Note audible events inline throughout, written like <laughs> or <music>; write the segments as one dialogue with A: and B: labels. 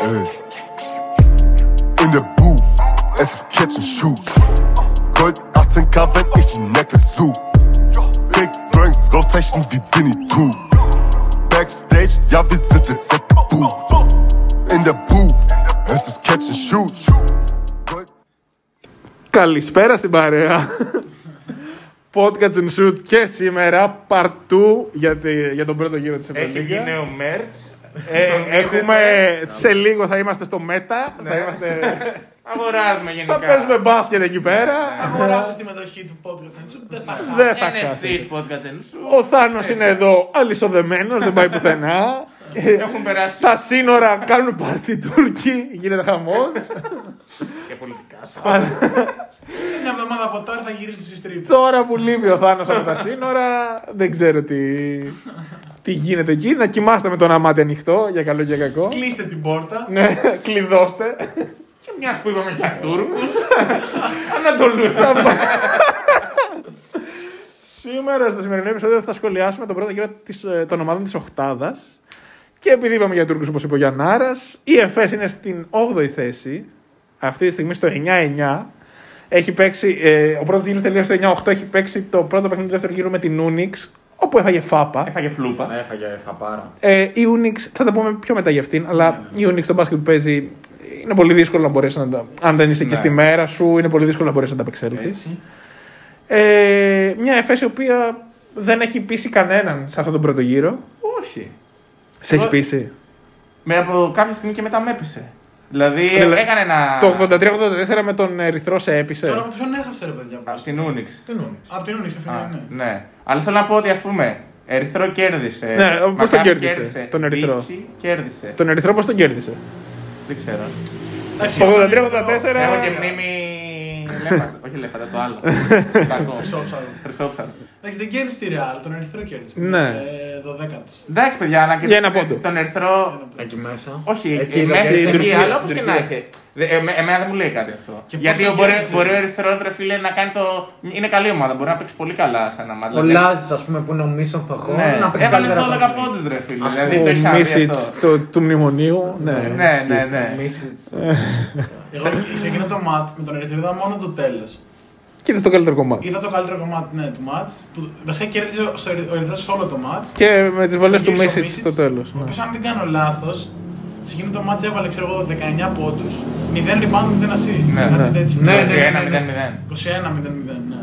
A: Ayy. Äh. In der Booth, es ist Catch and Shoot. Gold 18k, wenn ich die Necklace such. Big Brains, Rauchzeichen wie Winnie Pooh. Backstage, ja, wir sind jetzt abgebucht. In der Booth, es ist Catch and Shoot. Gold
B: Καλησπέρα στην παρέα. Podcast and shoot και σήμερα part 2 για, τη- για τον πρώτο γύρο της
C: Έχει βγει
B: Ευρωλίγκα.
C: νέο merch.
B: Ε, έχουμε, σε λίγο θα είμαστε στο Meta,
C: Ναι.
B: θα, είμαστε,
C: Αγοράζουμε
B: θα
C: γενικά.
B: παίζουμε μπάσκετ εκεί πέρα.
C: Ναι.
D: Αγοράστε τη μετοχή του podcast and shoot, δεν θα χάσει.
B: Δεν θα χάσει.
C: NFTs podcast εν σου.
B: Ο Θάνος είναι εδώ αλυσοδεμένος, δεν πάει πουθενά.
C: Έχουν περάσει
B: Τα σύνορα κάνουν πάρτι Τούρκοι, γίνεται χαμός.
C: και πολιτικά σου.
D: Σε μια εβδομάδα από τώρα θα γυρίσει στη strip.
B: Τώρα που λείπει ο Θάνος από τα σύνορα, δεν ξέρω τι, τι γίνεται εκεί. Να κοιμάστε με το να μάτι ανοιχτό, για καλό και κακό.
D: Κλείστε την πόρτα.
B: Ναι, κλειδώστε.
C: Και μιας που είπαμε για Τούρκους. Ανατολούς.
B: Σήμερα στο σημερινό επεισόδιο θα σχολιάσουμε τον πρώτο γύρο της, ε, των ομάδων της Οχτάδα. Και επειδή είπαμε για Τούρκους, όπως είπε ο Γιαννάρας, η ΕΦΕΣ είναι στην 8η θέση. Αυτή τη στιγμή στο 9-9. Έχει παίξει, ε, ο πρώτος γύρος τελείωσε στο 9-8. Έχει παίξει το πρώτο παιχνίδι του δεύτερου γύρου με την Ούνιξ, όπου έφαγε φάπα.
C: Έφαγε φλούπα.
B: Ναι,
E: Έφαγε χαπάρα.
B: Ε, η Ούνιξ, θα τα πούμε πιο μετά για αυτήν, αλλά η Ούνιξ το μπάσκετ που παίζει είναι πολύ δύσκολο να μπορέσει να τα. Αν δεν είσαι και στη μέρα σου, είναι πολύ δύσκολο να μπορέσει να τα απεξέλθεις. Ε, μια εφέση η οποία δεν έχει πείσει κανέναν σε αυτόν τον πρώτο γύρο.
C: Όχι.
B: Σε έχει
C: Εγώ-
B: πείσει.
C: Με από κάποια στιγμή και μετά με έπεσε. Δηλαδή
B: Δηλαδή,
C: έκανε ένα.
B: Το 83-84 με τον Ερυθρό σε
D: Τώρα
B: έπεισε.
D: από ποιον έχασε ρε παιδιά.
C: Α, Στην Ούνιξ.
D: Από την Ούνιξ
C: Α,
D: έφυγε, ναι.
C: Ναι. Αλλά θέλω να πω ότι ας πούμε. Ερυθρό κέρδισε.
B: Ναι, πώς
C: Μακάβι
B: τον κέρδισε, τον Ερυθρό?
C: Βίτσι κέρδισε.
B: Τον Ερυθρό πώς τον κέρδισε.
C: Δεν ξέρω.
D: Εντάξει,
B: 83-84.
C: Έχω και μνήμη. Λέφαντα. Όχι λέφαντα, το
B: <laughs>
C: άλλο. Κακό.
D: Χρυσόψαρο.
C: Χρυσόψαρο.
D: Εντάξει, δεν κέρδισε τη Ρεάλ, τον Ερυθρό κέρδισε.
B: Ναι.
D: Ε, 12η.
C: Εντάξει, παιδιά, να
B: Για ένα
C: κερδίσουμε
B: πόντο.
C: τον ερθρό.
E: Εκεί μέσα.
C: Όχι,
E: Εκεί
C: ε,
E: ήταν
C: μέσα
E: στην
C: στην Τουρκία,
E: Τουρκία,
C: αλλά όπως και
E: Τουρκία.
C: να έχει. Δε- ε, με- Εμένα δεν μου λέει κάτι αυτό.
D: Και
C: Γιατί
D: πώς τον
C: μπορεί,
D: κέρδισε,
C: μπορεί ο
D: έτσι.
C: ερθρό ρε φίλε να κάνει το. Είναι καλή ομάδα, μπορεί να παίξει πολύ καλά σαν ομάδα.
E: Ο Λάζης, ας πούμε, που είναι ο μίσον θοχό.
C: Ναι,
E: Να παίξει
C: έβαλε
E: καλύτερα.
C: 12 πόντου ρε φίλε. Δηλαδή το έχει
B: Ο
C: ξαναδεί
B: Μίσιτ
C: αυτό.
B: του μνημονίου. Ναι.
C: Ναι, ναι, ναι.
D: Εγώ σε εκείνο το ματ με τον Ερυθρό είδα μόνο το τέλος.
B: Και ήταν στο καλύτερο κομμάτι.
D: Είδα το καλύτερο κομμάτι ναι, του ματ. Βασικά κέρδισε στο Ερυ- ο Ερυθρός όλο το ματ.
B: Και με τις βολές του
D: Γύρισε
B: Μίσιτ
D: ο Μίσιτς,
B: στο ναι. τέλος.
D: Ο οποίος, αν δεν κάνω λάθος, σε εκείνο το μάτς έβαλε ξέρω εγώ 19 πόντου, 0 rebound, 0 assist.
C: Ναι,
D: κάτι
C: ναι.
D: τέτοιο.
E: Ναι, ναι.
C: 21-0-0.
D: 21-0-0, ναι.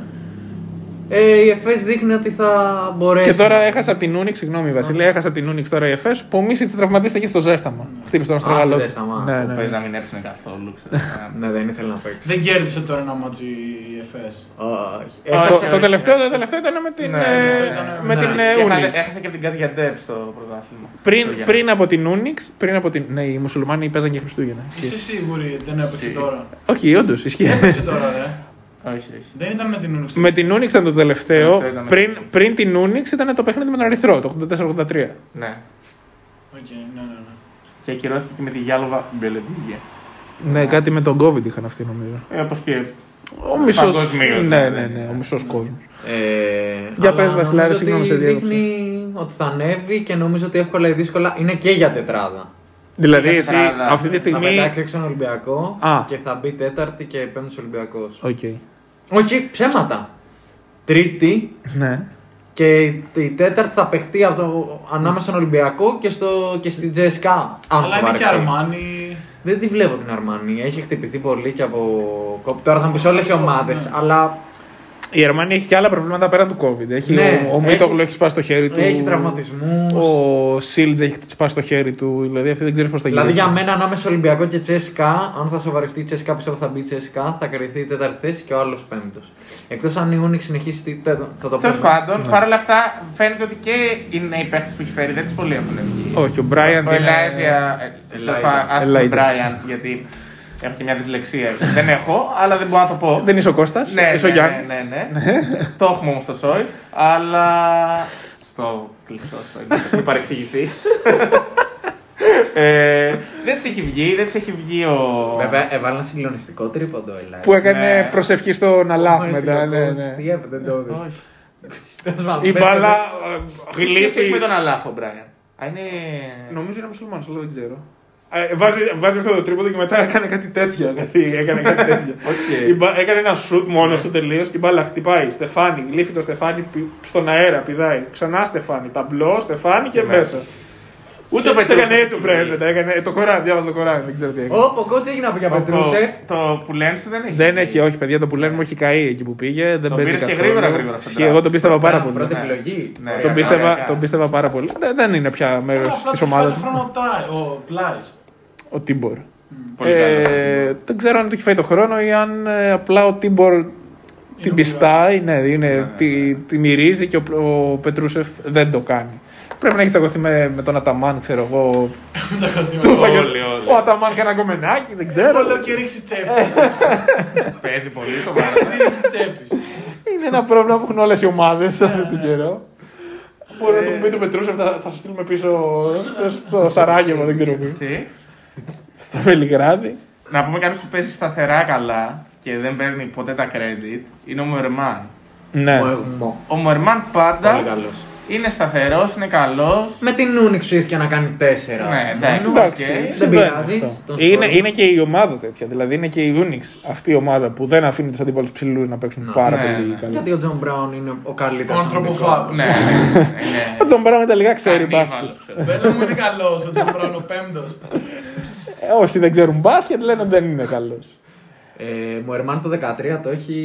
E: Ε, η ΕΦΕΣ δείχνει ότι θα μπορέσει.
B: Και τώρα έχασα από την Ούνιξ, συγγνώμη Βασίλη, έχασα από την Ούνιξ τώρα η ΕΦΕΣ που ο Μίσιτ τραυματίστηκε στο ζέσταμα. Χτύπησε τον
E: Α,
B: Αστραγάλο.
E: στο ζέσταμα.
B: Ναι,
E: Που
B: ναι.
C: Πες να μην έψινε καθόλου. ξέρω.
E: Ναι, δεν ήθελε να παίξει.
D: Δεν κέρδισε τώρα ένα μάτς η ΕΦΕΣ.
E: Όχι.
B: Ε, Το-
E: Έχασε-
C: όχι,
B: Το
C: όχι,
B: τελευταίο
C: όχι.
B: το τελευταίο ήταν με την,
C: Ναι,
B: ε,
C: αυτό
D: ήταν,
B: με
E: <laughs> ναι.
B: την
E: Και
B: ε,
C: Και χάλε-
B: Ούνιξ.
C: Έχασε και την Καζιαντέπ στο πρωτάθλημα.
B: Πριν,
C: Το
B: πριν από την Ούνιξ, πριν από την. Ναι, οι μουσουλμάνοι παίζαν και Χριστούγεννα. Ισχύει. Ναι.
D: Είσαι σίγουρη δεν έπαιξε
C: Ισχύει.
D: τώρα.
B: Όχι, όντως ισχύει.
D: Έπαιξε τώρα, ρε.
C: Όχι, όχι.
D: Δεν ήταν με την Ούνιξ.
B: με την Ούνιξ ήταν το
C: Το
B: τελευταίο.
C: τελευταίο ήταν με
B: Πριν,
C: την-
B: πριν την Ούνιξ ήταν το παιχνίδι με τον Αριθρό, το 84-83.
C: Ναι.
D: Οκ, ναι, ναι, ναι.
C: Και ακυρώθηκε και με τη Γιάλοβα Μπελεντίγια.
B: Ναι, κάτι με τον COVID είχαν αυτοί νομίζω.
C: Ε, όπως και
B: Ο μισός.
C: Παγκοσμίως,
B: Ναι,
C: ναι,
B: ναι, ναι, ο μισός κόσμος.
E: Ε,
B: Για
E: αλλά
B: πες, Βασιλάρη,
E: νομίζω
B: συγγνώμη,
E: ότι
B: σε διέκοψα.
E: Δείχνει ότι θα ανέβει και νομίζω ότι εύκολα ή δύσκολα είναι και για τετράδα.
B: Δηλαδή,
C: Πήγα
B: εσύ
C: τετράδα.
B: αυτή τη
E: Θα
B: στιγμή.
E: πετάξει έξω τον Ολυμπιακό
B: Α.
E: και θα μπει τέταρτη και πέμπτη Ολυμπιακός.
B: Οκ.
E: Όχι, ψέματα. Τρίτη
B: Ναι.
E: και η τέταρτη θα παιχτεί από το, ανάμεσα στον Ολυμπιακό και, στο, και στην Τζέσκα.
D: Αλλά είναι και Αρμάνι.
E: Δεν τη βλέπω την Αρμανία. Έχει χτυπηθεί πολύ και από κόπ. Τώρα θα μου πει όλες οι ομάδες.
D: Ναι.
E: Αλλά
B: Η Γερμανία έχει και άλλα προβλήματα πέρα του COVID. Έχει
E: Ναι,
B: ο, ο
E: έχει-
B: Μίτογλου έχει σπάσει το χέρι του.
E: έχει τραυματισμούς.
B: Ο Σίλτζ έχει σπάσει το χέρι του. Δηλαδή αυτή δεν ξέρεις πώς θα γυρίσει.
E: Δηλαδή για μένα ανάμεσα Ολυμπιακό και Τσέσκα, αν θα σοβαρευτεί η Τσέσκα, πιστεύω θα μπει η Τσέσκα, θα κρυθεί η τέταρτη θέση και ο άλλος πέμπτος. Εκτός αν η Ούνιξ συνεχίσει. τι- τε- Θα το
B: Ναι.
C: Τέλο
E: πούμε.
C: πάντων, παρόλα αυτά φαίνεται ότι και είναι οι παίχτε που έχει φέρει, δεν τις πολύ έχουν βγει.
B: Όχι, ο Μπράιαντ
C: Ο ε,
B: είναι-
C: Ελάιζια.
E: Elijah.
C: Ας πούμε
B: Elijah.
C: Μπράιαντ, γιατί. Έχω και μια δυσλεξία. έτσι. δεν έχω, αλλά δεν μπορώ να το πω.
B: Δεν είσαι ο Κώστας,
C: Ναι,
B: είσαι ο
C: ναι,
B: Γιάννης.
C: ναι, ναι, ναι. το έχουμε όμως το σόι, αλλά. Στο κλειστό σόι, μην παρεξηγηθεί.
B: <laughs>
C: Ε, δεν της έχει βγει, δεν της έχει βγει ο.
E: Βέβαια, έβαλε ένα συγκλονιστικό τρίποντο η Λάιλα.
B: Που έκανε
C: Ναι.
B: προσευχή στον Αλάχ
E: Μα,
B: μετά.
E: στην
B: Ναι,
E: Λακόντς,
B: ναι.
E: Τι έπαι- δεν το είδες.
C: Όχι.
E: Τέλος πάντων,
B: Η
E: πες
B: μπάλα
E: εδώ.
B: ε,
C: Τι σχέση έχει
B: γλύφει.
C: με τον Αλάχο, Μπράιαν. Α, είναι.
B: Νομίζω είναι μουσουλμάνος, αλλά δεν ξέρω. Ε, βάζει, βάζει αυτό το τρίποδο και μετά έκανε κάτι τέτοιο. κάτι- έκανε κάτι
C: <laughs>
B: τέτοιο.
C: Οκ.
B: Η μπα- έκανε ένα σουτ μόνος του τελείως και η μπάλα χτυπάει. Στεφάνι, γλύφει το Στεφάνι πι- στον αέρα, πηδάει. Ξανά Στεφάνι, ταμπλό, Στεφάνι και
C: Ναι.
B: μέσα.
C: Ούτε ο
B: Το
C: Πετρούσεφ
B: έκανε έτσι ο
C: έχει
B: Μπρέν,
C: βγει.
B: μετά, έκανε- Το Κοράν, διάβαζα το Κοράν, δεν ξέρω τι έκανε.
E: Ω, ο κότσο έγινε από για
C: Το-
E: Πετρούσεφ.
C: Το που λένε σου δεν έχει.
B: Δεν έχει, όχι παιδιά, το που λέμε έχει καεί εκεί που πήγε. Δεν
C: Τον
B: παίζει
C: πήρες και
B: καθόλου.
C: γρήγορα, γρήγορα στον
B: Ισχύει,
C: draft.
B: Εγώ τον πίστευα πάρα πολύ.
E: Ε, Πρώτη
C: ναι.
E: επιλογή.
C: Ναι.
E: Ωραία,
B: Τον
C: Ωραία,
B: πίστευα,
C: ωραία.
B: τον πίστευα πάρα πολύ. Δεν, δεν είναι πια μέρος
D: Απλά
B: της
D: του
B: ομάδα
D: φάει το χρόνο ο Τάι- ο Πλάις.
B: <laughs> Ο Τίμπορ.
C: Πολύ καλός.
B: Ε, δεν ξέρω αν του έχει φάει το χρόνο ή αν ε, απλά ο Τίμπορ την
D: ο
B: πιστάει, ναι, είναι,
C: ναι, ναι.
B: Τη, τη μυρίζει και ο, ο Πετρούσεφ δεν το κάνει. Πρέπει να έχεις τσακωθεί με, με τον Αταμάν, ξέρω εγώ. Του έφαγε ο-
C: όλοι, όλοι.
B: Ο Αταμάν και ένα κομμενάκι, δεν ξέρω.
D: Όλο και ρίξει
B: Ε.
D: τσέπη.
C: Παίζει πολύ σοβαρά.
D: Ρίξει τσέπης.
B: Είναι ένα πρόβλημα που έχουν όλες οι ομάδες
C: Ναι,
B: <laughs> αυτόν τον καιρό. Μπορεί να
C: Ε,
B: του πει του Πετρούσεφ, θα, θα σε στείλουμε
C: <laughs>
B: πίσω στο, στο Σαράγεβο, δεν ξέρω πού.
C: Τι.
B: Στο Βελιγράδι.
C: Να πούμε κάποιος που παίζει σταθερά καλά και δεν παίρνει ποτέ τα credit είναι ο Μερμάν.
B: Ναι.
C: ε,
E: Ο Εγμό.
C: Ο Μερμάν
E: Πολύ
C: πάντα
E: καλός.
C: είναι σταθερός, είναι καλός.
E: Με την Ούνιξ ήρθε να κάνει τέσσερα.
C: Ναι, εντάξει.
B: Εντάξει,
C: Οκ.
E: Ε, Δεν
B: συμβαίνει
E: πειράζει.
B: αυτό.
E: Τον
B: Είναι,
E: συγχωρούμε.
B: είναι και η ομάδα τέτοια. Δηλαδή είναι και η Unix αυτή η ομάδα που δεν αφήνει τους αντίπαλους ψηλούς να παίξουν
E: Ναι.
B: πάρα
C: Ναι,
B: πολύ
C: ναι.
B: καλά.
E: Γιατί ο Τζον Μπράουν είναι ο καλύτερος.
D: Ο ανθρωποφάγος.
C: Ναι, ναι, ναι,
B: <laughs>
C: ναι.
B: Ο Τζον Μπράουν με τα λιγά ξέρει
C: Ανίβαλος,
B: μπάσκετ.
C: ξέρω.
D: Μπέλα μου είναι καλός, ο Τζαμπρόν ο πέμπτος.
B: Ε, Όσοι δεν ξέρουν μπάσκετ λένε ότι δεν είναι καλός.
E: Ε, Μουερμάν το 13 το έχει.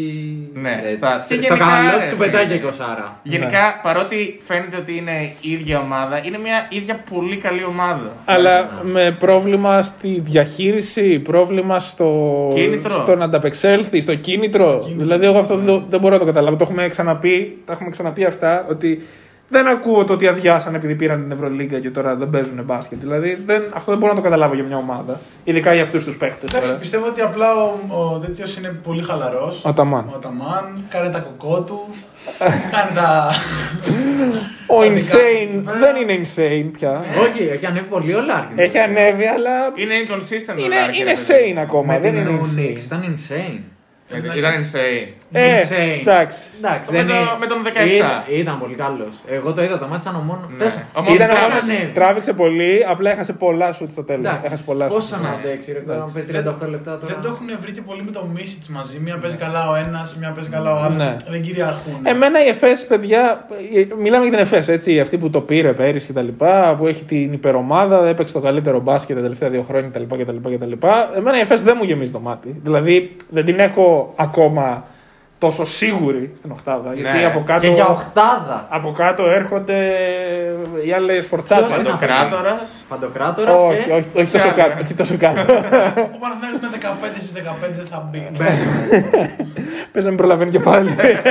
C: Ναι,
E: ρε,
C: στα-
E: στο-
C: και
E: Στο
C: γενικά,
E: καλό
C: ρε,
E: του πετάει
C: φίλε.
E: και κοσάρα.
C: Γενικά,
B: Ναι.
C: παρότι φαίνεται ότι είναι η ίδια ομάδα, είναι μια ίδια πολύ καλή ομάδα.
B: Αλλά με πρόβλημα στη διαχείριση, πρόβλημα στο,
C: Κίνητρο.
B: στο να ανταπεξέλθει, στο κίνητρο. Δηλαδή, εγώ αυτό δεν, το- δεν μπορώ να το καταλάβω. Το έχουμε ξαναπεί, τα έχουμε ξαναπεί αυτά, ότι δεν ακούω το ότι αδειάσαν επειδή πήραν την Ευρωλίγκα και τώρα δεν παίζουν μπάσκετ. Δηλαδή, δεν, αυτό δεν μπορώ να το καταλάβω για μια ομάδα. Ειδικά για αυτούς τους παίχτε.
D: Εντάξει, πιστεύω ότι απλά ο, ο τέτοιος είναι πολύ χαλαρός.
B: Ο Αταμάν.
D: Ο Αταμάν, κάνει τα κοκό του. κάνει τα.
B: Ο
D: Αντικά,
B: insane
D: εκεί
B: δεν
D: πέρα.
B: είναι insane πια.
E: Όχι, έχει ανέβει πολύ ο Λάρκιν.
B: Ναι. Έχει ανέβει, αλλά
C: Είναι inconsistent ο
B: είναι,
C: Λάρκιν,
B: είναι
C: ρε παιδί.
B: sane ακόμα.
E: Με
B: Δεν
E: την
B: είναι
E: Ούνιξ
B: insane.
E: ήταν insane.
C: Ε, Ήταν insane.
B: Ε,
E: Insane.
B: εντάξει.
E: Εντάξει,
C: Με
E: δεν
C: το-
E: είναι-
C: με τον 17.
E: Ήταν, ήταν πολύ καλός. Εγώ το είδα το μάτι, ήταν ο μόνο.
C: Ναι.
E: Τέσσερα.
C: Ο μόνος
B: Ήταν
C: που
B: όμως-
E: έκανε.
B: τράβηξε πολύ, απλά έχασε πολλά σουτ στο τέλος.
E: Εντάξει,
B: Έχασε πολλά σουτ.
E: Πόσο να αντέξει, ρε τώρα, με 38 λεπτά τώρα.
D: Δεν το έχουν βρει και πολύ με το Μίσιτ μαζί. Μία
C: Ναι.
D: παίζει καλά ο ένας, μία παίζει καλά ο άλλος.
B: Ναι.
D: Δεν κυριαρχούν.
B: Εμένα η ΕΦΕΣ, παιδιά, ε, μιλάμε για την ΕΦΕΣ, έτσι, αυτή που το πήρε πέρυσι και τα λοιπά, που έχει την υπερομάδα, έπαιξε το καλύτερο μπάσκετ τα τελευταία δύο χρόνια κτλ. κτλ, κτλ. Εμένα η ΕΦΕΣ δεν μου γεμίζει το μάτι. Δηλαδή δεν την έχω ακόμα τόσο σίγουρη στην οκτάδα, γιατί
C: Ναι.
B: από κάτω...
E: Και για οχτάδα.
B: Από κάτω έρχονται οι άλλες
E: Ποιος
B: φορτσάτε.
E: είναι αυτό?
C: Παντοκράτορας.
E: Παντοκράτορας
B: Όχι,
E: και.
B: όχι, όχι τόσο
C: Ποια
B: κάτω.
C: είναι?
B: Όχι τόσο κάτω. <laughs>
D: Ο Παναθηναϊκός με 15 στι 15 δεν θα
C: Ναι.
D: μπει.
B: Πες να μην προλαβαίνει και πάλι.
E: Ναι,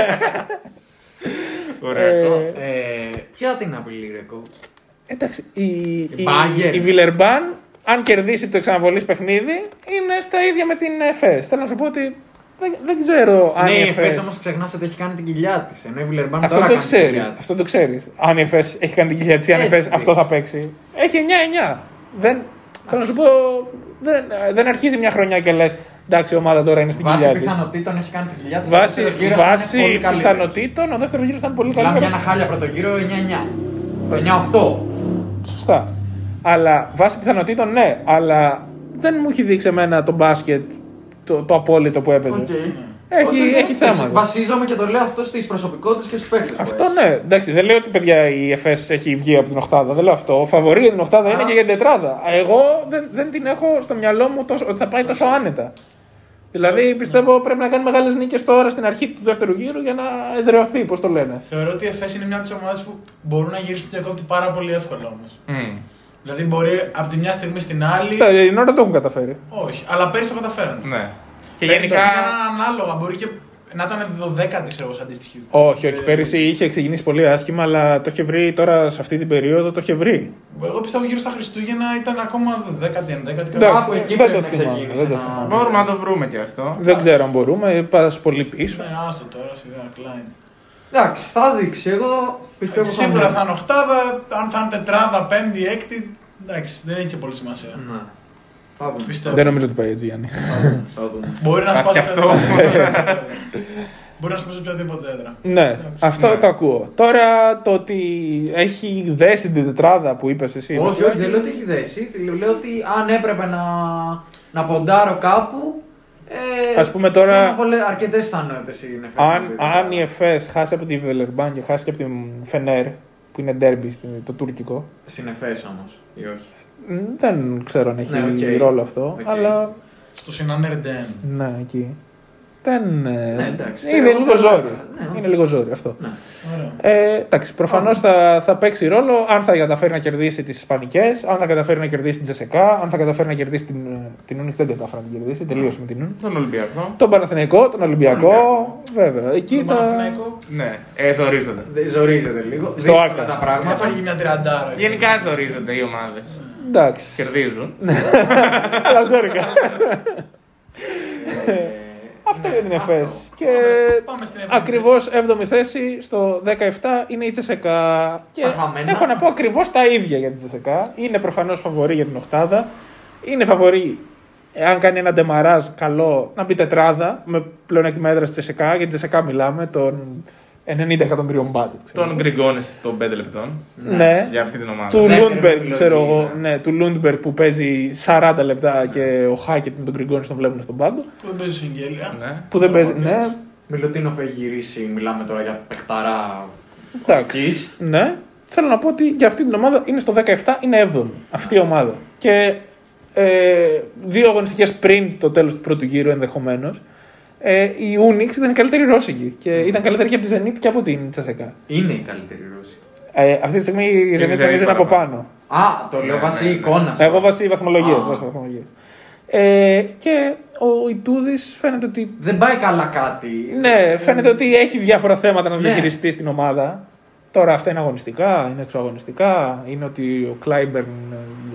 C: Ωραία.
E: Ε, Ποια την απειλή, ρε κόουτς?
B: Εντάξει, η, η,
E: Bayern.
B: η Βιλερμπάν, αν κερδίσει το εξαναβολή παιχνίδι, είναι στα ίδια με την ΕΦΕΣ. Θέλω να σου πω ότι δεν, δεν ξέρω αν
E: Ναι,
B: η
E: η
B: ΕΦΕΣ.
E: ΕΦΕΣ όμως ξεχνάς ότι έχει κάνει την κοιλιά της. Ενώ η Βιλερμπάν
B: Αυτό
E: τώρα
B: το
E: κάνει την
B: ξέρεις.
E: κοιλιά της.
B: Αυτό το ξέρεις. Αν η ΕΦΕΣ έχει κάνει την κοιλιά της, αν η
E: Έτσι
B: ΕΦΕΣ αυτό
E: δείχνει.
B: θα παίξει. Έχει 9-9. Δεν, θέλω να σου πω, δεν, δεν αρχίζει μια χρονιά και λες. Εντάξει, η ομάδα τώρα είναι στην κοιλιά
E: Βάσει
B: της.
E: πιθανότητων έχει κάνει την κοιλιά της.
B: Βάσει, βάσει πιθανότητων, ο δεύτερος γύρος ήταν πολύ
E: Μιλάμε για ένα
B: καλύτερο.
E: χάλια πρώτο γύρο
B: Ε,
E: 9-9. 9-8.
B: Σωστά. Αλλά βάσει πιθανότητων, ναι. Αλλά δεν μου έχει δείξει εμένα το μπάσκετ το, το απόλυτο που έπαιζε. ε, Έχει, έχει θέματα.
E: Βασίζομαι και το λέω αυτό στις προσωπικότητες και στους παίχτε.
B: Αυτό ναι. Εντάξει, δεν λέω ότι παιδιά η ΕΦΕΣ έχει βγει από την Οχτάδα. Δεν λέω αυτό. Ο φαβορή για την Οχτάδα είναι και για την Τετράδα. Εγώ δεν, δεν την έχω στο μυαλό μου τόσο, ότι θα πάει τόσο άνετα. Δηλαδή πιστεύω πρέπει να κάνει μεγάλες νίκες τώρα στην αρχή του δεύτερου γύρου για να εδρεωθεί, πώς το λένε.
D: Θεωρώ ότι η ΕΦΕΣ είναι μια από τις ομάδες που μπορούν να γυρίσουν διακόπτη πάρα πολύ εύκολα όμως.
B: ε,
C: Μμ.
D: Δηλαδή μπορεί από τη μια στιγμή στην άλλη.
B: Κοίτα, Την ώρα το έχουν καταφέρει.
D: Όχι, αλλά πέρυσι το καταφέραμε.
C: Ναι. Και
D: Πέρυσι
C: γενικά.
D: ήταν ανάλογα. Μπορεί και να ήταν 12η, ξέρω εγώ, σε αντίστοιχη.
B: Όχι, όχι.
D: Ε,
B: Πέρυσι είχε ξεκινήσει πολύ άσχημα, αλλά το είχε βρει τώρα σε αυτή την περίοδο. Το είχε βρει.
D: Εγώ πιστεύω γύρω στα Χριστούγεννα ήταν ακόμα 10η, 11η.
B: Εντάξει,
E: Κάπου εκεί
B: ε, δεν
E: πρέπει
B: το
E: να
B: θυμάμαι,
E: ξεκίνησε
B: δεν το
E: να-
B: θυμάμαι.
C: Μπορούμε να το βρούμε και αυτό.
B: Δεν ξέρω αν μπορούμε. Πας πολύ πίσω.
D: Ναι, άστο τώρα, σιγά, κλάιν.
E: Εντάξει, θα δείξει. Εγώ πιστεύω θα
D: Σίγουρα
E: είναι.
D: θα είναι οκτάδα, αν θα είναι τετράδα, πέμπτη, έκτη. Εντάξει, δεν έχει και πολύ σημασία.
E: Ναι. Θα δούμε.
D: Πιστεύω.
B: Δεν νομίζω ότι πάει έτσι, Γιάννη.
E: Θα δούμε, Θα δούμε.
D: Μπορεί να
C: Υπάρχει
D: σπάσει
C: αυτό.
D: οποιαδήποτε- Μπορεί να σπάσει οποιαδήποτε έδρα.
B: Ναι, αυτό
C: Ναι.
B: το ακούω. Τώρα το ότι έχει δέσει την τετράδα που είπες εσύ. είπες.
E: Όχι, όχι, δεν λέω ότι έχει δέσει. Λέω ότι αν έπρεπε να, να ποντάρω κάπου. Ε,
B: Ας πούμε τώρα-
E: Είναι πολλέ, αρκετές πιθανότητες είναι.
B: Αν, αν η ΕΦΕΣ χάσει από τη Βελερμπάν και χάσει και από την Φενέρ, που είναι ντέρμπι στην- το τουρκικό,
E: Στην Εφές όμως, ή όχι.
B: μ, δεν ξέρω αν έχει
E: Ναι, οκ.
B: ρόλο αυτό,
E: Οκ.
B: αλλά
D: Στο Σινάνερ Ντέν.
B: ναι, εκεί. Δεν, ε,
E: Ναι, εντάξει.
B: είναι
E: Εγώ
B: λίγο
E: θέλω να-
B: ζόρι.
E: ναι.
B: Είναι λίγο ζόρι αυτό.
E: Ναι.
D: Ωραία.
B: Ε, εντάξει, προφανώς θα, θα παίξει ρόλο αν θα καταφέρει να κερδίσει τις Ισπανικές, αν θα καταφέρει να κερδίσει την Τζεσεκά, αν θα καταφέρει να κερδίσει την. ε, Την Ούνικ δεν κατάφερε να την κερδίσει, τελείωσε με την Ούνικ.
C: Τον Ολυμπιακό.
B: Τον Παναθηναϊκό, τον Ολυμπιακό,
C: Ολυμπιακό.
B: βέβαια. Εκεί
D: Τον
B: θα.
D: Παναθηναϊκό.
C: Ναι, ε, ζορίζονται.
E: Δε- Ζορίζεται λίγο.
B: Στο
E: Δύσκολα
B: άκα.
E: τα
D: Μα
E: πράγματα.
D: φάγει μια τριαντάρα.
C: Γενικά ζορίζονται οι ομάδες.
B: Εντάξει.
C: Κερδίζουν.
B: Αλλά ζόρικα. Αυτό για την ΕΦΕΣ. Και
D: Πάμε στην έβδομη
B: ακριβώς 7η θέση στο 17 είναι η Τσεσεκά. Και
E: Στα χαμένα.
B: έχω να πω ακριβώς τα ίδια για την Τσεσεκά. Είναι προφανώς φαβορή για την Οχτάδα. Είναι φαβορή, εάν κάνει ένα ντεμαράζ καλό, να μπει τετράδα με πλεονέκτημα έδρας τη Τσεσεκά. Για την Τσεσεκά μιλάμε των 90 εκατομμυρίων μπάτζετ. ξέρω.
C: Τον Γκριγκόνε των 5 λεπτών.
B: Ναι.
C: Για αυτή την ομάδα.
B: Του
E: Δεύτερη
B: Λούντμπεργκ,
E: επιλογή,
B: ξέρω εγώ,
E: ναι.
B: ναι, του Λούντμπεργκ που παίζει 40 λεπτά και ο Χάκετ με τον Γκριγκόνης τον βλέπουν στον πάγκο.
D: Που δεν παίζει συγγέλια.
C: Ναι.
B: Που δεν παίζει. Ναι,
E: Μιλουτίνοφ έχει γυρίσει, μιλάμε τώρα για παιχταρά.
B: εντάξει.
E: Κις.
B: Ναι. Θέλω να πω ότι για αυτή την ομάδα είναι στο 17, είναι 7η. Αυτή η ομάδα. Και ε, δύο αγωνιστικές πριν το τέλος του πρώτου γύρου ενδεχομένως. Ε, η Unix ήταν η καλύτερη Ρώσικη και ήταν καλύτερη και από τη Zenit και από την Τσασεκά.
E: Είναι η καλύτερη Ρώση.
B: Ε, αυτή τη στιγμή η
C: Και η
B: Zenit
C: Zenit
B: παίζει από
C: παραπάνω.
B: πάνω.
E: Α, το λέω
C: Ναι,
E: βάσει
C: ναι, ναι.
E: εικόνας.
B: Ε, Εγώ βάσει βαθμολογία.
E: Α.
B: βάσει βαθμολογία. Ε, και ο Ιτούδης φαίνεται ότι.
E: Δεν πάει καλά κάτι.
B: Ναι, φαίνεται ότι έχει διάφορα θέματα να
E: Ναι.
B: διαχειριστεί στην ομάδα. Τώρα αυτά είναι αγωνιστικά, είναι εξωαγωνιστικά. Είναι ότι ο Κλάιμπερν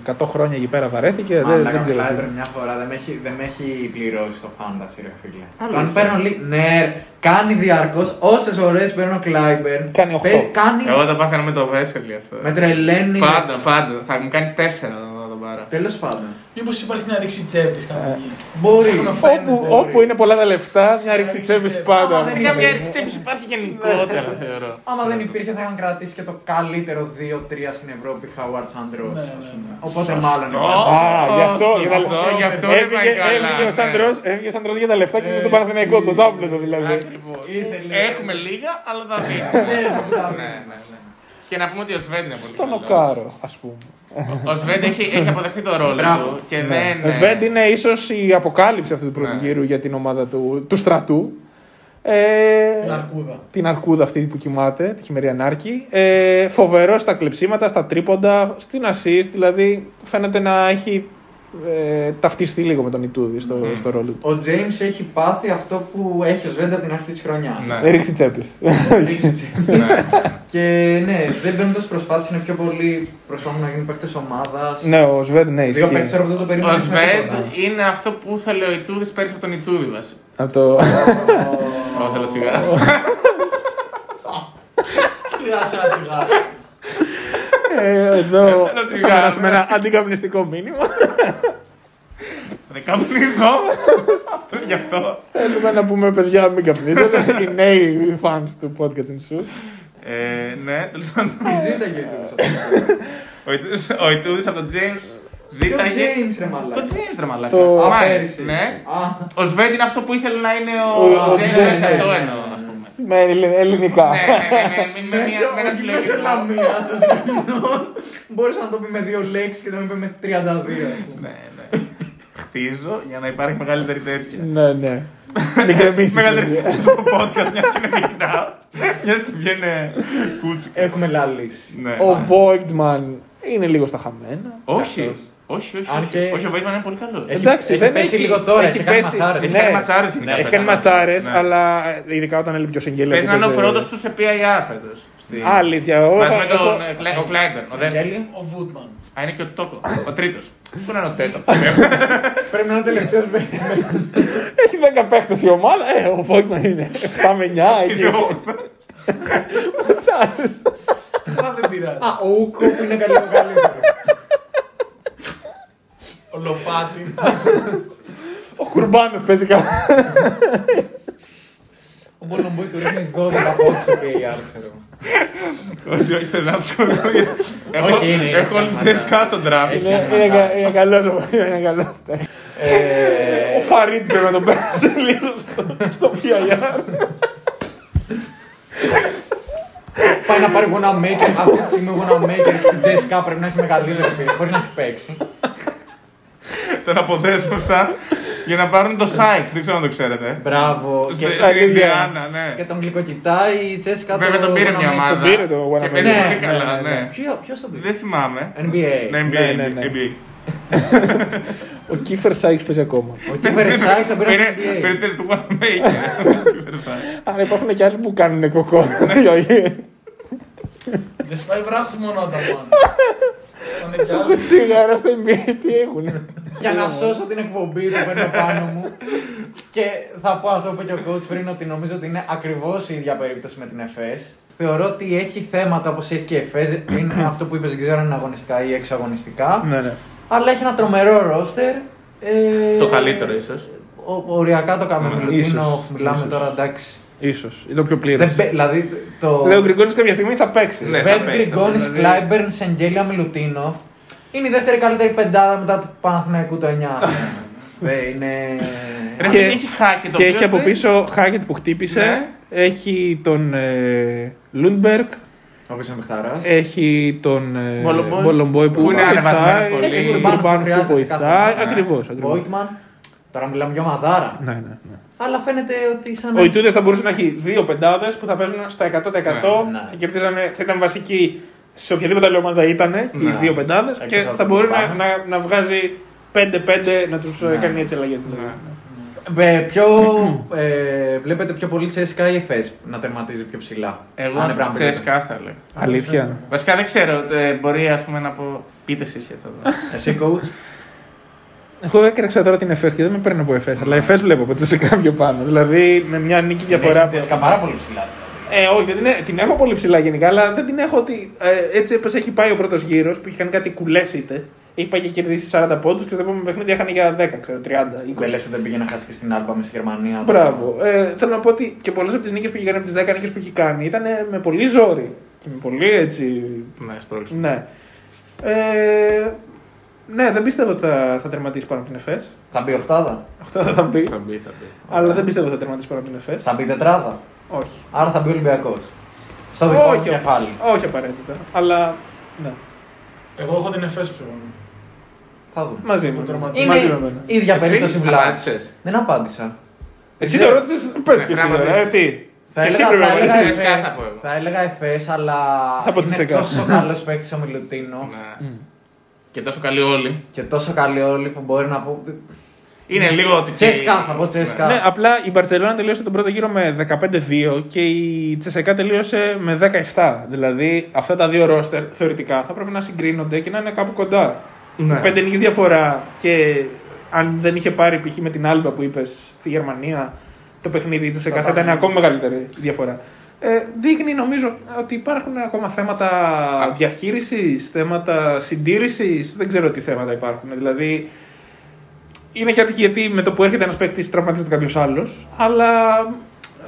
B: ε, 100 χρόνια εκεί πέρα βαρέθηκε.
E: Μαλάκα,
B: Ε, Δεν, δεν ξέρω.
E: ο
B: τι.
E: Φράιμπερ μια φορά δεν με έχει, δεν με έχει πληρώσει το fantasy, ρε φίλε.
C: Αλήθεια.
E: Αν παίρνω λίγο. Ναι, ρε, κάνει διαρκώς όσες ώρε παίρνω Κλάιμπερν.
B: Κάνει οχτώ.
E: κάνει
C: Εγώ τα πάθανα με το Βέσελη αυτό.
E: με τρελαίνει.
C: Πάντα, πάντα. Θα μου κάνει 4 όταν το πάρω.
E: Τέλος πάντων.
D: Μήπως υπάρχει μια ρήξη τσέπης κάπου εκεί.
E: Μπορεί.
D: Ψάχνω φα-
B: Όπου, όπου είναι πολλά τα λεφτά, μια ρήξη τσέπη πάντα.
E: Α, δεν είναι
C: Καμιά εξτέψη υπάρχει γενικότερα θεωρώ.
E: Άμα δεν υπήρχε, θα είχαν κρατήσει και το καλύτερο 2-3 στην Ευρώπη Howard Sandros.
D: Ναι, ναι, ναι.
E: Οπότε μάλλον.
B: Α, γι' αυτό,
C: γι'
B: γι' αυτό.
C: αυτό, γι' αυτό δεν
B: Έβγε,
C: πάει καλά.
B: έβγε ο
C: ναι.
B: Σάντρος- έβγε ο Σάντρος για τα λεφτά και το Παναθηναϊκό, το ζάπλετο δηλαδή.
C: Ακριβώς.
E: Ήθελε.
C: Έχουμε λίγα, αλλά τα δίνουμε.
E: τα
C: Ναι, ναι, ναι. Και να πούμε ότι ο Σβέντ είναι πολύ
B: Στο
C: καλός.
B: νοκάρο, ας πούμε.
C: Ο Σβέντ έχει, έχει αποδεχτεί το ρόλο
E: Μπράβο. Ναι.
C: του και
D: Ναι,
C: δεν.
B: Ο Ε, Σβέντ είναι ίσως η αποκάλυψη αυτού του πρώτου
C: Ναι.
B: γύρου για την ομάδα του, του στρατού. Ε,
D: Την αρκούδα.
B: την αρκούδα αυτή που κοιμάται, τη χειμεριανάρκη. Ε, φοβερό στα κλεψίματα, στα τρίποντα, στην assist. Δηλαδή φαίνεται να έχει ε, ταυτιστεί λίγο με τον Ιτούδη στο,
D: Ναι.
B: στο ρόλο του.
E: Ο James έχει πάθει αυτό που έχει ο Σβέντα την αρχή της χρονιάς. <laughs>
B: Ε, Ρίξει τσέπη.
D: Ναι.
C: Ναι.
E: Και ναι, δεν παίρνοντα προσπάθειε, είναι πιο πολύ προσπάθεια να γίνει παίκτη ομάδας.
B: ναι, ο Σβέντ, ναι,
E: Δύο παίκτες
B: ισχύει.
E: τώρα που δεν το
C: Ο
E: περίμεναν.
C: Σβέντ είναι αυτό που ήθελε ο Ιτούδης πέρσι από τον Ιτούδη βασικά.
B: Από
D: <laughs>
B: το...
C: Εγώ θέλω τσιγάρο.
D: Χρειάζεται ένα τσιγάρο.
B: ε, εδώ
C: Ένα
B: θα περάσουμε ένα αντικαπνιστικό μήνυμα.
C: Δεν καπνίζω. Αυτό γι' αυτό.
B: Θέλουμε να πούμε, παιδιά, μην
D: <laughs>
B: καπνίζετε. οι νέοι fans του podcast in shoot.
C: Ε, ναι, τέλος πάντων.
E: Ζήταγε ο
C: Ο Ιτούδης- Ο Ιτούδης από τον Τζέιμ ζήταγε.
E: James ρε μαλάκα.
C: Το Τζέιμ ρε μαλάκα.
B: Το-
E: Α,
C: Μα,
E: πέρυσι.
C: Ναι.
E: Α,
C: Ο Σβέντ είναι αυτό που ήθελε να είναι
B: Ο-
C: ο
B: ο
C: Τζέιμ.
B: James,
C: Αυτό
E: ναι,
C: εννοώ,
E: ναι,
C: α πούμε.
B: Με ελλη- ελληνικά.
C: Ναι, ναι, ναι, με- με
E: μέσω-
C: μια- με ένα
E: όχι, Μέσω
C: συλλογισμό.
E: λαμίας των σκηνών. Μπορούσε να το πει με δύο λέξεις και να μην πει με 32. ας πούμε.
C: Ναι, ναι. Χτίζω για να υπάρχει μεγαλύτερη τέτοια.
B: Ναι, ναι.
C: <laughs>
B: Μην
E: Ε,
B: κρεμίσεις.
C: Μεγαλύτερη τέτοια στο podcast, μια και είναι μικρά. Μιας και βγαίνει κούτσικα.
E: Ε, Έχουμε λαλήσει.
C: Ναι.
B: Ο Voigtman είναι λίγο στα χαμένα.
C: Όχι. Όχι, όχι.
E: Αν
C: όχι.
E: και-
C: όχι, ο Βέιτμαν είναι πολύ καλός.
E: Έχει-
B: Εντάξει,
E: έχει
B: δεν
E: πέσει
B: έχει-
E: λίγο τώρα,
B: έχει
E: έχει κάνει
B: πέσει-
E: ματσάρες.
C: Έχει
B: ναι.
C: κάνει ματσάρες γενικά.
B: Έχει
C: στα
B: κάνει
C: Καναδά.
B: ματσάρες,
C: Ναι.
B: αλλά ε, ειδικά όταν έλειπε ο Σεγγέλια.
C: Παίζει να είναι ο πρώτος του σε PIA φέτος.
B: Α,
E: λοιπόν,
B: αλήθεια, εγώ
C: Μαζί
B: θα-
C: με τον
B: έχω-
C: ε, Κλέ- ο Κλάιντερ. Ο δεύτερο.
E: Γέλιο.
D: Ο Βούτμαν.
C: Α, είναι και ο τόπο. Ο τρίτος. Πού να είναι ο
E: <laughs>
C: τέταρτος.
E: Πρέπει να είναι τελευταίο
B: Έχει 10 παίχτε η ομάδα. Ε, ο Βόγκμαν είναι 7 με
C: <laughs>
B: 9 εκεί. Ματσάρες.
D: Αλλά δεν πειράζει.
E: Α, ο Ούκο που είναι καλύτερο καλύτερο.
D: Ο Λοπάτι.
B: Ο Κουρμπάνοφ παίζει καλά.
E: Ο Μπολομπόη του ρίχνει 12 πόντου σε PAR, ξέρω.
C: Όχι, όχι, θε να ψωρίζει.
E: Όχι, είναι, είναι
C: Έχω όλη
E: πραγματικά.
C: την Κάρ στον τράπεζα.
B: Είναι- είναι κα- Είναι καλός. Είναι καλός.
E: Ε,
B: Ο Φαρίτ πρέπει να τον πέρασε λίγο στο- στο PIR.
E: Πάει να πάρει γονα maker. Αυτή τη στιγμή γονα maker στην Τζέσικα πρέπει να έχει μεγαλύτερη εμπειρία. Μπορεί να έχει παίξει.
C: Τον αποδέσμευσαν για να πάρουν το Σάιξ. Δεν ξέρω αν το ξέρετε.
E: Μπράβο.
C: Στη-
E: Και,
C: Στην
B: Αγγλία.
C: Ινδιάνα, ναι.
E: και τον γλυκοκοιτάει η Τζέσικα.
C: Βέβαια
E: το
C: τον πήρε
E: Wanamaker.
C: μια ομάδα.
B: πήρε το
C: Και
B: Wanamaker.
C: παίζει
E: Ναι,
C: πολύ
E: ναι,
C: καλά,
B: ναι,
C: ναι.
E: Ποιο ποιος τον πήρε.
C: Δεν θυμάμαι.
E: NBA.
C: Ναι,
B: Ναι, ναι,
C: NBA.
B: ναι.
C: NBA.
B: Ο Κίφερ Σάιξ παίζει ακόμα.
E: Ο Κίβερ Σάιξ τον πήρε
C: Πήρε-
E: στην NBA.
C: Πήρε τρεις του
E: <laughs>
C: Wanamaker.
B: Άρα υπάρχουν και άλλοι που κάνουν κοκό.
D: Δεν σπάει βράχος μόνο όταν πάνε. Σπάνε κι
B: Ο
D: άλλοι.
B: Κουτσίγαρα στο NBA τι έχουν.
E: Για να σώσω την εκπομπή το παίρνω πάνω μου. Και θα πω αυτό που είπε και ο coach πριν ότι νομίζω ότι είναι ακριβώς η ίδια περίπτωση με την ΕΦΕΣ. Θεωρώ ότι έχει θέματα όπως έχει και η ΕΦΕΣ.
C: <clears throat>
E: Είναι αυτό που είπες, δεν ξέρω αν είναι αγωνιστικά ή εξαγωνιστικά.
B: Ναι, ναι.
E: Αλλά έχει ένα τρομερό ρόστερ. Ε,
C: Το καλύτερο ίσως.
E: Ο, οριακά το κάνουμε.
C: Ναι,
E: Μιλουτίνοφ,
B: ίσως,
E: μιλάμε
B: ίσως.
E: τώρα εντάξει.
B: Ίσως. Είναι το πιο
E: Δεν,
B: πλήρες.
E: παί- δηλαδή το.
B: Λέω ο Γκριγκόνης κάποια στιγμή θα παίξει.
C: Ναι.
E: Βέντ
C: παίξει, θα
E: Γκριγκόνη,
C: παίξει.
E: Κλάιμπερν, Σενγκέλια, Μιλουτίνοφ. Είναι η δεύτερη καλύτερη πεντάδα μετά του Παναθηναϊκού το 9. Δεν είναι.
C: Ρε,
B: Και-
C: έχει χάκι το
B: Και
C: οποίο
B: έχει από
C: δεν-
B: πίσω Χάκετ που χτύπησε.
C: Ναι.
B: Έχει τον ε, Λούντμπεργκ.
E: Ο οποίος είναι παιχταράς.
B: Ε, Έχει τον ε,
C: Μπολομπόι.
B: Μπολομπόι που
C: Που είναι ανεβασμένος
B: βοηθάει.
C: πολύ.
B: Έχει τον
C: Έχει
E: Κουρμπάνοφ που
B: Κουρμπάνοφ που
E: χρειάζεται σε κάθε
B: βοηθάει.
E: ομάδα.
B: Ακριβώς, ακριβώς.
E: Βόιτμαν. Τώρα μιλάμε για μαδάρα.
B: Ναι, ναι, ναι.
E: Αλλά φαίνεται ότι σαν.
B: Ο Ιτούδες θα μπορούσε να έχει δύο πεντάδες που θα παίζουν στα 100%.
E: Ναι.
B: Θα, κερδίζανε, θα ήταν βασικοί σε οποιαδήποτε άλλη ομάδα ήταν και οι
C: Ναι.
B: δύο πεντάδες
E: Εκτός
B: και
E: από
B: θα
E: τον
B: μπορεί να,
E: Κουμπάνα.
B: να, να βγάζει 5-5 να τους
E: Ναι.
B: κάνει έτσι αλλαγές.
E: Ε, πιο, ε, βλέπετε πιο πολύ Τσέσικα ή Εφές να τερματίζει πιο ψηλά.
C: Εγώ
E: Αν έπρεπε να
C: στην
E: πείτε.
C: Τσέσκα θα λέω.
B: Αλήθεια.
C: Βασικά δεν ξέρω, ε, μπορεί ας πούμε να πω. Πείτε εσείς και θα δω.
E: Εσύ coach.
B: Εγώ έκραξα τώρα την ΕΦΕΣ και δεν με παίρνω από ΕΦΕΣ, αλλά ΕΦΕΣ βλέπω από τσεσικά πιο πάνω. Δηλαδή με μια νίκη
E: Λες
B: διαφορά.
E: την Τσέσικα πάρα πολύ ψηλά.
B: Ε, όχι, δεν την, έ- την έχω πολύ ψηλά γενικά, αλλά δεν την έχω ότι. Ε, έτσι όπως έχει πάει ο πρώτος γύρος που είχε κάνει κάτι κουλέ είτε. Είχε πάει και κερδίσει 40 πόντους και το επόμενο παιχνίδι είχαν για 10, ξέρω, 30, 20.
E: Δεν λες που δεν πήγε να χάσει και στην Άλμπα με στη Γερμανία.
B: Μπράβο. Ε, θέλω να πω ότι και πολλές από τις νίκες που είχε κάνει, από τις 10 νίκες που έχει κάνει, ήταν ε, με πολύ ζόρι. Και με πολύ έτσι.
C: Ναι, σπρώξτε.
B: Ναι. Ε, ναι, δεν πιστεύω ότι θα, θα τερματίσει πάνω από την ΕΦΕΣ.
E: Θα μπει οχτάδα.
B: Αυτό <laughs> θα τα πει.
C: Θα μπει, θα μπει.
B: αλλά δεν πιστεύω ότι θα τερματίσει πάνω από την ΕΦΕΣ.
E: Θα μπει τετράδα.
B: Όχι.
E: Άρα θα μπει Ολυμπιακός. Στο δικό μου κεφάλι.
B: όχι απαραίτητα. Αλλά. Ναι.
D: Εγώ έχω την εφές πιο μόνο.
E: Θα δούμε.
B: Μαζί μου.
D: Τερματίζει.
E: Είναι
B: Μαζί με εμένα.
E: η ίδια
C: Εσύ
E: περίπτωση Βλάου.
C: απάντησες.
E: Δεν απάντησα.
B: Εσύ
E: Ναι.
B: το ρώτησε, πες και εσύ
C: πράγμα
B: τώρα.
C: δεν
B: ε, Τι.
E: Θα
B: Και εσύ
E: έλεγα,
B: πρέπει
E: θα,
B: να απαντήσεις.
E: έλεγα
C: απαντήσεις. Εφές,
E: εφές,
C: θα πω εγώ.
E: θα έλεγα εφές, αλλά
B: Θα πω
E: είναι
B: τσεκά.
E: τόσο καλός παίκτης ο Μιλουτίνο
C: Ναι. Και τόσο καλοί όλοι.
E: και τόσο καλή όλοι που μπορεί να πω...
C: Είναι λίγο ότι.
E: Τσέσκα, θα πω Τσέσκα.
B: Ναι, απλά η Μπαρσελόνα τελείωσε τον πρώτο γύρο με 15-2 και η Τσεσεκά τελείωσε με 17. Δηλαδή αυτά τα δύο ρόστερ θεωρητικά θα πρέπει να συγκρίνονται και να είναι κάπου κοντά.
C: Ναι.
B: Πέντε νίκες διαφορά και αν δεν είχε πάρει π.χ. με την Άλμπα που είπες στη Γερμανία το παιχνίδι τη ΕΚΑ θα ήταν ακόμη μεγαλύτερη η διαφορά. Ε, δείχνει νομίζω ότι υπάρχουν ακόμα θέματα διαχείρισης, θέματα συντήρησης. Δεν ξέρω τι θέματα υπάρχουν. Δηλαδή είναι και άτυχη γιατί με το που έρχεται ένας παίκτης τραυματίζεται κάποιος άλλος. Αλλά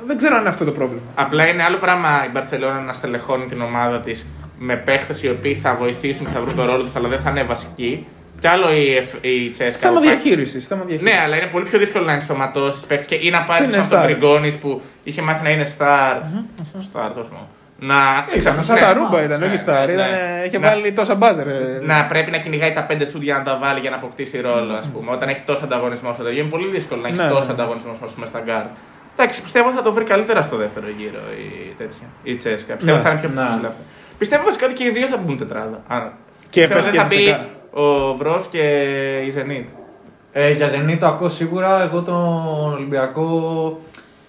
B: δεν ξέρω αν είναι αυτό το πρόβλημα.
C: Απλά είναι άλλο πράγμα η Μπαρσελόνα να στελεχώνει την ομάδα της με παίχτες οι οποίοι θα βοηθήσουν και θα βρουν τον ρόλο τους, αλλά δεν θα είναι βασικοί. Κι άλλο η, Εφ- η Τσέσκα.
B: Θέμα
C: που πάει-
B: διαχείρισης. Θέμα
C: Ναι,
B: διαχείρισης.
C: αλλά είναι πολύ πιο δύσκολο να ενσωματώσεις παίχτε και ή να πάρεις
B: Είναι
C: τον
B: star.
C: Γκριγκόνη που είχε μάθει να είναι star. Star, τόσο μόνο. Να εξαφανιστεί.
B: Σαν τα
C: Ναι,
B: ρούμπα ήταν,
C: ναι,
B: όχι στα.
C: ναι, ναι.
B: Ήταν, είχε
C: Να-
B: βάλει τόσα μπάζερ. ε.
C: να πρέπει να κυνηγάει τα πέντε σουτ για να τα βάλει για να αποκτήσει ρόλο, ας πούμε. Όταν έχει τόσο ανταγωνισμό στο τέτοιο, είναι πολύ δύσκολο να έχεις
B: Ναι,
C: τόσο
B: ναι.
C: ανταγωνισμό ας πούμε, στα γκάρ. Εντάξει, πιστεύω θα το βρει καλύτερα στο δεύτερο γύρο η, τέτοια, η Τσέσκα. Πιστεύω
B: Ναι.
C: θα είναι πιο
E: Ναι.
C: ψηλά. Πιστεύω βασικά ότι και οι δύο θα μπουν τετράδα. Α,
B: Και
C: πιστεύω
B: Εφές
C: δεν
B: και
C: θα μπει
B: Τσεσεκά.
C: ο Βρός και η Zenit.
E: Ε, για Ζενή το ακούω σίγουρα. Εγώ τον Ολυμπιακό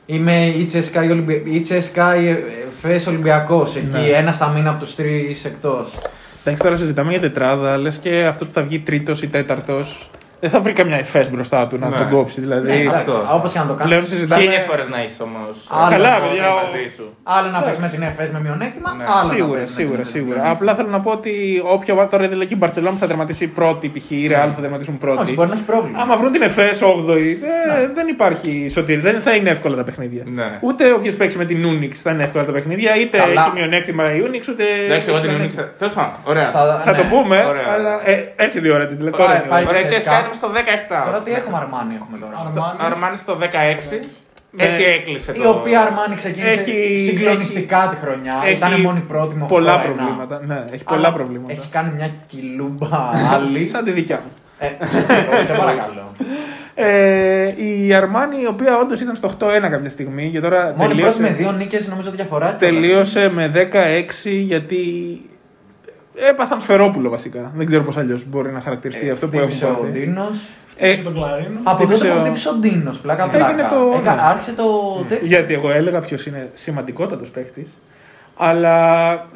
E: είμαι ή Τσέσκα ή, Ολυμπι... ή, Τσέσκα ή Φες Ολυμπιακός. Εκεί
B: Ναι.
E: ένας στα μήνα από τους τρεις εκτός.
B: Εντάξει, τώρα συζητάμε για τετράδα. Λες και αυτός που θα βγει τρίτος ή τέταρτος δεν θα βρει καμιά εφές μπροστά του να
C: Ναι.
B: τον κόψει. Δηλαδή.
C: Ναι,
E: Ε, Εντάξει,
C: αυτό.
E: Όπως και να το
B: πλέον
E: κάνεις.
B: συζητάμε.
C: Χίλιες φορές να είσαι όμως.
E: Άλλο ένα
B: παιδιά, ο-
C: μαζί σου.
E: Άλλο να πες
B: Εντάξει.
E: με την ΕΦΕΣ με μειονέκτημα,
C: Ναι.
E: άλλο να
B: Σίγουρα,
E: πες ναι. με
B: σίγουρα,
E: την ΕΦΕΣ με
B: σίγουρα.
E: μειονέκτημα.
B: Απλά θέλω να πω ότι όποια ομάδα τώρα δηλαδή και η Μπαρσελόνα που θα τερματίσει πρώτη, π.χ. η
C: Ναι.
B: Ρεάλ που θα τερματίσουν
E: Όχι,
B: πρώτη.
E: μπορεί να έχει πρόβλημα.
B: Άμα βρουν την ΕΦΕ 8η, ε, δεν υπάρχει σωτήρι. Δεν θα είναι εύκολα τα παιχνίδια.
C: Ναι.
B: Ούτε όποιος παίξει με την Ούνιξ θα είναι εύκολα τα παιχνίδια, είτε
E: Καλά.
B: έχει μειονέκτημα η Ούνιξ, ούτε.
C: Εντάξει, εγώ την
B: ούτε-
C: Ιούνιξα. Τέλος πάντων, ωραία.
B: Θα το
E: ναι.
B: πούμε,
C: Ωραία.
B: αλλά ε, έρχεται η ώρα της. Δηλαδή, τώρα
E: Πάει-
B: είναι η ώρα.
E: πάει-
C: Ωραία,
E: Τσέσκα.
C: έτσι κάνουμε στο 17.
E: Τώρα τι έχουμε Αρμάνι έχουμε τώρα.
D: Αρμάνι.
C: Αρμάνι στο 16. Έτσι έκλεισε το.
E: Ναι. Η οποία Αρμάνι ξεκίνησε
B: Έχει-
E: συγκλονιστικά τη χρονιά.
B: Έχει
E: Ήταν μόνη πρώτη με
B: Πολλά
E: 8-1.
B: προβλήματα. Ναι, έχει
E: Αλλά
B: πολλά προβλήματα.
E: Έχει κάνει μια
B: <laughs>
E: κιλούμπα άλλη.
B: Σαν τη δικιά μου.
E: Ε, σε παρακαλώ.
B: Ε, η Αρμάνη, η οποία όντως ήταν στο 8-1 κάποια στιγμή και τώρα
E: Μόνη πρώτη
B: τελείωσε,
E: με δύο νίκες νομίζω διαφορά.
B: τελείωσε με 16 γιατί έπαθαν σφαιρόπουλο βασικά. Δεν ξέρω πώς αλλιώς μπορεί να χαρακτηριστεί αυτό που έχουν
E: Χτύπησε ο
B: πάθει.
E: Ντίνος.
B: Ε,
D: Τον κλαρίνο.
E: ε, Από τότε
B: Χτύπησε
E: που
B: ο-
E: χτύπησε ο Ντίνος, πλάκα
B: Έγινε
E: πλάκα.
B: το-
E: Έκα-
B: ναι.
E: Άρχισε το τέτοιο.
B: γιατί εγώ έλεγα ποιος είναι σημαντικότατος παίκτης. Αλλά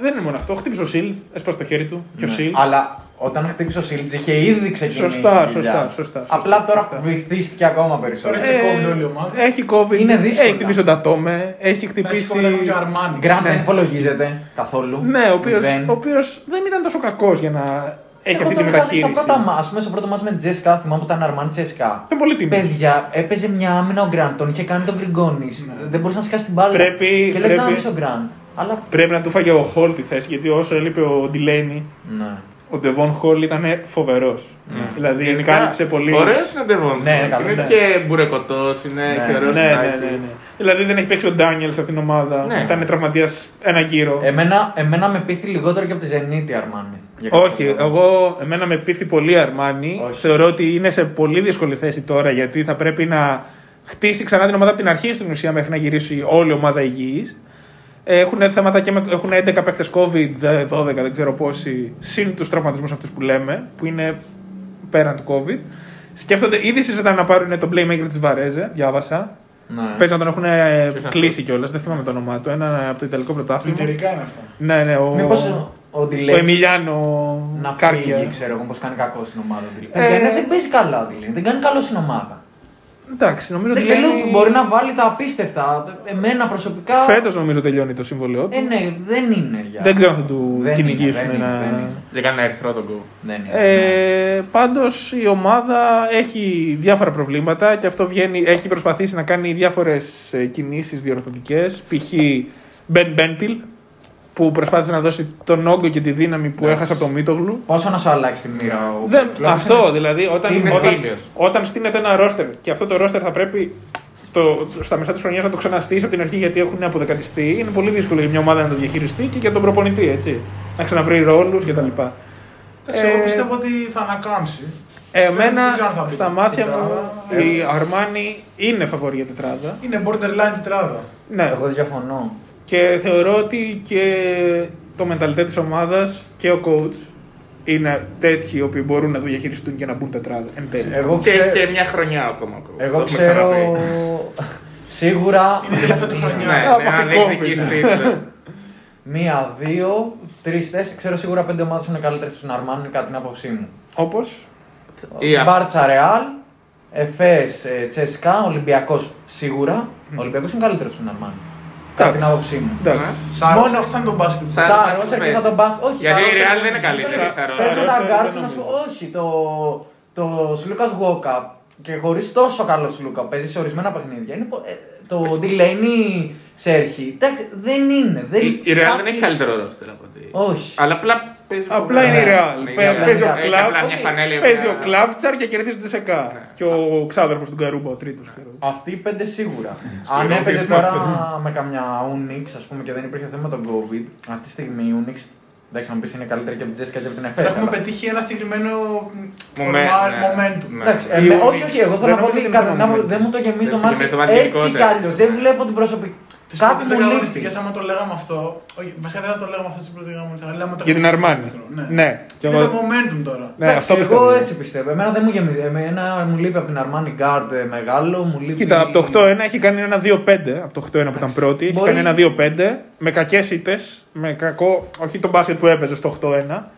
B: δεν είναι μόνο αυτό. Χτύπησε ο Σιλ, έσπασε το χέρι του. Και ο Σιλ.
E: Ναι, Αλλά όταν χτύπησε ο Σίλτζ είχε ήδη ξεκινήσει.
B: Σωστά,
E: η δουλειά.
B: σωστά, σωστά, σωστά,
E: Απλά τώρα
B: σωστά.
E: βυθίστηκε ακόμα περισσότερο.
D: Τώρα και κόβουν όλη η ομάδα.
B: Ε, Έχει COVID,
E: Είναι δύσκολα.
B: έχει χτυπήσει τον Τατόμε, έχει
D: Έχει
B: χτυπήσει.
D: κόβει και ο Αρμάνι.
E: Γκραμ δεν
B: Ναι.
E: υπολογίζεται καθόλου.
B: Ναι, ο Ε, οποίο
E: Μηδέν.
B: δεν ήταν τόσο κακός για να έχει
E: Εγώ
B: αυτή τη
E: τον είχα δεις
B: μεταχείριση.
E: Στα πρώτα, μα- ας πούμε, στο πρώτο μάτι με την Τζέσκα, θυμάμαι που ήταν Αρμάνι Τζέσκα.
B: Ήταν πολύ τιμή.
E: Παιδιά, έπαιζε μια άμυνα ο Γκραντ, τον είχε κάνει τον Γκριγκόνη.
B: Ναι.
E: Δεν μπορούσε να σκάσει την μπάλα.
B: Πρέπει-
E: Και λέει να
B: πρέπει-
E: άφησε ο Γκραντ. Αλλά.
B: Πρέπει να του φάγε ο Χολ τη θέση, γιατί όσο έλειπε ο Ντιλένι,
E: Ναι.
B: ο Ντεβόν Χολ ήταν φοβερό. Δηλαδή
C: Γενικά,
B: κάλυψε πολύ.
C: Ωραίος είναι ντεβόν.
E: Ναι,
C: Είναι
E: καλός,
C: έτσι
E: ναι.
C: και μπουρεκοτό, είναι
E: Ναι.
C: χειρός.
B: Ναι, ναι, ναι, ναι. Δηλαδή δεν έχει παίξει ο Ντάνιελ σε αυτήν την ομάδα.
C: Ναι.
B: Ήταν τραυματίας ένα γύρο.
E: Ε, Εμένα, εμένα με πείθει λιγότερο και από τη Ζενίτη Αρμάνι. Για κάποιο
B: Όχι,
E: λόγο.
B: εγώ, εμένα με πείθει πολύ η Αρμάνι.
E: Όχι.
B: Θεωρώ ότι είναι σε πολύ δύσκολη θέση τώρα γιατί θα πρέπει να χτίσει ξανά την ομάδα από την αρχή στην ουσία μέχρι να γυρίσει όλη η ομάδα υγιής. Έχουν θέματα και με, έχουν 11 παίχτε COVID, ε, 12 δεν ξέρω πόσοι, συν τους τραυματισμούς αυτούς που λέμε, που είναι πέραν του COVID. Σκέφτονται, ήδη συζητάνε να πάρουν τον playmaker της Βαρέζε, διάβασα.
E: Ναι.
B: Πες να τον έχουν ε,
C: αυτός?
B: κλείσει κιόλας, δεν θυμάμαι το όνομά του. Ένα από το Ιταλικό πρωτάθλημα.
D: Πλητερικά είναι αυτά.
B: Ναι, ναι, ο,
E: Μήπως ο- ο
B: ο
E: Ντιλέ
B: Εμιλιάνο
E: να φύγει,
B: Κάρκιγερ.
E: ξέρω εγώ, πώ κάνει κακό στην ομάδα του.
B: Ε,
E: Παιδιά, ναι, δεν παίζει καλά ο Ντιλέ. Δεν κάνει καλό στην ομάδα.
B: Εντάξει, νομίζω
E: Δεν
B: ότι.
E: και λέω
B: Λέει...
E: που μπορεί να βάλει τα απίστευτα. Εμένα προσωπικά.
B: Φέτος νομίζω τελειώνει το συμβολαιό του.
E: Ε, ναι, δεν είναι. Για...
B: δεν ξέρω αν θα του
E: Δεν είναι,
B: κυνηγήσουν
E: δεν είναι,
B: ένα.
E: δεν είναι.
C: Για κανένα ερυθρό τον κου.
E: Δεν είναι. ναι.
B: Ε, Πάντως η ομάδα έχει διάφορα προβλήματα και αυτό βγαίνει, έχει προσπαθήσει να κάνει διάφορες κινήσεις διορθωτικές. Π.χ. Μπεν Μπέντιλ που προσπάθησε να δώσει τον όγκο και τη δύναμη που έχασε από τον Μίτογλου.
E: Πόσο να σου αλλάξει τη μοίρα ο
B: Δεν,
E: Klopp,
B: αυτό
E: είναι-
B: δηλαδή, όταν,
C: Είναι
B: όταν,
C: τέλειος.
B: όταν στείνεται ένα ρόστερ και αυτό το ρόστερ θα πρέπει το, στα μεσά της χρονιάς να το ξαναστήσει από την αρχή γιατί έχουν αποδεκατιστεί, είναι πολύ δύσκολο για μια ομάδα να το διαχειριστεί και για τον προπονητή, έτσι. Να ξαναβρει ρόλους κτλ. ε,
D: Εντάξει, εγώ πιστεύω ότι θα ανακάμψει.
B: Εμένα,
D: δεν ξέρω αν θα μπει
B: στα μάτια μου,
D: τετράδα. Ε,
B: η Αρμάνι είναι φαβορή για τετράδα.
D: Είναι borderline τετράδα.
B: Ναι.
E: Εγώ διαφωνώ.
B: Και θεωρώ ότι και το μενταλιτέ της ομάδας και ο coach είναι τέτοιοι οι οποίοι μπορούν να το διαχειριστούν και να μπουν τετράδα εν τέλει.
D: Ε,
E: Εγώ
C: Και
E: ξέρω.
C: έχει και μια χρονιά ακόμα. ο Γκου. Το
E: Εγώ
C: έχουμε
E: ξέρω.
C: ξαναπεί.
E: Σίγουρα.
D: Είναι για φέτο
C: Ναι,
D: χρονιά.
B: Α,
C: ναι, αν
B: παθηκό
C: δεν
B: είναι.
C: νικηστείτε.
E: Μία, δύο, τρεις, τέσσερις. Ξέρω σίγουρα πέντε ομάδες είναι καλύτερες στην Αρμάνι, είναι κατά την άποψή μου.
B: Όπως.
C: Η α-
E: Μπάρτσα Ρεάλ, Εφές Τσέσκα, Ολυμπιακός σίγουρα. Ο Ολυμπιακός είναι καλύτερος στην Αρμάνι. Κατά την άποψή μου.
B: Εντάξει.
D: Μόνο
E: Μόνο-
D: σαν τον μπάσκετ.
C: Σαν-
E: Σαν
C: Ρώστερ
E: ρόστερ και
C: παίζει.
E: σαν τον Μπάστ. Όχι,
C: Γιατί
E: σαν
C: η
E: ρόστερ
C: Real
E: και-
C: δεν είναι καλύτερη.
B: Σαν-
C: θα
B: σαν
C: ρωτήσω.
E: Πες με
B: Ρώστερ
E: τα
B: δεν
E: γκάρτ σου να
B: νομίζω.
E: σου όχι, το, το Σλούκα Γουόκα και χωρίς τόσο καλό Σλούκα παίζει σε ορισμένα παιχνίδια. Είναι, πο- ε, το Ντιλένι Σέρχη. Εντάξει, δεν είναι. Δεν...
C: Ναι. Η- Η Real δεν
E: κάποιοι-
C: έχει καλύτερο ρόστερ από ότι.
E: Όχι.
C: Αλλά απλά παίζει.
B: Απλά είναι η Real.
C: Ναι,
B: Παί-
C: Real.
B: Παίζει ο
E: Έχει
C: απλά
B: Κλαβ.
C: μια φανέλα η
B: Παίζει
C: οποία-
B: ο Κλάβτσαρ και κερδίζει τη ΣΕΚΑ.
C: Ναι.
B: Και ο ξάδερφος του Γκαρούμπα, ο τρίτος.
E: Αυτοί οι πέντε σίγουρα. Αν
C: Σκληρό
E: έπαιζε
C: πείσμα.
E: τώρα με καμιά Unix, ας πούμε, και δεν υπήρχε θέμα με τον COVID, αυτή τη στιγμή η Unix. Εντάξει, να μου πεις είναι καλύτερη και από την Τζέσικα και από την
D: Τώρα
E: Εφέ.
D: Έχουμε πετύχει ένα συγκεκριμένο
C: Μομέ-
D: format,
C: ναι.
D: momentum.
C: Ναι.
E: Εντάξει,
B: Η
E: ε, όχι,
B: Unix.
E: όχι, εγώ
B: Δεν
E: θέλω να πω
B: νομίζω
E: ότι
B: ότι είναι
E: κατά την άποψη
B: φαινόμενο.
E: δεν μου το γεμίζει το
C: Δεν σου γεμίζει το
E: μάτι.
C: μάτι
E: Έτσι κι
C: γενικότερα.
E: αλλιώ. Δεν βλέπω την προσωπική.
D: Τις
E: Κάτι
D: πρώτες
E: μου
D: δεκαγωνιστικέ,
E: λείπει.
D: άμα το λέγαμε αυτό. όχι, Βασικά δεν θα το λέγαμε αυτό τι πρώτε δεκαγωνιστικέ, αλλά λέγαμε το
B: Για την
D: τελευταίο
B: Αρμάνη.
D: μικρό, Ναι.
B: Ναι. Και
D: Είναι
B: εγώ-
D: το momentum τώρα.
B: Ναι, αυτό πιστεύω.
E: εγώ έτσι πιστεύω. Εμένα δεν μου γεμίζει. Εμένα μου λείπει από την Armani Guard ε, μεγάλο. Μου λείπει...
B: Κοίτα, από το 8-1 έχει κάνει ένα 2-5. Από το 8-1 που ήταν πρώτη, έχει
E: Μπορεί-
B: κάνει ένα 2-5. Με κακές ήττες. Με κακό. Όχι το μπάσκετ που έπαιζε στο 8-1.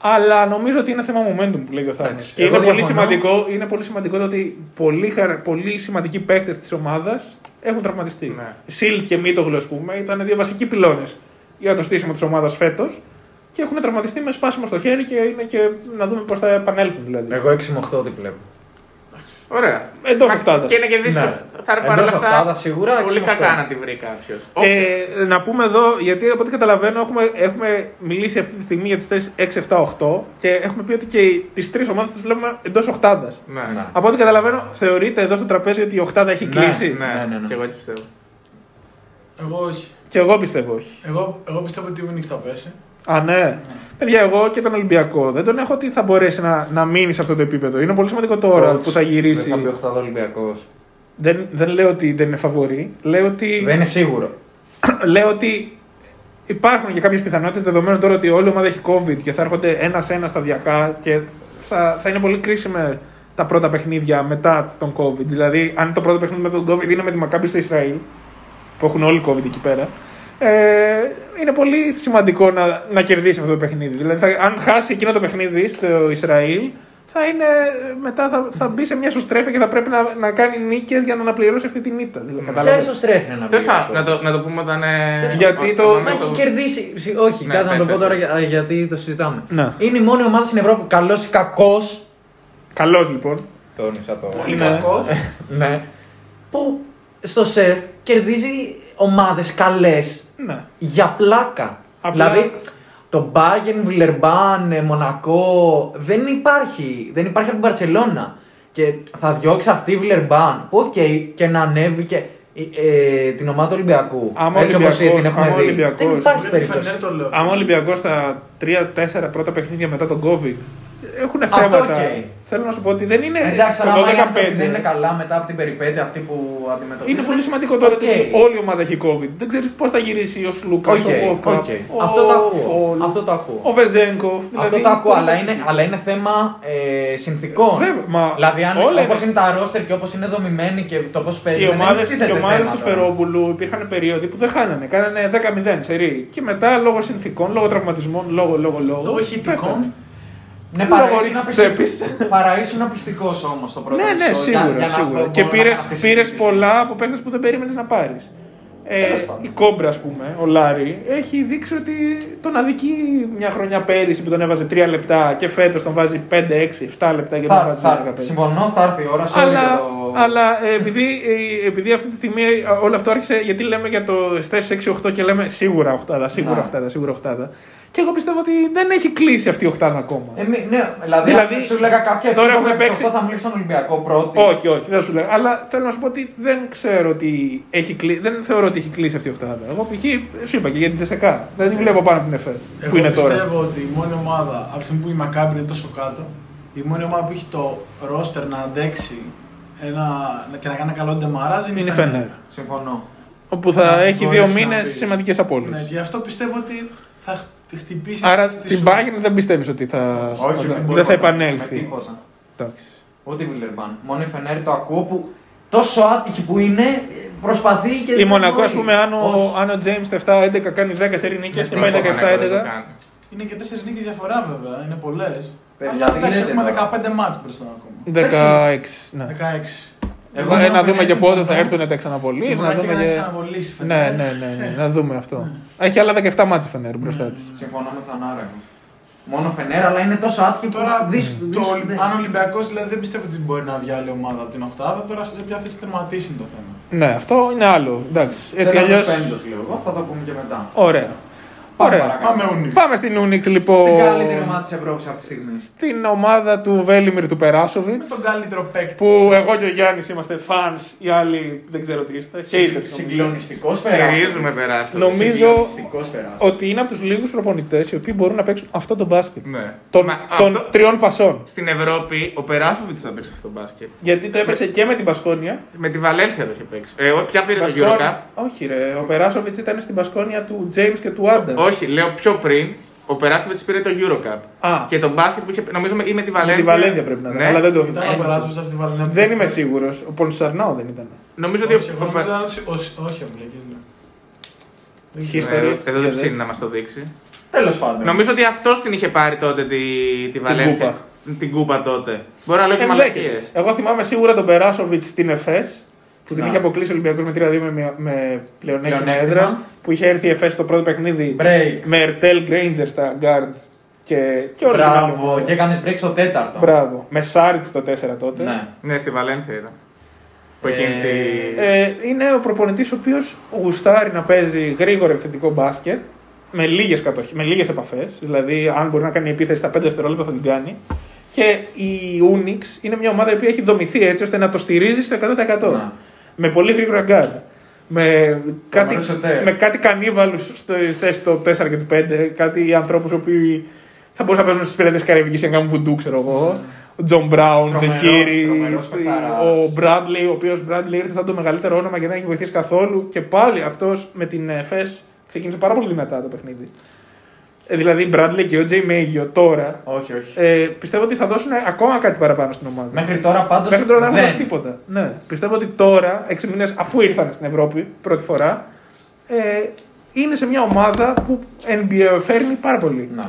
B: Αλλά νομίζω ότι είναι θέμα momentum που λέει ο Θάνο.
E: Εντάξει,
B: Και
E: εγώ
B: είναι πολύ,
E: διαφωνώ.
B: σημαντικό, είναι πολύ σημαντικό το ότι πολλοί, χαρα- πολλοί σημαντικοί παίκτες της ομάδας έχουν τραυματιστεί.
C: Ναι.
B: Σίλτ και Μίτογλου, ας πούμε, ήταν δύο βασικοί πυλώνες για το στήσιμο της ομάδας φέτος. Και έχουν τραυματιστεί με σπάσιμο στο χέρι και είναι και να δούμε πώς θα επανέλθουν δηλαδή.
E: Εγώ 6 με 8 τη βλέπω.
C: Ωραία.
B: Εντός
C: Μα-
B: οκτάδας.
C: Και είναι και δύσκολο.
E: Ναι.
C: Θα είναι παρόλα
E: Εντός
C: αυτά.
E: οκτάδας σίγουρα,
C: Πολύ
E: έξι με
C: κακά
E: οκτώ.
C: να τη βρει κάποιος.
B: Ε, να πούμε εδώ, γιατί από ό,τι καταλαβαίνω έχουμε, έχουμε μιλήσει αυτή τη στιγμή για τις 3, 6, 7, 8 και έχουμε πει ότι και τις τρεις ομάδες τις βλέπουμε εντός οχτάδας.
C: Ναι,
E: Ναι.
B: Από ό,τι καταλαβαίνω, θεωρείτε εδώ στο τραπέζι ότι η οχτάδα έχει κλείσει.
C: ναι,
E: Ναι, ναι, ναι.
C: Και εγώ έτσι πιστεύω.
D: Εγώ όχι.
B: Και εγώ πιστεύω όχι.
D: Εγώ, εγώ πιστεύω ότι ο Unix θα πέσει.
B: Α, ναι. Παιδιά, εγώ και τον Ολυμπιακό δεν τον έχω ότι θα μπορέσει να, να μείνει σε αυτό το επίπεδο. Είναι πολύ σημαντικό τώρα που θα
E: Δεν θα
B: γυρίσει.
E: πει 8 Ολυμπιακός.
B: Δεν, δεν λέω ότι δεν είναι φαβορή. Λέω ότι.
E: Δεν είναι σίγουρο.
B: λέω ότι υπάρχουν και κάποιες πιθανότητες δεδομένου τώρα ότι όλη η ομάδα έχει COVID και θα έρχονται ένα-ένα σταδιακά και θα, θα είναι πολύ κρίσιμα τα πρώτα παιχνίδια μετά τον COVID. Δηλαδή, αν το πρώτο παιχνίδι μετά τον COVID είναι με τη Μακάμπη στο Ισραήλ, που έχουν όλοι COVID εκεί πέρα, ε, είναι πολύ σημαντικό να, να κερδίσει αυτό το παιχνίδι. Δηλαδή, θα, αν χάσει εκείνο το παιχνίδι στο Ισραήλ, θα είναι, μετά θα, θα μπει σε μια σωστρέφεια και θα πρέπει να, να κάνει νίκες για να αναπληρώσει αυτή την ήττα. Δηλαδή,
E: Ποια
B: κατάλαβες.
E: ίσω τρέφει ένα
C: Τέλο πάντων,
E: Ολυμπιακό.
C: να το- να το πούμε όταν. ε,
B: Ναι, Γιατί
C: ο-
B: το-
C: ο-
E: Μα
C: ο-
E: έχει κερδίσει. Συ- Όχι,
C: Ναι,
E: κάτσε να
C: πες,
E: το πω
C: πες,
E: τώρα
C: πες.
E: για- γιατί το συζητάμε.
B: Ναι.
E: Είναι η μόνη ομάδα στην Ευρώπη που καλός ή κακός.
B: Καλός λοιπόν.
E: Τόνισα το.
D: Πολύ κακός.
E: Ναι. Που στο σερ κερδίζει ομάδες καλές
B: Ναι.
E: για πλάκα.
B: Απλά-
E: Δηλαδή το Bayern, Βιλερμπάν, Μονακό δεν υπάρχει. Δεν υπάρχει από την Παρσελώνα. Και θα διώξει αυτή η Βιλερμπάν. Που οκ, και να ανέβει και ε, ε, την ομάδα του Ολυμπιακού.
B: Άμα ο
E: Έτσι όπως την
B: Ολυμπιακός-
E: έχουμε
B: άμα ο
E: δει.
B: Ολυμπιακός-
E: Δεν υπάρχει
D: Γιατί φανερό
E: περίπτωση.
D: το λέω.
B: Άμα ο Ολυμπιακός στα 3-4 πρώτα παιχνίδια μετά τον COVID έχουν
E: Αυτό
B: θέματα.
E: οκ.
B: Θέλω να σου πω ότι δεν είναι.
E: Εντάξει,
B: το
E: αλλά άμα οι άνθρωποι
B: 15.
E: δεν είναι καλά μετά από την περιπέτεια αυτή που αντιμετωπίζουν.
B: Είναι πολύ σημαντικό τώρα
E: Οκ.
B: ότι όλη η ομάδα έχει COVID. Δεν ξέρεις πώς θα γυρίσει ο Σλούκας, ο
E: Οκ,
B: Κόκα.
E: οκ.
B: ο
E: Αυτό το ακούω.
B: Φολ,
E: Αυτό το ακούω.
B: Ο Βεζέγκοφ. Δηλαδή,
E: Αυτό το ακούω,
B: πολύ
E: αλλά
B: σημαντικό.
E: είναι, αλλά είναι θέμα ε, συνθηκών.
B: Βέβαια, μα
E: δηλαδή, αν,
B: όλα
E: όπως
B: είναι.
E: είναι τα ρόστερ και όπως είναι δομημένοι και το πώς
B: Οι
E: παίζουν.
B: ομάδε του
E: ναι.
B: Σφερόπουλου υπήρχαν περίοδοι που δεν χάνανε. Κάνανε 10-0 σε ρί. Και μετά λόγω συνθηκών, λόγω τραυματισμών, λόγω, λόγω, λόγω.
D: Λόγω
B: πέφτανε.
D: ηχητικών.
E: Ναι,
B: Λόγω
E: παραίσουν
B: ρίξης
E: απιστικός-
B: τσέπης.
E: παραίσουν απιστικός όμως το πρώτο
B: Ναι, ναι,
E: επεισόδιο, για-
B: σίγουρα.
E: για να
B: σίγουρα.
E: μπορώ
B: Και
E: να
B: πήρες
E: κάνω αυτή τη
B: πήρες
E: συζήτηση.
B: πολλά από παίχτε που δεν περίμενες να πάρεις. Ε, η κόμπρα, ας πούμε, ο Λάρι, έχει δείξει ότι τον αδικεί μια χρονιά πέρυσι που τον έβαζε 3 λεπτά και φέτος τον βάζει 5, 6, 7 λεπτά και τον
E: Θα,
B: βάζει
E: θα,
B: 15.
E: συμφωνώ, θα έρθει η ώρα. sorry για
B: Αλλά,
E: το...
B: αλλά ε, επειδή, ε, επειδή αυτή τη στιγμή ε, όλο αυτό άρχισε, γιατί λέμε για το 4, 6, 8 και λέμε σίγουρα οχτάδα, σίγουρα
E: Να.
B: οχτάδα, σίγουρα οχτάδα. Και εγώ πιστεύω ότι δεν έχει κλείσει αυτή η οχτάδα ακόμα.
E: Ε, μη- ναι, δηλαδή,
B: Δηλαδή,
E: αν σου λέγα
B: τώρα
E: κάποια τώρα
B: έχουμε
E: έχουμε
B: παίξει-
E: θα μου λέξει τον Ολυμπιακό πρώτη.
B: Όχι, όχι, δεν σου λέω. Αλλά θέλω να σου πω ότι δεν ξέρω ότι έχει κλείσει. Δεν θεωρώ ότι έχει κλείσει αυτή η οχτάδα. Εγώ π.χ. σου είπα και για την Τζεσεκά. Δεν την βλέπω πάνω από την ΕΦΕΣ. Που
D: Εγώ
B: είναι τώρα.
D: πιστεύω ότι η μόνη ομάδα, από τη στιγμή που η Μακάμπρη είναι τόσο κάτω, η μόνη ομάδα που έχει το ρόστερ να αντέξει ένα, και να κάνει ένα καλό ντεμαράζ είναι,
B: Είναι η
D: η Φενέρ.
B: Φενέρ.
E: Συμφωνώ.
B: Όπου θα
D: Να
B: έχει δύο
D: μπορέσει να
B: μήνες
D: μπει.
B: σημαντικέ
D: Ναι,
B: απώλειε.
D: και γι' αυτό πιστεύω ότι θα χ- χτυπήσει.
B: Άρα
D: στη
B: την
D: σου-
B: Bayern δεν πιστεύεις ότι θα.
E: Όχι,
B: θα-
E: με τίποτα.
B: δεν θα
E: Με
B: επανέλθει.
E: τίποτα.
B: Εντάξει.
E: Ούτε η Βιλερμπάν. Μόνο η Φενέρ το ακούω που τόσο άτυχη που είναι προσπαθεί και.
B: Η
E: δεν
B: Μονακό,
E: μπορεί.
B: ας πούμε, αν ο,
E: Όχι.
B: αν ο James στα 7-11 κάνει 10 σε νίκε και πάει 17-11.
D: Είναι και 4 νίκες διαφορά βέβαια, είναι πολλές.
E: Παιδιά,
D: Αλλά
E: δεν
D: εντάξει,
E: γίνεται
D: έχουμε
E: τώρα.
D: 15 μάτς μπροστά ακόμα.
B: 16. Ναι.
D: 16.
E: Εγώ
B: Ε, να
E: νιώθω
B: δούμε και
E: έτσι
B: πότε
E: μόνο.
B: θα έρθουν τα ξαναβολίε.
D: Και
B: Να
D: μπορεί και
B: δούμε
D: να
B: και-
D: ξαναβολήσει, φαίνεται.
B: Ναι, ναι, ναι, ναι, να δούμε αυτό. Έχει άλλα 17 μάτσε φενέρ μπροστά της.
E: Συμφωνώ με Θανάρα. εγώ. Μόνο Φενέρ, αλλά είναι τόσο άτυχη που.
D: Τώρα,
E: δύσ-
D: το,
E: δύσ-
D: Ολυ-
E: δεν-
D: αν ο Ολυμπιακός δηλαδή, δεν πιστεύω ότι μπορεί να βγει άλλη ομάδα από την Οχτάδα, τώρα σε ποια θέση τερματίσει είναι το θέμα.
B: Ναι, αυτό είναι άλλο. Εντάξει,
E: δεν
B: έτσι κι
E: θα
B: αλλιώς.
E: τους πέμπτος, λέω εγώ, θα το πούμε και μετά.
B: Ωραία.
E: Πάμε
B: Ωραία.
E: παρακάτω.
D: Πάμε ούνι.
B: Πάμε στην Ούνιξ λοιπόν.
E: Στην καλύτερη ομάδα της Ευρώπης αυτή τη στιγμή.
B: Στην ομάδα του Βέλιμιρ του Περάσοβιτ.
D: Είναι τον καλύτερο παίκτη.
B: Που εγώ και ο Γιάννης είμαστε fans, οι άλλοι δεν ξέρω τι είστε. haters.
E: Συγκλονιστικό περάσμα.
C: Γυρίζουμε περάσει.
B: Νομίζω
E: Συγκλονιστικό περάσμα.
B: ότι είναι από τους λίγους προπονητές οι οποίοι μπορούν να παίξουν αυτό το μπάσκετ.
C: Ναι.
B: Των,
C: Μα
B: των
C: αυτό-
B: τριών πασών.
C: Στην Ευρώπη ο Περάσοβιτ θα παίξει αυτό το μπάσκετ.
B: Γιατί το έπαιξε και με την Πασκόνια.
C: Με τη Βαλένθια το είχε παίξει. Ε, ό, ποια πήρε το
B: Μπασκόν-
C: Eurocup.
B: Όχι, ρε. Ο Περάσοβιτ ήταν στην Πασκόνια του James και του Άντα.
C: Όχι, λέω πιο πριν. Ο Περάσοβιτ πήρε το Eurocup.
B: Α.
C: Και το μπάσκετ που είχε. Νομίζω με- ή με τη Βαλένθια.
B: Με τη Βαλένθια πρέπει να ήταν.
C: Ναι.
B: Αλλά δεν το
D: Ήταν ο Περάσπος αυτή τη Βαλενέπη.
B: Δεν είμαι σίγουρος. Ο Πολυσαρνάου δεν ήταν.
C: Νομίζω ότι.
D: Όχι,
C: ο-
D: εγώ
C: ο-
D: νομίζω ήταν ο- ο- όχι, εμπλέκεις, ναι. Δεν
B: Χι-
D: ξέρω.
B: History.
C: Ναι, Εδώ εδώ δεν
B: Διαβέζει.
C: ψήνει να μας το δείξει.
E: Τέλος πάντων.
C: Νομίζω ότι αυτός την είχε πάρει τότε τη, τη Βαλένθια.
B: κούπα.
C: Την κούπα τότε. Μπορεί να λέω και μαλακίε.
B: Εμπλέκεται. Ε, Εγώ θυμάμαι σίγουρα τον Περάσοβιτ στην ΕΦΕΣ που την
E: Να.
B: είχε αποκλείσει ο Ολυμπιακός με 3-2 με, με, με πλεονέκτημα
E: Πλεονέκτημα.
B: έδρα. Που είχε έρθει η ΕΦΕΣ στο πρώτο παιχνίδι
E: Break.
B: με Ερτέλ Γκρέιντζερ στα γκάρντ και, και όλο τον άλλο.
E: Μπράβο, και έκανες break στο τέταρτο.
B: Μπράβο. Με Σάριτ το 4 τότε.
E: Ναι.
C: Ναι, στη Βαλένθια ήταν. Που
E: Ε,
C: εκείνη τη.
B: Ε, είναι ο προπονητής ο οποίος γουστάρει να παίζει γρήγορο επιθετικό μπάσκετ με λίγες κατοχ... με λίγες επαφές. Δηλαδή, αν μπορεί να κάνει επίθεση στα 5 δευτερόλεπτα, θα την κάνει. Και η Unix είναι μια ομάδα η οποία έχει δομηθεί έτσι ώστε να το στηρίζει στο 100%.
E: Να.
B: Με πολύ γρήγορα γκάρ. Με κάτι,
E: Καμαρούς Σωτέρ.
B: με κάτι κανίβαλους στι θέσει το 4 και του 5. Κάτι ανθρώπους οποίοι θα μπορούσαν να παίζουν στις πειρατέ Καραϊβικής και να κάνουν βουντού, ξέρω εγώ. Ο Τζον Μπράουν,
E: Τρομερό,
B: Τζεκίρι,
E: τρομερός καθαράς.
B: ο Μπράντλι, ο οποίος Μπράντλι ήρθε σαν το μεγαλύτερο όνομα και δεν έχει βοηθήσει καθόλου. Και πάλι αυτός με την ε, ΦΕΣ ξεκίνησε πάρα πολύ δυνατά το παιχνίδι. Ε, δηλαδή, Μπράντλι και ο Τζέι Μέγιο τώρα
E: Όχι, όχι.
B: ε, πιστεύω ότι θα δώσουν ακόμα κάτι παραπάνω στην ομάδα.
E: Μέχρι τώρα πάντως.
B: Μέχρι τώρα δεν έχουν δώσει τίποτα. Ναι. Πιστεύω ότι τώρα, 6 μήνες αφού ήρθαν στην Ευρώπη πρώτη φορά, ε, είναι σε μια ομάδα που ενδιαφέρνει πάρα πολύ.
E: Ναι.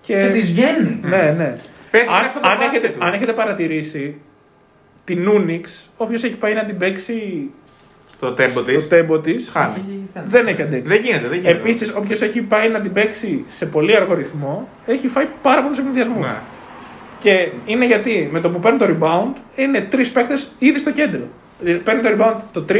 E: Και τη βγαίνει.
B: Ε, Ναι, ναι.
C: Πες, είναι αυτό
B: αν,
C: το
B: αν,
C: μπάσκετ
B: έχετε,
C: του.
B: αν έχετε παρατηρήσει την Ούνιξ, όποιος έχει πάει να την παίξει
C: Στο τέμπο τη.
B: το τέμπο της,
C: Χάνει.
B: δεν έχει αντέξει.
C: Δεν γίνεται, δεν γίνεται.
B: Επίσης, όποιος έχει πάει να την παίξει σε πολύ αργό ρυθμό, έχει φάει πάρα πολλούς ευνηδιασμού.
C: Ναι.
B: Και είναι γιατί με το που παίρνει το rebound, είναι τρεις παίκτες ήδη στο κέντρο. Ε, Παίρνει το rebound το 3,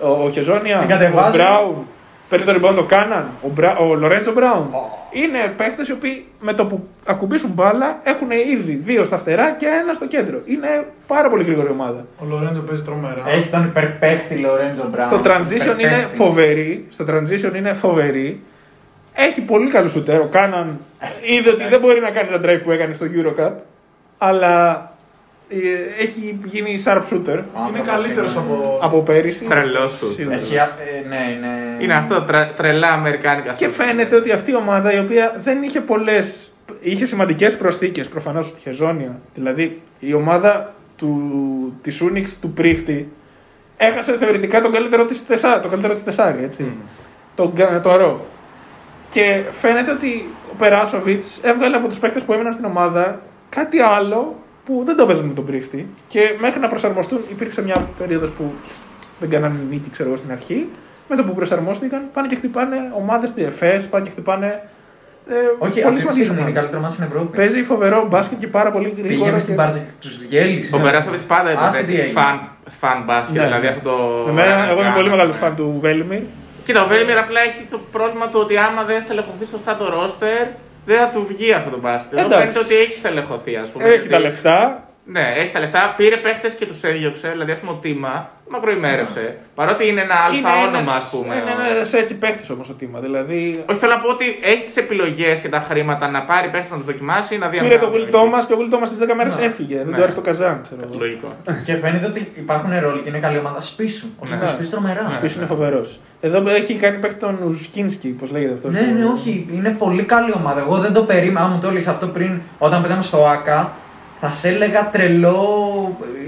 B: ο, ο Χεζόνια,
E: Την κατεβάζει.
B: ο Μπράουν. Παίρνει το rebound ο Κάναν, ο, Μπρα, ο Λορέντζο Μπράουν. Είναι παίκτε οι οποίοι με το που ακουμπήσουν μπάλα έχουν ήδη δύο στα φτερά και ένα στο κέντρο. Είναι πάρα πολύ γρήγορη ομάδα.
D: Ο Λορέντο παίζει τρομερά.
E: Έχει τον υπερπαίχτη Λορέντζο Μπράουν.
B: Στο transition είναι
E: Υπερπαίχτη.
B: φοβερή. Στο transition είναι φοβερή. Έχει πολύ καλό σουτέρ. Ο Κάναν είδε ότι δεν μπορεί να κάνει τα drive που έκανε στο Eurocup. Αλλά ε, έχει γίνει sharp shooter
E: Ο άνθρωπος
D: Είναι καλύτερος από.
B: από πέρυσι.
C: Τρελό σου.
B: Σίγουρα.
E: Έχει, α- ε, ναι, είναι.
C: Είναι αυτό, τρα- τρελά αμερικάνικα.
B: Και
C: σούπερ.
B: φαίνεται ότι αυτή η ομάδα η οποία δεν είχε πολλές. Είχε σημαντικές προσθήκες προφανώς. Χεζόνια. Δηλαδή η ομάδα του, της Unix του Πρίφτη έχασε θεωρητικά τον καλύτερο της τεσά, το καλύτερο της τεσάρι, έτσι. Τον, Κα- το Αρό. Και φαίνεται ότι ο Περάσοβιτ έβγαλε από τους παίχτε που έμειναν στην ομάδα κάτι άλλο που δεν το παίζουν με τον πρίφτη. Και μέχρι να προσαρμοστούν, υπήρξε μια περίοδος που δεν κάνανε νίκη, ξέρω εγώ, στην αρχή. Με το που προσαρμόστηκαν, πάνε και χτυπάνε ομάδες τη ΕΦΕΣ, πάνε και χτυπάνε. Ε,
E: Όχι,
B: πολύ
E: αυτή τη
B: σημαντικές
E: στιγμή είναι η
B: ομάδες.
E: καλύτερη μα στην Ευρώπη.
B: Παίζει φοβερό μπάσκετ και πάρα πολύ γρήγορα.
E: Πηγαίνει
B: και-
E: στην Πάρτζη, του διέλυσε.
C: Ο Περάσοβιτ πάντα
E: Άσε
C: έπαιζε έτσι.
E: τι έγινε.
C: Φαν, φαν μπάσκετ,
B: Ναι.
C: δηλαδή αυτό το.
B: Εμένα, εγώ είμαι πολύ μεγάλος
C: Ναι.
B: φαν του Βέλιμιρ.
C: Κοίτα, ο Βέλιμιρ απλά έχει το πρόβλημα του ότι άμα δεν στελεχωθεί σωστά το ρόστερ, δεν θα του βγει αυτό το μπάσκετ. Εδώ
B: Εντάξει.
C: φαίνεται ότι έχει στελεχωθεί, ας πούμε.
B: Έχει
C: γιατί-
B: Ε, τα λεφτά.
C: Ναι, έχει τα λεφτά. Πήρε παίχτες και τους έδιωξε. Δηλαδή, ας πούμε, ο Τίμα μακροημέρευσε. Παρότι είναι ένα
B: Ναι. Είναι
C: αλφα
B: ένας-
C: όνομα, ας πούμε.
B: Είναι
C: ο-
B: ένας έτσι παίχτης όμως ο Τίμα. Δηλαδή
C: Όχι, θέλω να πω ότι έχει τις επιλογές και τα χρήματα να πάρει παίχτες να τους δοκιμάσει ή να δει αν
B: Πήρε το
C: κάνουν
B: Will
C: εκεί.
B: Thomas και ο Will Thomas στις 10 μέρες έφυγε. Δεν
C: Ναι.
B: του άρεσε το Καζάν, ξέρω εγώ.
C: Λογικό.
B: <laughs>
E: Και φαίνεται ότι υπάρχουν ρόλοι και είναι καλή ομάδα. Σπίσου. Ο
C: Ναι.
E: Σπίσου σπίσου τρομερά.
B: Ο οποίος είναι φοβερός. Εδώ έχει κάνει παίκτη τον Ουσκίνσκι, πώς λέγεται αυτός.
E: Ναι, ναι, όχι. Είναι πολύ καλή ομάδα. Εγώ δεν το περίμενα. Αν μου το έλεγες αυτό πριν, όταν παίζαμε στο ΑΚΑ, θα σε έλεγα τρελό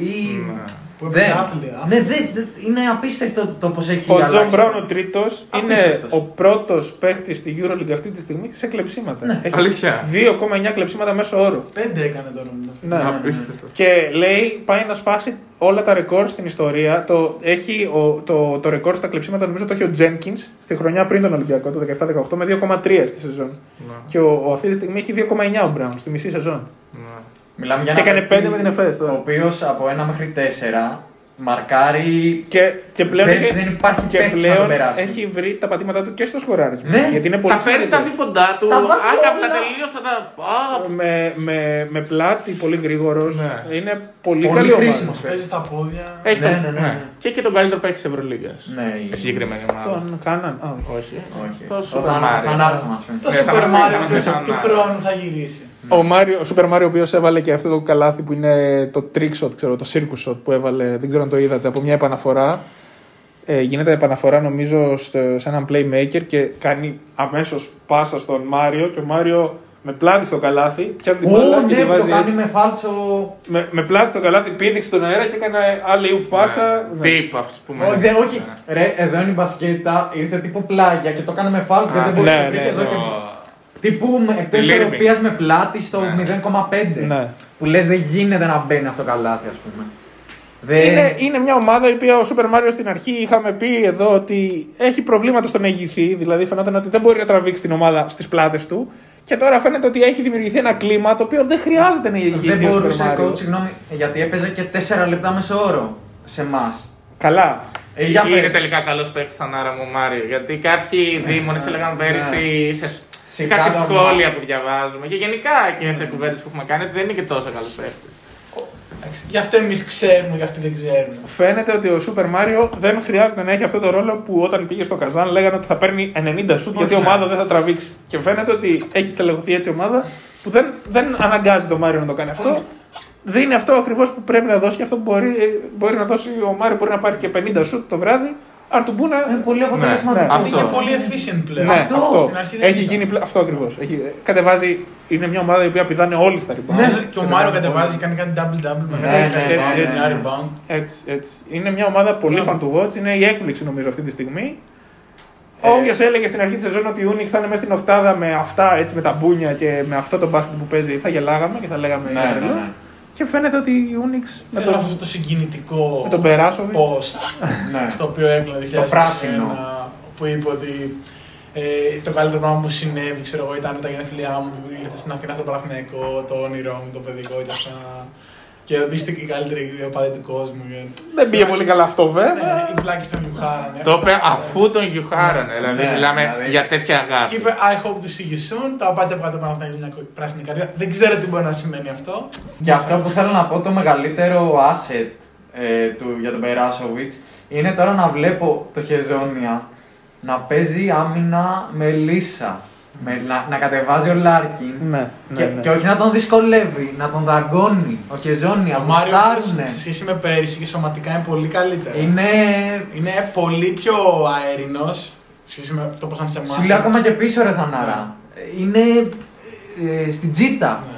E: ή.
C: Ναι.
D: Που
E: Δεν.
D: έπαιζε άθλια.
E: Ναι, δεν- δεν- είναι απίστευτο το πώ έχει
B: Ο
E: αλλάξει.
B: Τζον Μπράουν ο τρίτος είναι
E: Απίστευτος.
B: ο πρώτος παίκτης στη EuroLeague αυτή τη στιγμή σε κλεψίματα.
E: Ναι.
B: Έχει
C: Αλήθεια.
B: 2,9 κλεψίματα μέσω όρο.
D: Πέντε έκανε τώρα με αυτό.
B: Ναι.
C: Απίστευτο.
B: Και λέει πάει να σπάσει όλα τα ρεκόρ στην ιστορία. Το, έχει, ο, το, το ρεκόρ στα κλεψίματα νομίζω το έχει ο Jenkins στη χρονιά πριν τον Ολυμπιακό, το 17-18, με 2,3 στη σεζόν.
E: Ναι.
B: Και ο, ο αυτή τη στιγμή έχει 2,9 ο Μπράουν στη μισή σεζόν.
C: Ναι.
E: Μιλάμε για
B: Και
E: ένα
B: έκανε
E: παίκτη
B: πέντε με την ΕΦΕΣ
E: Ο
B: τώρα.
E: οποίος από 1 μέχρι 4 Μαρκάρει.
B: Και, και πλέον,
E: Δεν-
B: έχει,
E: δεν υπάρχει
B: και
E: παίκτης να
B: πλέον
E: τον περάσει.
B: έχει βρει τα πατήματά του και στο σκοράρισμα.
E: Ναι,
B: γιατί είναι πολύ
C: Θα φέρει τα
B: σημαντικό.
C: δίποντά του.
E: Τα βάζει
C: Άκα, τα
E: όλα.
C: τελείως θα τα. Α,
B: με, με, με πλάτη πολύ γρήγορος.
C: Ναι.
B: Είναι πολύ,
E: Πολύ
B: καλή ομάδα.
E: χρήσιμος.
D: Παίζει στα πόδια.
C: Έχει
E: Ναι,
C: τον-
E: ναι, ναι, ναι.
C: Και και τον καλύτερο παίκτη της Ευρωλίγα.
E: Ναι, η-
C: Συγκεκριμένη ομάδα.
B: Τον κάναν. Α,
C: Όχι.
E: Όχι.
C: Το
E: Ο
C: Super
E: Θανά-
C: Mario.
E: Θανάρας μας, ε.
D: Το
C: Ε, θα μας
D: Super
C: πει, θα μας
D: Mario
C: πει
D: του-
C: σαν
D: του
C: να-
D: χρόνου θα γυρίσει.
B: Ο, Μάριο, ο Super Mario, ο οποίος έβαλε και αυτό το καλάθι που είναι το trick shot, ξέρω, το circus shot που έβαλε, δεν ξέρω αν το είδατε, από μια επαναφορά. Ε, γίνεται επαναφορά νομίζω στο, σε έναν playmaker και κάνει αμέσως πάσα στον Μάριο και ο Μάριο με πλάτη στο καλάθι, πιάνει την μπάλα
E: Ω,
B: και τη
E: ναι, που το
B: βάζει
E: κάνει
B: έτσι.
E: με φάλτσο.
B: Με, με πλάτη στο καλάθι, πήδηξε τον αέρα και έκανε άλλη ου πάσα. Ναι.
C: Τύπ, ας πούμε.
E: Όχι, δεν- όχι.
C: Ναι.
E: Ρε, εδώ είναι η μπασκέτα, ήρθε τύπου πλάγια και το έκανε με φάλτσο. και
C: Α,
E: Δεν
B: ναι,
E: μπορούσε
B: ναι,
E: και εδώ
B: ναι.
E: και.
C: Ω.
E: Τύπου εκτό
C: Τη Λίρμη.
E: ισορροπίας με πλάτη στο
C: Ναι.
E: 0,5.
B: Ναι.
E: Που λες δεν γίνεται να μπαίνει αυτό καλάθι, ας πούμε. Δεν...
B: Είναι, είναι μια ομάδα η οποία ο Σούπερ Μάριο στην αρχή είχαμε πει εδώ ότι έχει προβλήματα στο να ηγηθεί. Δηλαδή φαινόταν ότι δεν μπορεί να τραβήξει την ομάδα στις πλάτες του. Και τώρα φαίνεται ότι έχει δημιουργηθεί ένα κλίμα το οποίο δεν χρειάζεται να ηγηθεί
E: Δεν
B: ο Σούπερ
E: μπορούσε,
B: Μάριο.
E: coach, συγγνώμη, γιατί έπαιζε και 4 λεπτά μέσω όρο σε εμάς.
B: Καλά.
E: Ε, για
C: Είναι
E: πες.
C: τελικά καλός παίκτης Θανάρα μου ο Μάριο. Γιατί κάποιοι δήμονε έλεγαν πέρυσι σε, σε
E: Σιγά
C: κάποια
E: τα
C: σχόλια
E: μάτια.
C: που διαβάζουμε και γενικά και σε κουβέντες που έχουμε κάνει ότι δεν είναι και τόσο καλός παίκτη.
D: Εντάξει, Γι' αυτό εμείς ξέρουμε, γι' αυτοί δεν ξέρουν.
B: Φαίνεται ότι ο Σούπερ Μάριο δεν χρειάζεται να έχει αυτό το ρόλο που όταν πήγε στο Καζάν λέγανε ότι θα παίρνει 90 σουτ γιατί η ομάδα δεν θα τραβήξει. Και φαίνεται ότι έχει στελεχωθεί έτσι η ομάδα που δεν, δεν αναγκάζει τον Μάριο να το κάνει αυτό. Δίνει αυτό ακριβώς που πρέπει να δώσει και αυτό που μπορεί, ε, μπορεί να δώσει ο Μάριο. Μπορεί να πάρει και 50 σουτ το βράδυ, αν του μπουν.
E: Είναι πολύ
B: Ναι.
E: αποτελεσματικός.
D: Αυτό. Είναι
C: Αυτό.
D: και πολύ efficient πλέον.
B: Ναι, αυτό.
D: Στην αρχή δεν
B: Έχει
D: ήταν.
B: γίνει, πλα- αυτό ακριβώς. Κατεβάζει, είναι μια ομάδα η οποία πηδάνε όλοι στα rebound.
D: Ναι, και ο Μάριο κατεβάζει, κάνει κάτι double-double με
E: Ναι,
D: ένα
B: ναι,
D: rebound,
B: ναι,
D: ένα
E: ναι.
D: rebound.
B: Έτσι, έτσι. Είναι μια ομάδα πολύ fan to watch. Είναι η έκπληξη νομίζω αυτή τη στιγμή. Ε... Όποιος έλεγε στην αρχή της σεζόν ότι η Unix θα είναι μέσα στην οκτάδα με αυτά, έτσι, με τα μπούνια και με αυτό το μπάσκετ που παίζει, θα γελάγαμε και θα λέγαμε
E: Ναι,
B: για
E: ναι,
B: τρελό.
E: ναι.
B: Και φαίνεται ότι η Unix με
D: Με τον,
B: τον,
D: Ε, αυτό το συγκινητικό
B: με τον Περάσοβιτς.
D: post
E: Ναι.
D: στο οποίο έκλεινε το 2021
E: πράσινο.
D: που είπε ότι ε, το καλύτερο πράγμα που συνέβη ξέρω εγώ, ήταν τα γενέθλιά μου που ήρθε στην Αθήνα στο Παναθηναϊκό, το όνειρό μου, το παιδικό και αυτά. Και ότι είστε και οι καλύτεροι οπαδοί του κόσμου. Και...
B: Δεν πήγε πολύ καλά αυτό βέβαια.
D: Ναι, οι βλάκες τον Λιουχάρανε.
C: Το είπε αφού τον γιουχάρανε. Δηλαδή
E: Ναι,
C: μιλάμε
E: δηλαδή.
C: για τέτοια
D: Και
C: αγάπη.
D: είπε I hope to see you soon. Τα πάτια από κάτω Παναθηναϊκό μια πράσινη καρδιά. Δεν ξέρω τι μπορεί να σημαίνει αυτό.
E: Και αυτό που θέλω να πω το μεγαλύτερο asset ε, του, για τον Περάσοβιτ είναι τώρα να βλέπω το Χεζόνια να παίζει άμυνα με Λίσα. Με, να, να κατεβάζει ο Λάρκιν.
B: Ναι, ναι,
E: και,
B: ναι.
E: και όχι να τον δυσκολεύει, να τον δαγκώνει. Ο Χεζόνια,
D: Ο Ε, Μάριο
B: ναι.
E: γουστάρουνε.
D: σε σχέση με πέρυσι και σωματικά είναι πολύ καλύτερο.
E: Είναι.
D: Είναι πολύ πιο αέρινο σχέση με το πώς ήταν σε εμάς.
E: Σου λέει ακόμα και πίσω ρε Θανάρα. Είναι ε, στην τζίτα.
D: Ναι,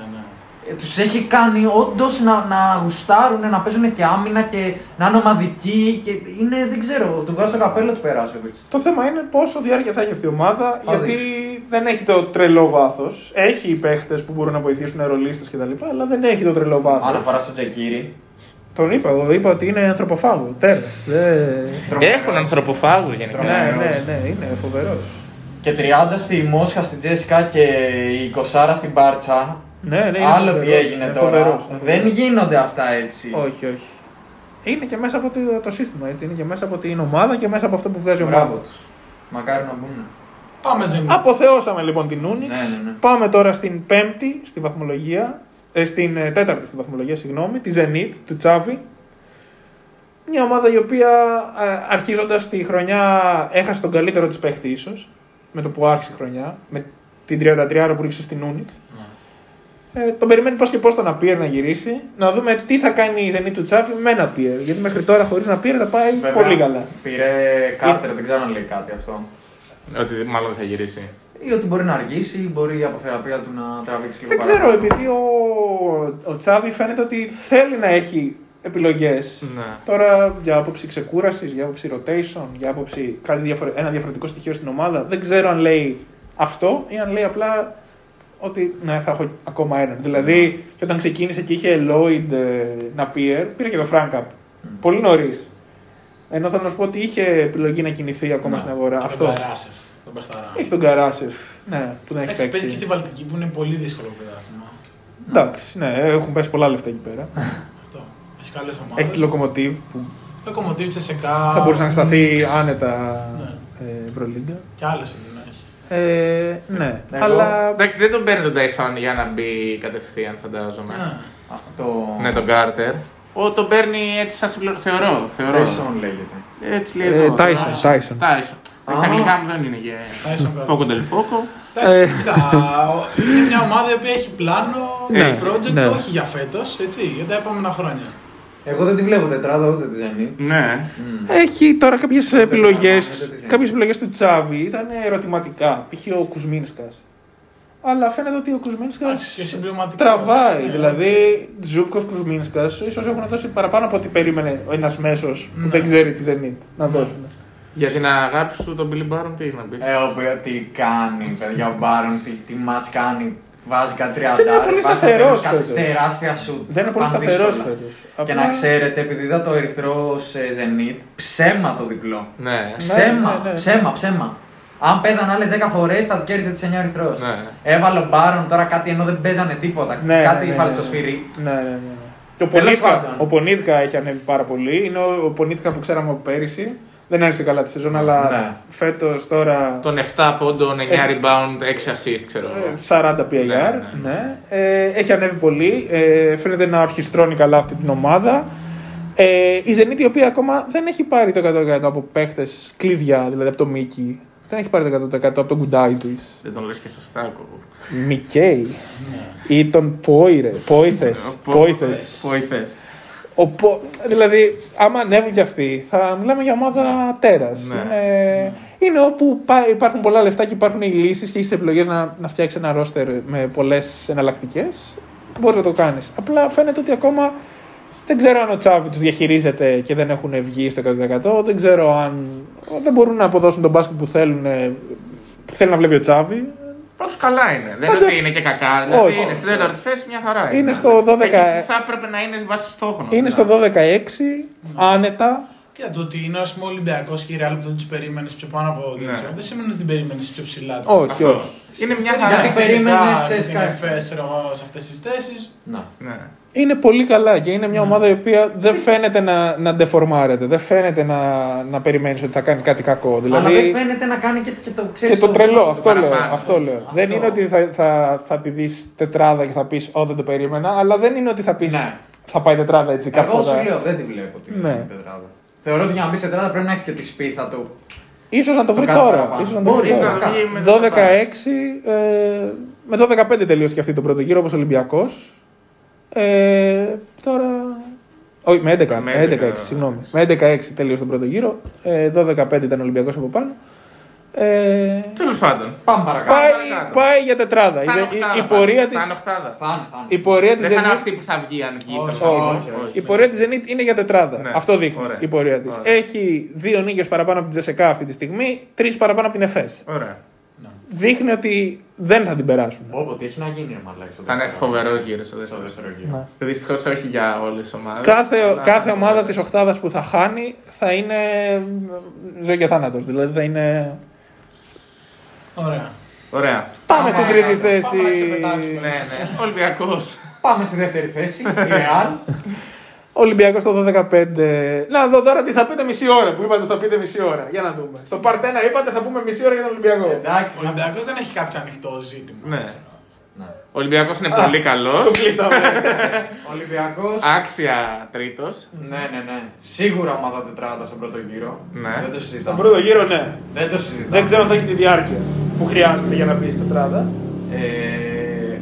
E: Ε, τους έχει κάνει όντως να, να γουστάρουν, να παίζουν και άμυνα και να είναι ομαδικοί. Και είναι, δεν ξέρω, του βγάζει το καπέλο του Περάσεβιτ.
B: Το θέμα είναι πόσο διάρκεια θα έχει αυτή η ομάδα,
E: Θα
B: γιατί δεν έχει το τρελό βάθος. Έχει παίχτες που μπορούν να βοηθήσουν ρολίστες κτλ. Αλλά δεν έχει το τρελό βάθος.
E: Αναφορά στο Τζεκίρι.
B: Τον είπα, εγώ είπα ότι είναι ανθρωποφάγο. Ε, Τέρμα. Δεν-
C: Έχουν ανθρωποφάγους γενικά.
B: Ναι, ναι, ναι, είναι φοβερός.
E: Και 30 στη Μόσχα στην Τζέσικα και η 20 στην Μπάρτσα.
B: Ναι, ναι, είναι
E: Άλλο τι
B: φοβερός,
E: έγινε
B: είναι
E: τώρα.
B: φοβερός, είναι
E: Δεν
B: φοβερός.
E: γίνονται αυτά έτσι.
B: Όχι, όχι. Είναι και μέσα από το, το σύστημα, έτσι. Είναι και μέσα από την ομάδα και μέσα από αυτό που βγάζει ο
E: Μπράβο
B: ομάδα.
E: τους. Μακάρι να μπουν.
D: Πάμε Ζενή.
B: Αποθεώσαμε λοιπόν την Unix.
E: Ναι, ναι, ναι.
B: Πάμε τώρα στην πέμπτη στη βαθμολογία. ε, στην ε, τέταρτη στη βαθμολογία, συγγνώμη, τη Zenit, του Τσάβη. Μια ομάδα η οποία αρχίζοντας τη χρονιά έχασε τον καλύτερο της παίχτη, ίσως. Με το που άρχισε η χρονιά. Με την 33 που ρίξε στην Unix.
E: Ναι.
B: Ε, τον περιμένει πώς και πώς τον Απίερ να γυρίσει. Να δούμε τι θα κάνει η Zenit του Τσάβη με ένα Απίερ. Γιατί μέχρι τώρα χωρίς να Απίερ θα πάει
E: Βέβαια,
B: πολύ καλά.
E: Πήρε Κάρτερ, δεν ξέρω αν λέει κάτι αυτό.
C: Ότι μάλλον δεν θα γυρίσει.
E: Ή ότι μπορεί να αργήσει, ή μπορεί η αποθεραπεία του να τραβήξει λίγο
B: Δεν
E: παραπάνω.
B: ξέρω, επειδή ο, ο Τσάβη φαίνεται ότι θέλει να έχει επιλογές.
C: Ναι.
B: Τώρα για άποψη ξεκούρασης, για άποψη rotation, για άποψη κάτι διαφορε... ένα διαφορετικό στοιχείο στην ομάδα. Δεν ξέρω αν λέει αυτό ή αν λέει απλά ότι ναι, θα έχω ακόμα έναν. Δηλαδή, και όταν ξεκίνησε και είχε Lloyd ε, Napier, πήρε και το Frank Up. Πολύ νωρίς. Ενώ θέλω να σου πω ότι είχε επιλογή να κινηθεί ακόμα στην αγορά.
D: Και
B: Αυτό.
D: Τον Καράσεφ, τον Πεχταρά.
B: Έχει τον Καράσεφ. Ναι, που δεν έχει
D: Εντάξει, παίζει
B: παίξει.
D: και στη Βαλτική που είναι πολύ δύσκολο πρωτάθλημα.
B: Εντάξει, ναι, έχουν πέσει πολλά λεφτά εκεί πέρα.
D: Αυτό. Έχει καλές ομάδες.
B: Έχει τη Λοκομοτίβ που
D: Λοκομοτήρ, Τσεσεκά.
B: Θα μπορούσε να σταθεί
D: Μίξ. Ναι.
B: άνετα ε, Ευρωλίγκα.
D: Και άλλες είναι να έχει.
B: Ε, ναι,
E: Εγώ-
B: αλλά.
C: Εντάξει, δεν τον παίρνει τον Dyson για να μπει κατευθείαν, φαντάζομαι.
D: Ναι.
E: Αυτό.
C: Ναι, τον Κάρτερ. Ο, τον παίρνει έτσι σαν συμπληρωτή. Θεωρώ. θεωρώ.
E: Tyson λέγεται.
C: Έτσι λέει
B: Ε,
C: εδώ.
B: Tyson,
D: Tyson.
B: Tyson.
C: Tyson.
E: Α.
C: Τα αγγλικά μου δεν είναι για.
D: Ναι, Tyson Carter.
C: Φόκο τελφόκο.
B: Ε.
D: Εντάξει, κοίτα, ο- είναι μια ομάδα η οποία έχει πλάνο,
B: Ναι,
D: έχει project,
B: ναι.
D: όχι για φέτος, έτσι, για τα επόμενα χρόνια.
E: Εγώ δεν τη βλέπω τετράδα ούτε τη Ζενή.
C: Ναι.
B: Έχει τώρα κάποιες επιλογέ.
E: δεν ξέρω.
B: Κάποιες επιλογές του Τσάβη ήταν ερωτηματικά. Π.χ. ο Κουσμίνσκας. Αλλά φαίνεται ότι ο Κουσμίνσκας
D: Εντάξει, και συμπληρωματικό.
B: τραβάει.
D: Ναι,
B: δηλαδή, Ζούμπκοφ Κουσμίνσκας ίσως έχουν δώσει παραπάνω από ό,τι περίμενε ένας μέσος που
D: Ναι.
B: δεν ξέρει τη Zenit να δώσουν.
C: Για την αγάπη σου τον Billy Baron τι έχεις να πεις.
E: Ε, ο οποίο τι κάνει, παιδιά, ο Μπάρον, τι, τι μάτς κάνει. Βάζει κάτι 30
B: Δεν είναι πολύ σταθερός φέτος.
E: Τεράστια σου.
B: Δεν είναι πολύ σταθερός φέτος.
E: Και
B: Απλά-
E: να ξέρετε, επειδή είδα το ερυθρό σε Zenit, ψέμα το διπλό.
C: Ναι.
E: Ψέμα,
B: ναι, ναι.
E: ψέμα, ψέμα. Αν παίζαν άλλε 10 φορές, θα κέρδισε τις 9 ερυθρός.
C: Ναι.
E: Έβαλε ο Μπάρον τώρα κάτι ενώ δεν παίζανε τίποτα. κάτι ναι,
B: Ναι, ναι, ναι. Και ο
E: Τέλος
B: Πονίτκα,
E: πάντων.
B: ο Πονίτκα έχει ανέβει πάρα πολύ. Είναι ο, ο Πονίτκα που ξέραμε από πέρυσι. Δεν άρχισε καλά τη σεζόν, αλλά
E: Ναι.
B: φέτος τώρα.
C: Τον 7 πόντων, 9
B: Ε.
C: rebound, 6 assist ξέρω
B: Ε,
C: εγώ.
B: 40 PIR.
C: Ναι,
B: Ναι,
C: ναι,
B: Ε, έχει ανέβει πολύ. Ε, φαίνεται να ορχιστρώνει καλά αυτή την ομάδα. Ε, η Zenit η οποία ακόμα δεν έχει πάρει το 100% από παίχτες κλειδιά, δηλαδή από το Μίκη. Δεν έχει πάρει το 100% από τον κουντάι τους.
C: Δεν τον λες και σωστά. κο-
B: Μικέι. ή τον Πόιρε. Πόιθες.
C: Πο- Ποηθές.
B: Ο Πο- Δηλαδή, άμα ανέβουν κι αυτοί, θα μιλάμε για ομάδα τέρας.
C: Ναι.
B: Είναι... είναι όπου πα- υπάρχουν πολλά λεφτά και υπάρχουν οι λύσεις και έχεις επιλογές να, να φτιάξεις ένα ρόστερ με πολλές εναλλακτικές. Μπορείς να το κάνεις. Απλά φαίνεται ότι ακόμα δεν ξέρω αν ο Τσάβη τους διαχειρίζεται και δεν έχουν βγει στο 100%. Δεν ξέρω αν δεν μπορούν να αποδώσουν τον μπάσκετ που θέλουν. ε, Που θέλει να βλέπει ο Τσάβη.
C: Πάντως καλά είναι. Δεν είναι
B: Πάντως-
C: ότι είναι και κακά. Δηλαδή
B: Όχι.
C: είναι στην τέταρτη θέση μια χαρά.
B: Είναι στο 12.
C: Εκεί Θα έπρεπε να είναι βάσει στόχων.
B: Είναι στο 12-6, άνετα.
D: Κοίτα το ότι είναι ας πούμε Ολυμπιακός και η Real που δεν τους περίμενες πιο πάνω από
C: Ναι.
D: ναι. Δεν σημαίνει ότι την περίμενες πιο ψηλά. της.
B: Όχι, όχι.
C: Είναι μια
D: Γιατί
C: χαρά.
E: Γιατί περίμενες,
D: ξεσηκά,
E: ξέρεις,
D: την
E: κάτι.
D: ΕΦΕ, ξέρω εγώ, σε αυτές τις θέσεις.
E: Να.
C: Ναι.
B: Είναι πολύ καλά και είναι μια ομάδα η οποία δεν φαίνεται να, να ντεφορμάρεται. Δεν φαίνεται να, να περιμένεις ότι θα κάνει κάτι κακό.
E: Αλλά δεν
B: Δηλαδή.
E: φαίνεται να κάνει και, και το ξέρει.
B: Και το τρελό, αυτό λέω,
C: παραπάνω.
B: αυτό λέω. Δεν είναι ότι θα, θα, θα τη δεις τετράδα και θα πεις Ω, δεν το περίμενα, αλλά δεν είναι ότι θα πεις
E: Ναι.
B: Θα πάει τετράδα έτσι
E: Εγώ
B: κάπου.
E: σου λέω, δεν τη βλέπω την
B: Ναι.
E: τετράδα. Θεωρώ ότι για να μπεις τετράδα πρέπει να έχεις και τη σπίθα του.
B: Ίσως να το βρει
E: κάνω
B: τώρα.
E: παραπάνω.
B: Ίσως να το βρει
E: Μπορείς
B: τώρα.
E: να
C: βγει με
B: 12-6.
C: το
B: Ε, με 12-5 τελείωσε και αυτή τον πρώτο γύρο όπως Ολυμπιακός. Ε, τώρα. Όχι, με 11.
C: Με
B: Με 11,
C: 11,
B: συγγνώμη. Με 11-6 τελείωσε τον πρώτο γύρο. Ε, 12-5 ήταν Ολυμπιακός από πάνω. Ε,
C: Τέλος πάντων.
E: Πάμε παρακάτω.
B: πάει,
C: παρακάτω.
B: πάει για τετράδα. Η,
C: Θα είναι
B: η-
C: οχτάδα
B: η,
C: πάντως.
B: πορεία
C: Θα είναι
B: της,
C: οχτάδα.
E: Θα είναι, θα είναι.
B: η πορεία της
C: Δεν θα είναι
B: Zenit-
C: αυτή που θα βγει αν βγει.
D: Όχι,
C: θα βγει.
B: όχι,
C: Όχι,
D: όχι.
C: όχι.
B: η πορεία της Zenit είναι για τετράδα.
C: Ναι.
B: Αυτό δείχνει
C: Ωραία.
B: η πορεία της.
C: Ωραία.
B: Έχει δύο νίκες παραπάνω από την Τζεσεκά αυτή τη στιγμή, τρεις παραπάνω από την ΕΦΕΣ.
C: Ωραία.
B: Δείχνει ότι δεν θα την περάσουν.
E: Πω, τι έχει να γίνει, ρε μαλάκι. στο
C: Θα είναι
E: δεύτερο.
C: φοβερός γύρος ο
E: Στο
C: δεύτερο.
E: δεύτερο γύρο.
C: Δυστυχώς όχι για όλες τις ομάδες.
B: Ναι. Κάθε, κάθε ομάδα της οχτάδα που θα χάνει θα είναι ζωή και θάνατος. Δηλαδή θα είναι.
D: Ωραία.
C: Ωραία.
B: Πάμε στην τρίτη
E: πάμε
B: θέση.
D: να ξεπετάξουμε.
C: Ναι, ναι. Ολυμπιακός.
E: Πάμε στη δεύτερη θέση. Η Real.
B: Ολυμπιακός το 12-5. Να δω τώρα τι θα πείτε μισή ώρα που είπατε θα πείτε μισή ώρα. Για να δούμε. Στο part 1 είπατε θα πούμε μισή ώρα για τον Ολυμπιακό.
E: Εντάξει,
D: Ο
E: να-
D: Ολυμπιακός δεν έχει κάποιο ανοιχτό ζήτημα.
C: Ναι.
D: ξέρω.
E: Ναι.
C: Ο Ολυμπιακός είναι πολύ καλός.
B: Το κλείσαμε.
E: Ολυμπιακός.
C: Άξια τρίτος.
E: Ναι, ναι, ναι. Σίγουρα ομάδα τετράδα στον πρώτο γύρο.
C: Ναι.
E: Δεν το συζητάμε.
B: <laughs> Στον πρώτο γύρο, ναι.
E: Δεν το συζητάμε.
B: Δεν ξέρω αν θα έχει τη διάρκεια που χρειάζεται για να μπει στην τετράδα.
E: Ε,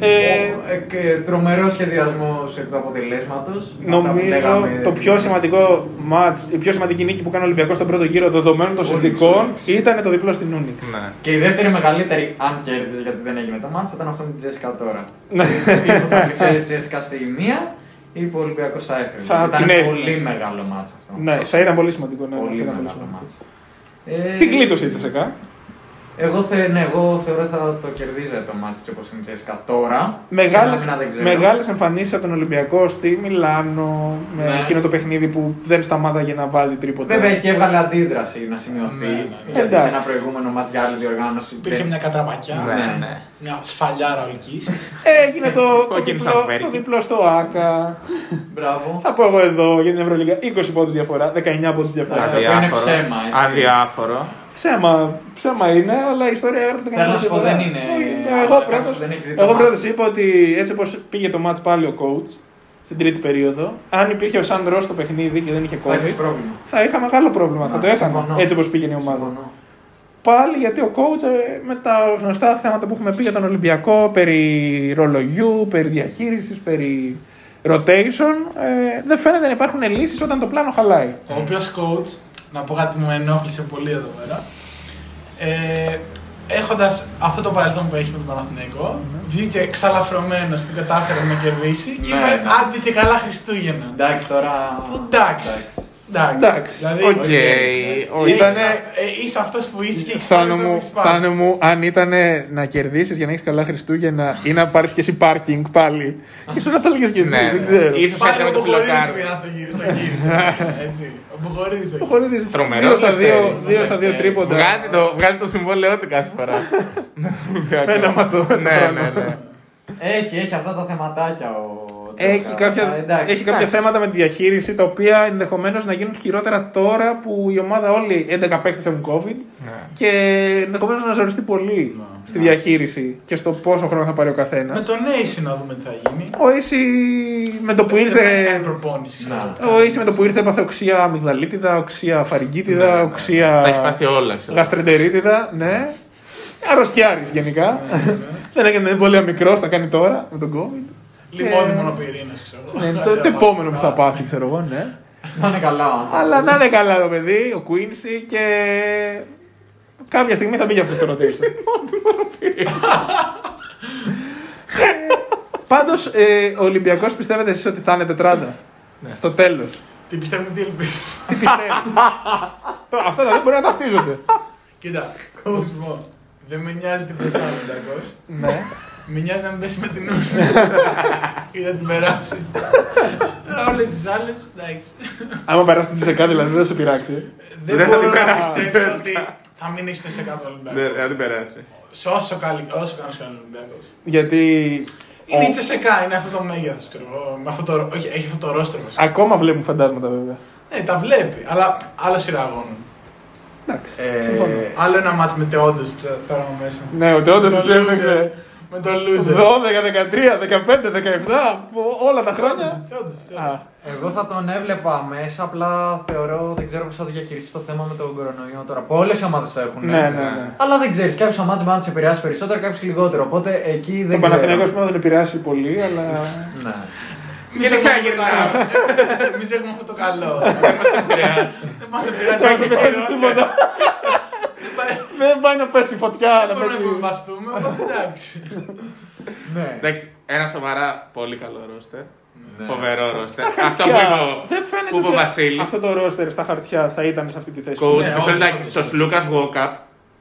B: Ε,
E: ο- ε, και τρομερός σχεδιασμός εκ του αποτελέσματο.
B: Νομίζω το πιο σημαντικό match, η πιο σημαντική νίκη που κάνει ο Ολυμπιακός στον πρώτο γύρο δεδομένων των
E: Ούνιξ,
B: συνδικών
E: Ούνιξ.
B: ήταν το διπλό στην Ούνιξ.
C: Ναι.
E: Και η δεύτερη μεγαλύτερη, αν κέρδιζες γιατί δεν έγινε το μάτσα, ήταν αυτό με την Τζέσικα τώρα.
B: Ναι.
E: Είπε θα πλησιάζει η Τζέσικα στη μία ή ο Ολυμπιακός θα έφευγε.
B: Θα
E: Ήταν
B: την έφευγε.
E: πολύ μεγάλο μάτσα αυτό.
B: Ναι, θα ήταν πολύ σημαντικό. Ναι,
E: πολύ
B: θα ήταν πολύ
E: μεγάλο
B: σημαντικό.
E: μάτσα. Ε,
B: Τι κλείτωσε η Τσεσεκά.
E: Εγώ, θε, ναι, εγώ θεωρώ ότι θα το κερδίζε το μάτι όπως είναι η Τσέσκα τώρα.
B: Μεγάλες,
E: Σε ένα μήνα δεν ξέρω.
B: μεγάλες εμφανίσεις από τον Ολυμπιακό στη Μιλάνο, με
D: Ναι.
B: εκείνο το παιχνίδι που δεν σταμάταγε να βάζει τρίποτα.
E: Βέβαια και έβγαλε αντίδραση να σημειωθεί.
D: Ναι, ναι.
E: Γιατί σε
B: Εντάξει.
E: ένα προηγούμενο μάτι για άλλη διοργάνωση.
D: Υπήρχε
E: δεν-
D: μια
E: Ναι,
D: κατραπακιά,
E: ναι.
D: μια σφαλιά ρολική.
B: Έγινε το, το,
C: Κόκκινη
B: διπλό,
C: σαφέρκη.
B: το διπλό στο ΑΚΑ.
E: Μπράβο.
B: Θα πω εγώ εδώ για την Ευρωλίγα 20 πόντους διαφορά, 19 πόντους διαφορά.
E: Εντάξει. είναι ψέμα, έτσι.
C: Αδιάφορο.
B: Ψέμα, ψέμα είναι, αλλά η ιστορία έγραφε
E: Θέλω να σου πω,
B: διαφορά.
E: δεν είναι-
B: Ε,
E: αλλά
B: Εγώ
E: κάποιος
B: πρώτος,
E: δεν έχει δει το
B: εγώ
E: μάτς.
B: πρώτος είπα ότι έτσι όπως πήγε το match πάλι ο coach στην τρίτη περίοδο, αν υπήρχε ο Σάντρο στο παιχνίδι και δεν είχε
E: Θα έχεις
B: κόβει,
E: πρόβλημα.
B: θα είχα μεγάλο πρόβλημα.
E: Ναι,
B: θα το έκανα
E: συμφωνώ.
B: έτσι όπως πήγαινε η ομάδα.
E: Συμφωνώ.
B: Πάλι γιατί ο coach ε, με τα γνωστά θέματα που έχουμε πει για τον Ολυμπιακό περί ρολογιού, περί διαχείρισης, περί rotation, ε, δεν φαίνεται να υπάρχουν λύσεις όταν το πλάνο χαλάει.
D: Ο οποίος coach, να πω κάτι που με ενόχλησε πολύ εδώ πέρα. Ε, Έχοντας αυτό το παρελθόν που έχει με τον Παναθηναϊκό, βγήκε εξαλαφρωμένος που κατάφερε να κερδίσει και
E: Ναι,
D: είπε
E: ναι.
D: άντε και καλά Χριστούγεννα.
E: Εντάξει τώρα.
D: Που Εντάξει.
B: Εντάξει.
D: Εντάξει. Δηλαδή,
C: Οκ. Ήταν.
D: Ήτανε... Είσαι αυτός που είσαι και έχεις πάρει
B: Θάνο
D: αυτό που
B: μου,
D: έχεις πάρει.
B: Θάνο μου, αν ήταν ε, να κερδίσεις για να έχεις καλά Χριστούγεννα ή να πάρεις και εσύ πάρκινγκ
E: <laughs>
B: πάλι. και σου να τα έλεγες και εσύ,
C: Ναι,
B: δεν ξέρω.
C: ίσως
D: Πάλι
C: έκανε
D: ο
C: το
D: Μποχορίδης
C: φιλοκάρι.
D: πειράζει το γύρισες, το γύρισες.
B: <laughs>
D: Έτσι. Ο Μποχορίδης το
B: Χωρί τι
C: Τρομερό
B: δύο στα
C: Λευτέρης,
B: δύο, δύο, στα δύο
E: Λευτέρης.
B: τρίποντα.
C: Βγάζει το, βγάζει το συμβόλαιό του κάθε
B: <laughs>
C: φορά.
B: Ναι, να μας το-
C: Ναι, ναι, ναι.
E: Έχει, έχει αυτά τα θεματάκια ο
B: Έχει
E: Τσόκα.
B: κάποια,
E: Αλλά εντάξει,
B: έχει κάποια
E: εντάξει.
B: θέματα με τη διαχείριση τα οποία ενδεχομένως να γίνουν χειρότερα τώρα που η ομάδα όλοι 11 παίχτε έχουν COVID
C: Ναι.
B: και ενδεχομένως να ζοριστεί πολύ στη διαχείριση και στο πόσο χρόνο θα πάρει ο
D: Με
B: καθένα.
D: τον Νέισι να δούμε τι θα γίνει.
B: Ο Ίση με το που
D: Δεν έχει
B: ήρθε
D: κάνει προπόνηση, ξέρω.
E: Να.
B: Ο Ίση με το που ήρθε έπαθε οξία αμυγδαλίτιδα, οξία φαρυγγίτιδα, οξία
C: Τα έχει πάθει δηλαδή. όλα, ξέρω.
B: γαστρεντερίτιδα, ναι. Αρρωστιάρης γενικά. Δεν έγινε πολύ μικρός, τα κάνει τώρα με τον COVID.
D: Λιμόδι
B: Και-
D: μόνο πυρήνας, ξέρω.
B: Ναι, το, το επόμενο που θα πάθει, ξέρω εγώ, ναι.
E: Να είναι καλά ο άνθρωπος.
B: Αλλά να είναι καλά το παιδί, ο Quincy και κάποια στιγμή θα μπει για αυτός στο rotation. Πάντως, ε, ο Ολυμπιακός πιστεύετε εσείς ότι θα είναι τετράδα. Στο τέλος.
D: Τι πιστεύουμε, τι ελπίζω.
B: Τι πιστεύει. Αυτά τα δύο μπορεί να ταυτίζονται.
D: <laughs> Κοίτα, να σου πω. Δεν με νοιάζει τι πέσει ο Ολυμπιακός.
B: ναι.
D: Με νοιάζει να μην πέσει με
B: <laughs>
D: την ούλη. Ή να την περάσει. Τώρα όλες τις άλλες, εντάξει.
B: Άμα περάσει τη ΣΕΚΑ, δηλαδή δεν θα σε πειράξει.
C: Δεν θα
D: Δεν μπορώ
C: την
D: να
C: περάσεις,
D: πιστέψω
C: ξέρεις.
D: ότι θα μείνει στο σε κάτω Ολυμπιακό.
C: Ναι, Να την περάσει.
D: Σε όσο καλή, όσο καλός και αν είναι ο Ολυμπιακός.
B: Γιατί ε,
D: Είναι
B: Ο-
D: η Τσεσεκά, είναι αυτό το μέγεθος, ξέρω εγώ. Με αυτό το, όχι, έχει αυτό το ρόστρο μας.
B: ακόμα βλέπουν φαντάσματα βέβαια.
D: Ναι, τα βλέπει, αλλά άλλο σειρά αγώνων.
B: Εντάξει.
E: Ε,
B: συμφωνώ.
D: Άλλο ένα μάτς με τεόντος τώρα μέσα.
B: Ναι, ότι όντω
D: Με
B: του
D: το loser.
B: έπαιξε
D: Με τον loser.
B: 12, 13, 15, 17 που όλα τα χρόνια. Α,
E: Εγώ θα τον έβλεπα μέσα, απλά θεωρώ, δεν ξέρω πώς θα το διαχειριστεί το θέμα με τον κορονοϊό τώρα. Πολλές ομάδες το έχουν.
B: ναι, ναι, ναι.
E: Αλλά δεν ξέρεις, κάποιες ομάδες μπορεί να τις επηρεάσει περισσότερο, κάποιες λιγότερο. Οπότε εκεί
B: Το
E: δεν ξέρω.
B: Παναθηναϊκός σημείο δεν επηρεάσει πολύ, αλλά.
E: Ναι.
D: Μην σε ξαναγυρνάω. Ε, Μην σε έχουμε αυτό το καλό. Δεν μας επηρεάζει.
B: Δεν πειράζει τίποτα. <laughs> Δεν πάει να πέσει φωτιά,
D: Δεν
B: να
D: μπορούμε
B: πέσει.
D: να υποβιβαστούμε, οπότε εντάξει.
E: ναι.
C: Εντάξει, ένα σοβαρά πολύ καλό ρόστερ.
E: Ναι.
C: Φοβερό ρόστερ. Αυτό που είπε ο-
B: Δεν φαίνεται
C: που είπε ο
B: ότι
C: Βασίλης.
B: Αυτό το ρόστερ στα χαρτιά θα ήταν σε αυτή τη θέση.
D: Ναι,
C: Μισό
D: όντως,
C: λεπτάκι.
D: όντως.
C: Στο Σλούκα Γουόκαπ.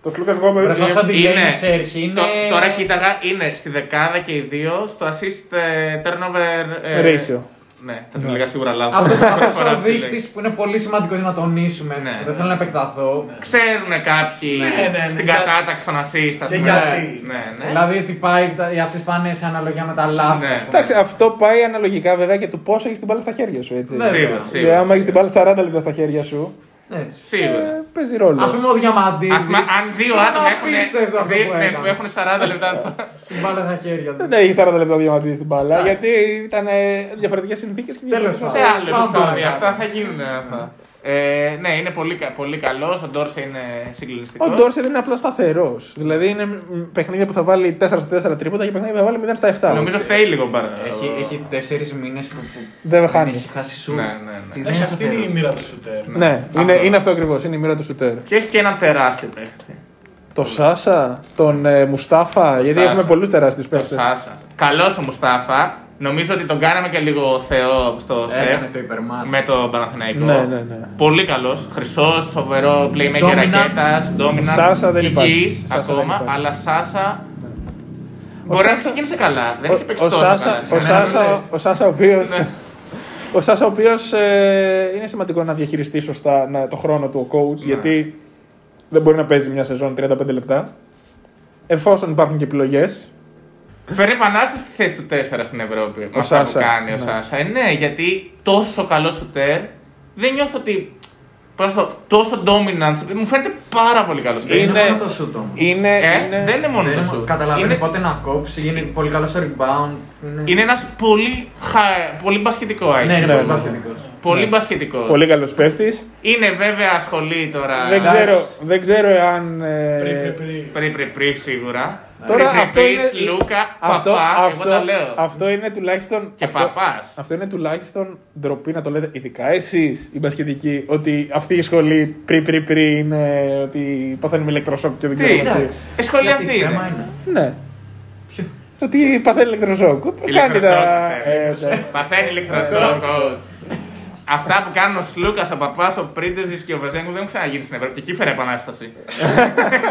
B: Το Σλούκα Γκόμπερ
E: Μπροστά
B: είναι-
E: σαν τη
C: είναι-
E: Dennis Erch, είναι.
C: Το- Τώρα κοίταγα, είναι στη δεκάδα και οι δύο στο assist ε, turnover ε,
B: Ratio.
C: Ναι, θα το έλεγα σίγουρα λάθος.
E: Αυτός- αυτός ο δείκτη που είναι πολύ σημαντικός να τονίσουμε.
C: Ναι.
E: Δεν θέλω να επεκταθώ.
C: Ξέρουν κάποιοι
D: Ναι, ναι, ναι.
C: στην κατάταξη των assist. ας
D: Και
C: πούμε.
D: γιατί.
C: Ναι, ναι.
E: Δηλαδή, τι πάει, τα- οι ασύ πάνε σε αναλογία με τα λάθη.
C: Ναι.
E: ας πούμε.
B: Εντάξει, αυτό πάει αναλογικά βέβαια και του πώς έχεις την μπάλα στα χέρια σου. Έτσι.
E: Ναι,
C: Σίγουρα,
B: Δηλαδή,
C: σίγουρα.
B: άμα έχεις την μπάλα 40 λεπτά στα χέρια σου,
E: Έτσι.
C: Σίγουρα.
B: ε, παίζει ρόλο.
E: Ας πούμε ο Διαμαντίδη.
C: Ας πούμε, αν δύο άτομα έχουν,
E: Απίστευτο αυτό
C: δύο-
E: που
C: ναι,
E: έκανε.
C: που έχουν 40 λεπτά.
E: Την μπάλα στα χέρια τους.
B: Δεν έχει 40 λεπτά διαμαντής στην μπάλα,
C: Ναι.
B: γιατί ήταν διαφορετικές συνθήκες και
E: Τέλος
B: διαφορετικά.
C: σε
E: πάντων.
C: άλλο
E: Ναι. Πάμε
C: επεισόδιο.
E: παρακάτω.
C: Αυτά θα γίνουν αυτά. Ε, ναι, είναι πολύ, κα- πολύ καλός. Ο Ντόρσε είναι συγκλονιστικός.
B: Ο Ντόρσερ είναι απλά σταθερός. Δηλαδή είναι μ, παιχνίδια που θα βάλει 4 στα 4 τρίποτα και παιχνίδια που θα βάλει 0 στα 7.
C: Νομίζω φταίει λίγο μπαρ.
E: Έχει, έχει τέσσερις μήνες που, που
B: Δεν χάνει.
E: Έχει χάσει σου.
C: Ναι, ναι, ναι.
D: Εντάξει, αυτή είναι η μοίρα του σουτέρ.
B: Ναι,
C: Αυτό.
B: είναι, είναι αυτό ακριβώς. Είναι η μοίρα του Σουτέρ.
C: Και έχει και ένα τεράστιο παίχτη.
B: Το Σάσα, τον ε, Μουστάφα, γιατί
C: Σάσα.
B: έχουμε πολλούς τεράστιους
C: Το
B: παίχτες.
C: Σάσα. Καλός ο Μουστάφα. Νομίζω ότι τον κάναμε και λίγο Θεό στο σεφ.
E: Έκανε Ε, το υπερμάτς.
C: Με το Παναθηναϊκό.
B: Ναι, ναι, ναι.
C: Πολύ καλός. Χρυσός, σοβερό playmaker
E: Dominant.
C: ρακέτα. Ντόμινα.
B: Σάσα δεν υπάρχει.
C: Υγιή
B: Σάσα δεν
C: ακόμα,
B: υπάρχει. Ναι.
C: αλλά Σάσα. Μπορεί να
B: Σάσα-
C: ξεκίνησε καλά. Δεν
B: Ο-
C: έχει παίξει
B: ο
C: τόσο
B: Σάσα-
C: καλά.
B: ο
C: Ναι,
B: Σάσα-
C: ναι, ναι.
B: Ο Σάσα, ο οποίος.
C: Ναι.
B: Ο Σάσα, ο οποίος, ε, είναι σημαντικό να διαχειριστεί σωστά να, το χρόνο του ο
C: Ναι.
B: coach, γιατί δεν μπορεί να παίζει μια σεζόν 35 λεπτά. Εφόσον υπάρχουν και επιλογές.
C: Φέρει επανάσταση στη θέση του 4 στην Ευρώπη. με αυτά
B: Σάσα,
C: που κάνει ο
B: ναι.
C: Σάσα. Ε, ναι, γιατί τόσο καλό σουτέρ δεν νιώθω ότι. πώς το- τόσο dominant. Μου φαίνεται πάρα πολύ καλός.
E: Είναι μόνο το σούτ όμως.
B: Είναι.
C: Ε,
B: είναι-
C: δεν είναι μόνο
E: Δεν
C: το
E: είναι-
C: σουτ.
E: Καταλαβαίνει
C: Είναι-
E: πότε να κόψει, είναι πολύ καλό στο rebound.
C: Είναι ένας πολύ, χα... πολύ μπασχετικό IQ.
E: Ναι, είναι
B: ναι,
E: πολύ
B: ναι.
E: παθητικός.
C: Πολύ μπασχετικός.
B: Πολύ καλός παίχτης.
C: Είναι βέβαια σχολή τώρα.
B: Δεν
E: εντάξει.
B: ξέρω, δεν ξέρω εάν. ε,
D: Πρι, πρι, πρι.
C: Πρι, πρι, πρι, σίγουρα.
B: Ναι. Τώρα
C: πρι, πρι,
B: αυτό
C: πρι,
B: είναι.
C: Λούκα,
B: αυτό-
C: παπά,
B: αυτό-
C: εγώ τα λέω.
B: Αυτό είναι τουλάχιστον.
C: Και
B: αυτό-
C: Παπάς.
B: Αυτό είναι τουλάχιστον ντροπή να το λέτε, ειδικά εσείς οι μπασκετικοί, ότι αυτή η σχολή πρι-πρι-πρι είναι ότι παθαίνουμε ηλεκτροσόκ και δεν
C: Τι, Ναι.
B: ξέρω
E: Εντάξει.
C: Η σχολή
E: Γιατί
C: αυτή
E: θέμα
C: Ε, είναι.
E: είναι.
B: Ναι. Ότι παθαίνει ηλεκτροσόκ. Κάνει
C: Ηλεκτροσόκ,
B: τα.
C: ναι.
B: ε, ναι.
C: <laughs> Παθαίνει ηλεκτροσόκ, coach. Αυτά που κάνουν ο Σλούκας, ο Παπάς, ο Πρίντεζης και ο Βεζέγκου δεν έχουν ξαναγίνει στην Ευρώπη. Και εκεί φέρε
B: <laughs>
C: επανάσταση.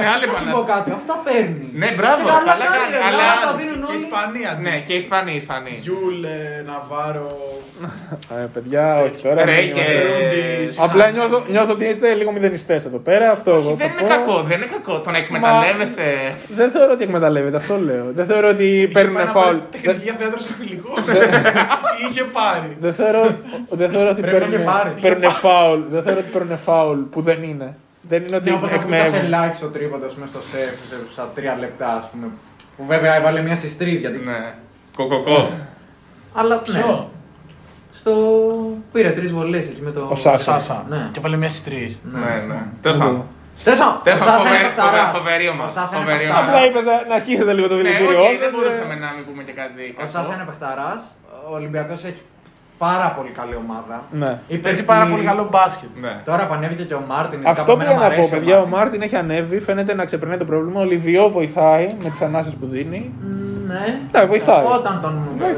C: Είναι άλλη
E: Να σου πω
C: επανάσταση.
E: κάτι, αυτά παίρνει.
C: Ναι, μπράβο,
E: Και καλά
C: καλά
E: κάνει,
C: κάνει,
E: ρε,
C: αλλά-
E: να τα δίνουν
D: Και
E: όλοι.
D: Ισπανία.
C: Ναι, και οι Ισπανοί, οι Ισπανοί.
D: Γιούλ, ε, Ναβάρο,
B: Ε, παιδιά, όχι τώρα.
C: Ρε,
B: δεν
C: και-
B: είμαστε-
D: Ρούντις.
B: Απλά νιώθω, νιώθω ότι είστε λίγο μηδενιστές εδώ πέρα. Αυτό εγώ
C: Δεν
B: θα
C: είναι
B: πω.
C: κακό, δεν είναι κακό. Τον εκμεταλλεύεσαι.
B: Δεν θεωρώ ότι εκμεταλλεύεται, αυτό λέω. Δεν θεωρώ ότι παίρνουν φάουλ.
D: Τεχνική για θέατρο στο φιλικό. Είχε πάρει.
B: Δεν θεωρώ, δεν θεωρώ ότι
E: Πρέπει να
B: παίρνουν,
E: και πάρει.
B: παίρνουν φάουλ. Δεν θεωρώ ότι παίρνουν φάουλ που δεν είναι. Δεν είναι ότι
E: Ναι, όπως αυτό το
B: εκμεύουν.
E: σελάκι στο τρίποντα, ας πούμε, στο σεφ, σε- στα τρία λεπτά, ας πούμε. Που βέβαια έβαλε μία στις τρεις, γιατί...
C: Ναι. Κοκοκό.
E: Αλλά, ναι.
D: Ποιο?
E: Στο... Πήρε τρεις βολές εκεί με το...
B: Ο Σάσα.
E: Ναι.
D: Σάσα. Και βάλε μια στις τρεις.
C: Ναι, ναι. Τέλος πάντων.
E: Τέσσερα, ο
C: Τέλος πάντων,
E: Σάσα είναι
C: φοβερή-
E: παιχταράς.
C: φοβε- φοβερή ομάδα,
E: Ο Σάσα είναι
C: φοβερή
E: παιχταράς.
B: Απλά είπες να, να αρχίσετε λίγο το
C: Ναι,
B: δηλητήριό.
C: οκ, δεν
B: σας,
C: μπορούσαμε
B: ε.
C: να μην πούμε και κάτι.
E: Ο
C: κακό.
E: Σάσα είναι παιχταράς. Ο Ολυμπιακός έχει πάρα πολύ καλή ομάδα.
B: Ναι.
E: Η
D: Παίζει
E: παιχνίδι-
D: πάρα πολύ καλό μπάσκετ.
C: Ναι.
E: Τώρα που ανέβηκε και ο Μάρτιν. ειδικά
B: Αυτό
E: που εμένα
B: πήγα να
E: μ'
B: πω,
E: αρέσει
B: παιδιά. Ο Μάρτιν έχει ανέβει, φαίνεται να ξεπερνάει το πρόβλημα. Ο Λιβιό βοηθάει με τις ανάσες που δίνει.
E: Ναι.
B: Ναι, βοηθάει. Ναι.
E: Όταν τον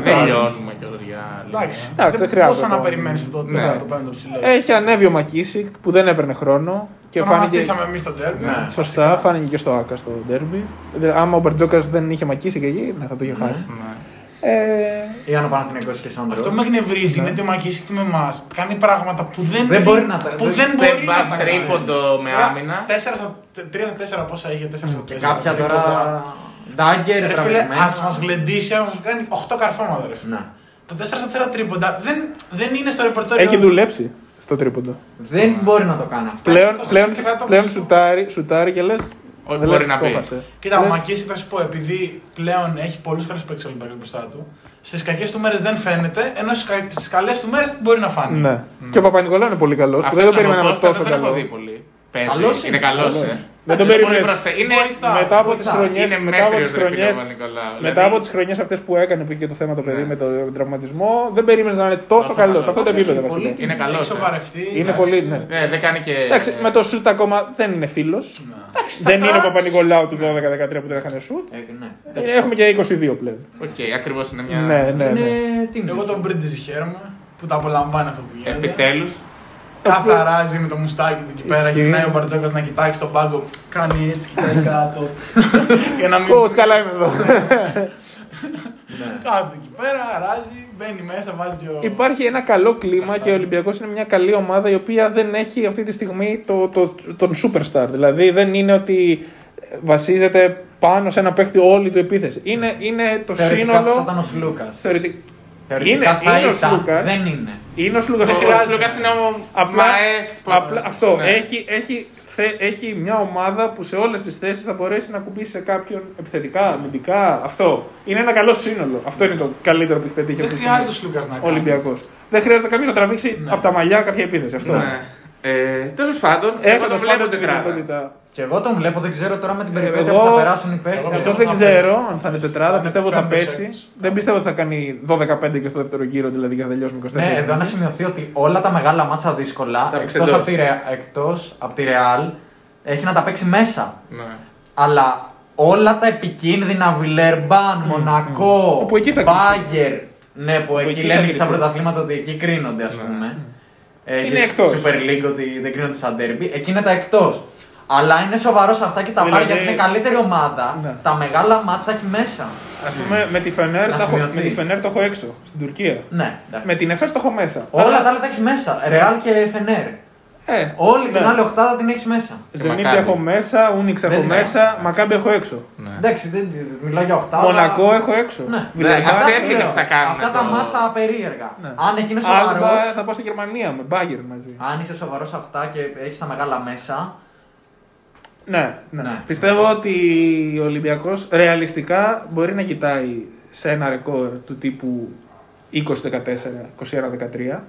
C: Δεν λιώνουμε κιόλα για.
D: Εντάξει.
B: Εντάξει, δεν χρειάζεται
D: Πόσα να
B: τώρα.
D: περιμένεις από το
C: Ναι.
D: τέταρτο πέμπτο ψηλό.
B: Έχει ανέβει ο Μακίσικ που δεν έπαιρνε χρόνο. Και
D: Τον
B: φάνηκε.
D: αναστήσαμε εμείς τον τέρμι.
E: Ναι.
B: Σωστά, φάνηκε και στο Άκα στο ντέρμπι. Δε- Άμα ο Μπαρτζόκας δεν είχε μακίσει και εκεί, ναι, θα το είχε χάσει.
C: Ναι.
B: Ε,
E: Ήταν ο Παναθηναϊκός και σαν
D: Αυτό με εκνευρίζει είναι ότι ο Μακίση και με εμάς κάνει πράγματα που δεν,
E: Δεν μπορεί να τα-
D: που
E: δεν-
D: δεν
C: Δεν
D: μπορεί να τα κάνει.
C: τρίποντο με
D: Ωραία,
C: άμυνα.
D: 4 στα 3 στα 4 πόσα είχε, 4 στα 4.
E: Κάποια τώρα. Ντάγκερ,
D: Ρε φίλε,
E: τραβηγμένα.
D: ας μας γλεντήσει, ας μας κάνει 8 καρφώματα, ρε φίλε.
E: Να.
D: Τα 4 στα 4 τρίποντα δεν, δεν είναι στο ρεπερτόριο.
B: έχει δουλέψει στο τρίποντο.
E: Δεν μπορεί να το κάνει αυτό.
B: Πλέον,
D: 20%
B: πλέον,
D: ποσοστό.
B: πλέον σουτάρει, σουτάρει και λες.
C: μπορεί να πει.
B: Ναι.
D: Κοίτα, ο Μακίση θα σου πω, επειδή πλέον έχει πολλούς καλούς παίκτες ο Ολυμπιακός μπροστά του, στις κακές του μέρες δεν φαίνεται, ενώ στις καλές του μέρες μπορεί να φάνει.
B: Ναι. Και ο Παπα-Νικολάου είναι πολύ καλός. Δεν
C: Αυτό
B: το
C: να
B: περιμέναμε
C: πω, Κώστας,
B: τόσο
C: Δεν τον έχω
B: καλό.
C: δει πολύ. Παίζει.
E: Καλός
C: Είναι ε.
E: είναι.
C: καλό.
B: Καλός. Δεν τον περίμενες.
C: Είναι
D: Βοηθά.
B: Μετά από τις
E: βοηθά.
B: χρονιές,
C: Είναι
B: μετά από
C: μέτριος,
B: τις
C: ρε φίλε,
B: χρονιές,
C: ο Παπα-Νικολάου.
B: μετά
C: Δηλαδή- Ναι.
B: από τις χρονιές αυτές που έκανε που είχε το θέμα το παιδί με τον τραυματισμό, δεν περίμενες να είναι τόσο καλό. Αυτό το επίπεδο
E: Πολύ
B: βασικά.
C: Είναι
D: Έχει
C: καλό.
D: σοβαρευτεί.
B: Είναι πολύ, ναι.
C: Ε, Δεν κάνει και.
B: Εντάξει, με το σουτ ακόμα δεν είναι φίλος.
C: Ναι.
B: Δεν είναι ο Παπα-Νικολάου του 12-13 που δεν έκανε σουτ.
E: Ε, ναι.
B: Ε, Έχουμε και 22 πλέον.
C: Οκ, ακριβώς είναι μια.
B: Ναι, ναι, ναι.
E: Ε, Είναι. Τι είναι.
D: Εγώ τον Μπρίντιζ χαίρομαι που τα απολαμβάνει αυτό που γίνεται.
C: Επιτέλους.
D: Καθαράζει με το μουστάκι του εκεί πέρα.
B: Ισχύει.
D: Γυρνάει ο Μπαρτζόκας να κοιτάξει τον πάγκο. Κάνει έτσι, κοιτάει
B: <laughs>
D: κάτω. Για να μην.
B: Coach, καλά είμαι εδώ.
C: Ναι.
D: Κάθεται εκεί πέρα, αράζει, μπαίνει μέσα, βάζει δυο.
B: Υπάρχει ένα καλό κλίμα και ο Ολυμπιακός είναι μια καλή ομάδα η οποία δεν έχει αυτή τη στιγμή το, το, τον superstar. Δηλαδή δεν είναι ότι βασίζεται πάνω σε ένα παίχτη όλη του επίθεση. Είναι, είναι το
E: Θεωρητικά θα
B: σύνολο.
E: ήταν ο Σλούκας.
B: Θεωρητικά.
E: Θεωρητικά
B: είναι,
E: θα
B: είναι ο
E: ήταν.
B: Σλούκας.
E: Δεν είναι.
B: Είναι ο Σλούκας.
C: Ο
B: Δεν
C: Σλούκα
B: χρειάζεται.
C: είναι ο
B: Απλά,
C: Μαέστρο.
B: απλά αυτό.
C: Ναι.
B: Έχει, έχει, θε- έχει μια ομάδα που σε όλες τις θέσεις θα μπορέσει να κουμπίσει σε κάποιον επιθετικά, αμυντικά. Αυτό. Είναι ένα καλό σύνολο. Αυτό είναι το καλύτερο που έχει πετύχει.
D: Δεν
B: αυτή τη
D: χρειάζεται ο
B: στιγμή.
D: Σλούκας να
B: Ο
D: κάνει.
B: Ολυμπιακός. Δεν χρειάζεται κάποιο να τραβήξει από τα μαλλιά κάποια επίθεση. Αυτό.
C: Τέλο Ε, πάντων,
B: Έχω
C: Ναι. εγώ το βλέπω τετράδα.
E: Και εγώ τον βλέπω, δεν ξέρω τώρα με την περιπέτεια
B: Ε, εγώ-
E: που θα περάσουν οι
D: εγώ
E: παίχτες.
B: Αυτό
D: πιστεύω
B: δεν
D: θα
B: ξέρω
D: πέσει.
B: αν θα είναι τετράδα.
D: Θα
B: Πιστεύω ότι θα
D: είναι
B: πέσει.
D: πέμπτος.
B: Δεν πιστεύω ότι θα κάνει 12-15 και στο δεύτερο γύρο, δηλαδή για να τελειώσουμε 24.
E: Ναι, εδώ να σημειωθεί ότι όλα τα μεγάλα μάτσα δύσκολα,
C: παίξει
E: εκτός
C: εντός.
E: από τη Ρε- εκτός από τη Ρεάλ, έχει να τα παίξει μέσα.
C: Ναι.
E: Αλλά όλα τα επικίνδυνα, Βιλερμπάν, Μονακό,
B: Όπου εκεί θα
E: Μπάγερ, Ναι, που εκεί
B: εκεί θα
E: λένε και
B: κρυφτούν.
E: στα πρωταθλήματα ότι εκεί κρίνονται, ας πούμε. Ε,
B: Είναι
E: και
B: εκτός.
E: Super League ότι δεν κρίνονται σαν derby. Εκεί είναι τα εκτός. Αλλά είναι σοβαρός σε αυτά και τα
B: Δηλαδή-
E: πάρει γιατί είναι καλύτερη ομάδα.
B: Ναι.
E: Τα μεγάλα μάτσα έχει μέσα.
B: Ας πούμε, με τη, Φενέρ,
E: Να
B: τα έχω,
E: σημειωθεί.
B: με τη Φενέρ το έχω έξω, στην Τουρκία.
E: Ναι, εντάξει.
B: Με την Εφές το έχω μέσα.
E: Όλα
B: Αλλά-
E: τα άλλα τα έχεις μέσα. Ρεάλ και Φενέρ.
B: Ε,
E: Όλη
B: ναι.
E: την άλλη οχτάδα την έχεις μέσα.
B: Ζενίτ
C: Μακάμπι.
B: έχω μέσα, Ούνιξ έχω
E: την
B: μέσα, Μακάμπι έχω έξω.
E: Εντάξει, δεν δεν- μιλάω για οχτάδα.
B: Ναι. Μονακό έχω έξω.
E: Ναι.
B: Βιλερμπάν-
C: αυτά
E: σου
C: έφυγε
E: λέω.
C: που θα κάνουν
E: Αυτά τα
C: το-
E: μάτσα περίεργα.
B: Ναι.
E: Αν εκεί είναι σοβαρός.
B: Άλμπα ε, θα πάω στη Γερμανία με Μπάγκερ μαζί.
E: Αν είσαι σοβαρός σε αυτά και έχεις τα μεγάλα μέσα.
B: Ναι, ναι.
E: Ναι.
B: Πιστεύω ότι ο Ολυμπιακός ρεαλιστικά μπορεί να κοιτάει σε ένα ρεκόρ του τύπου 20-14, 21-13.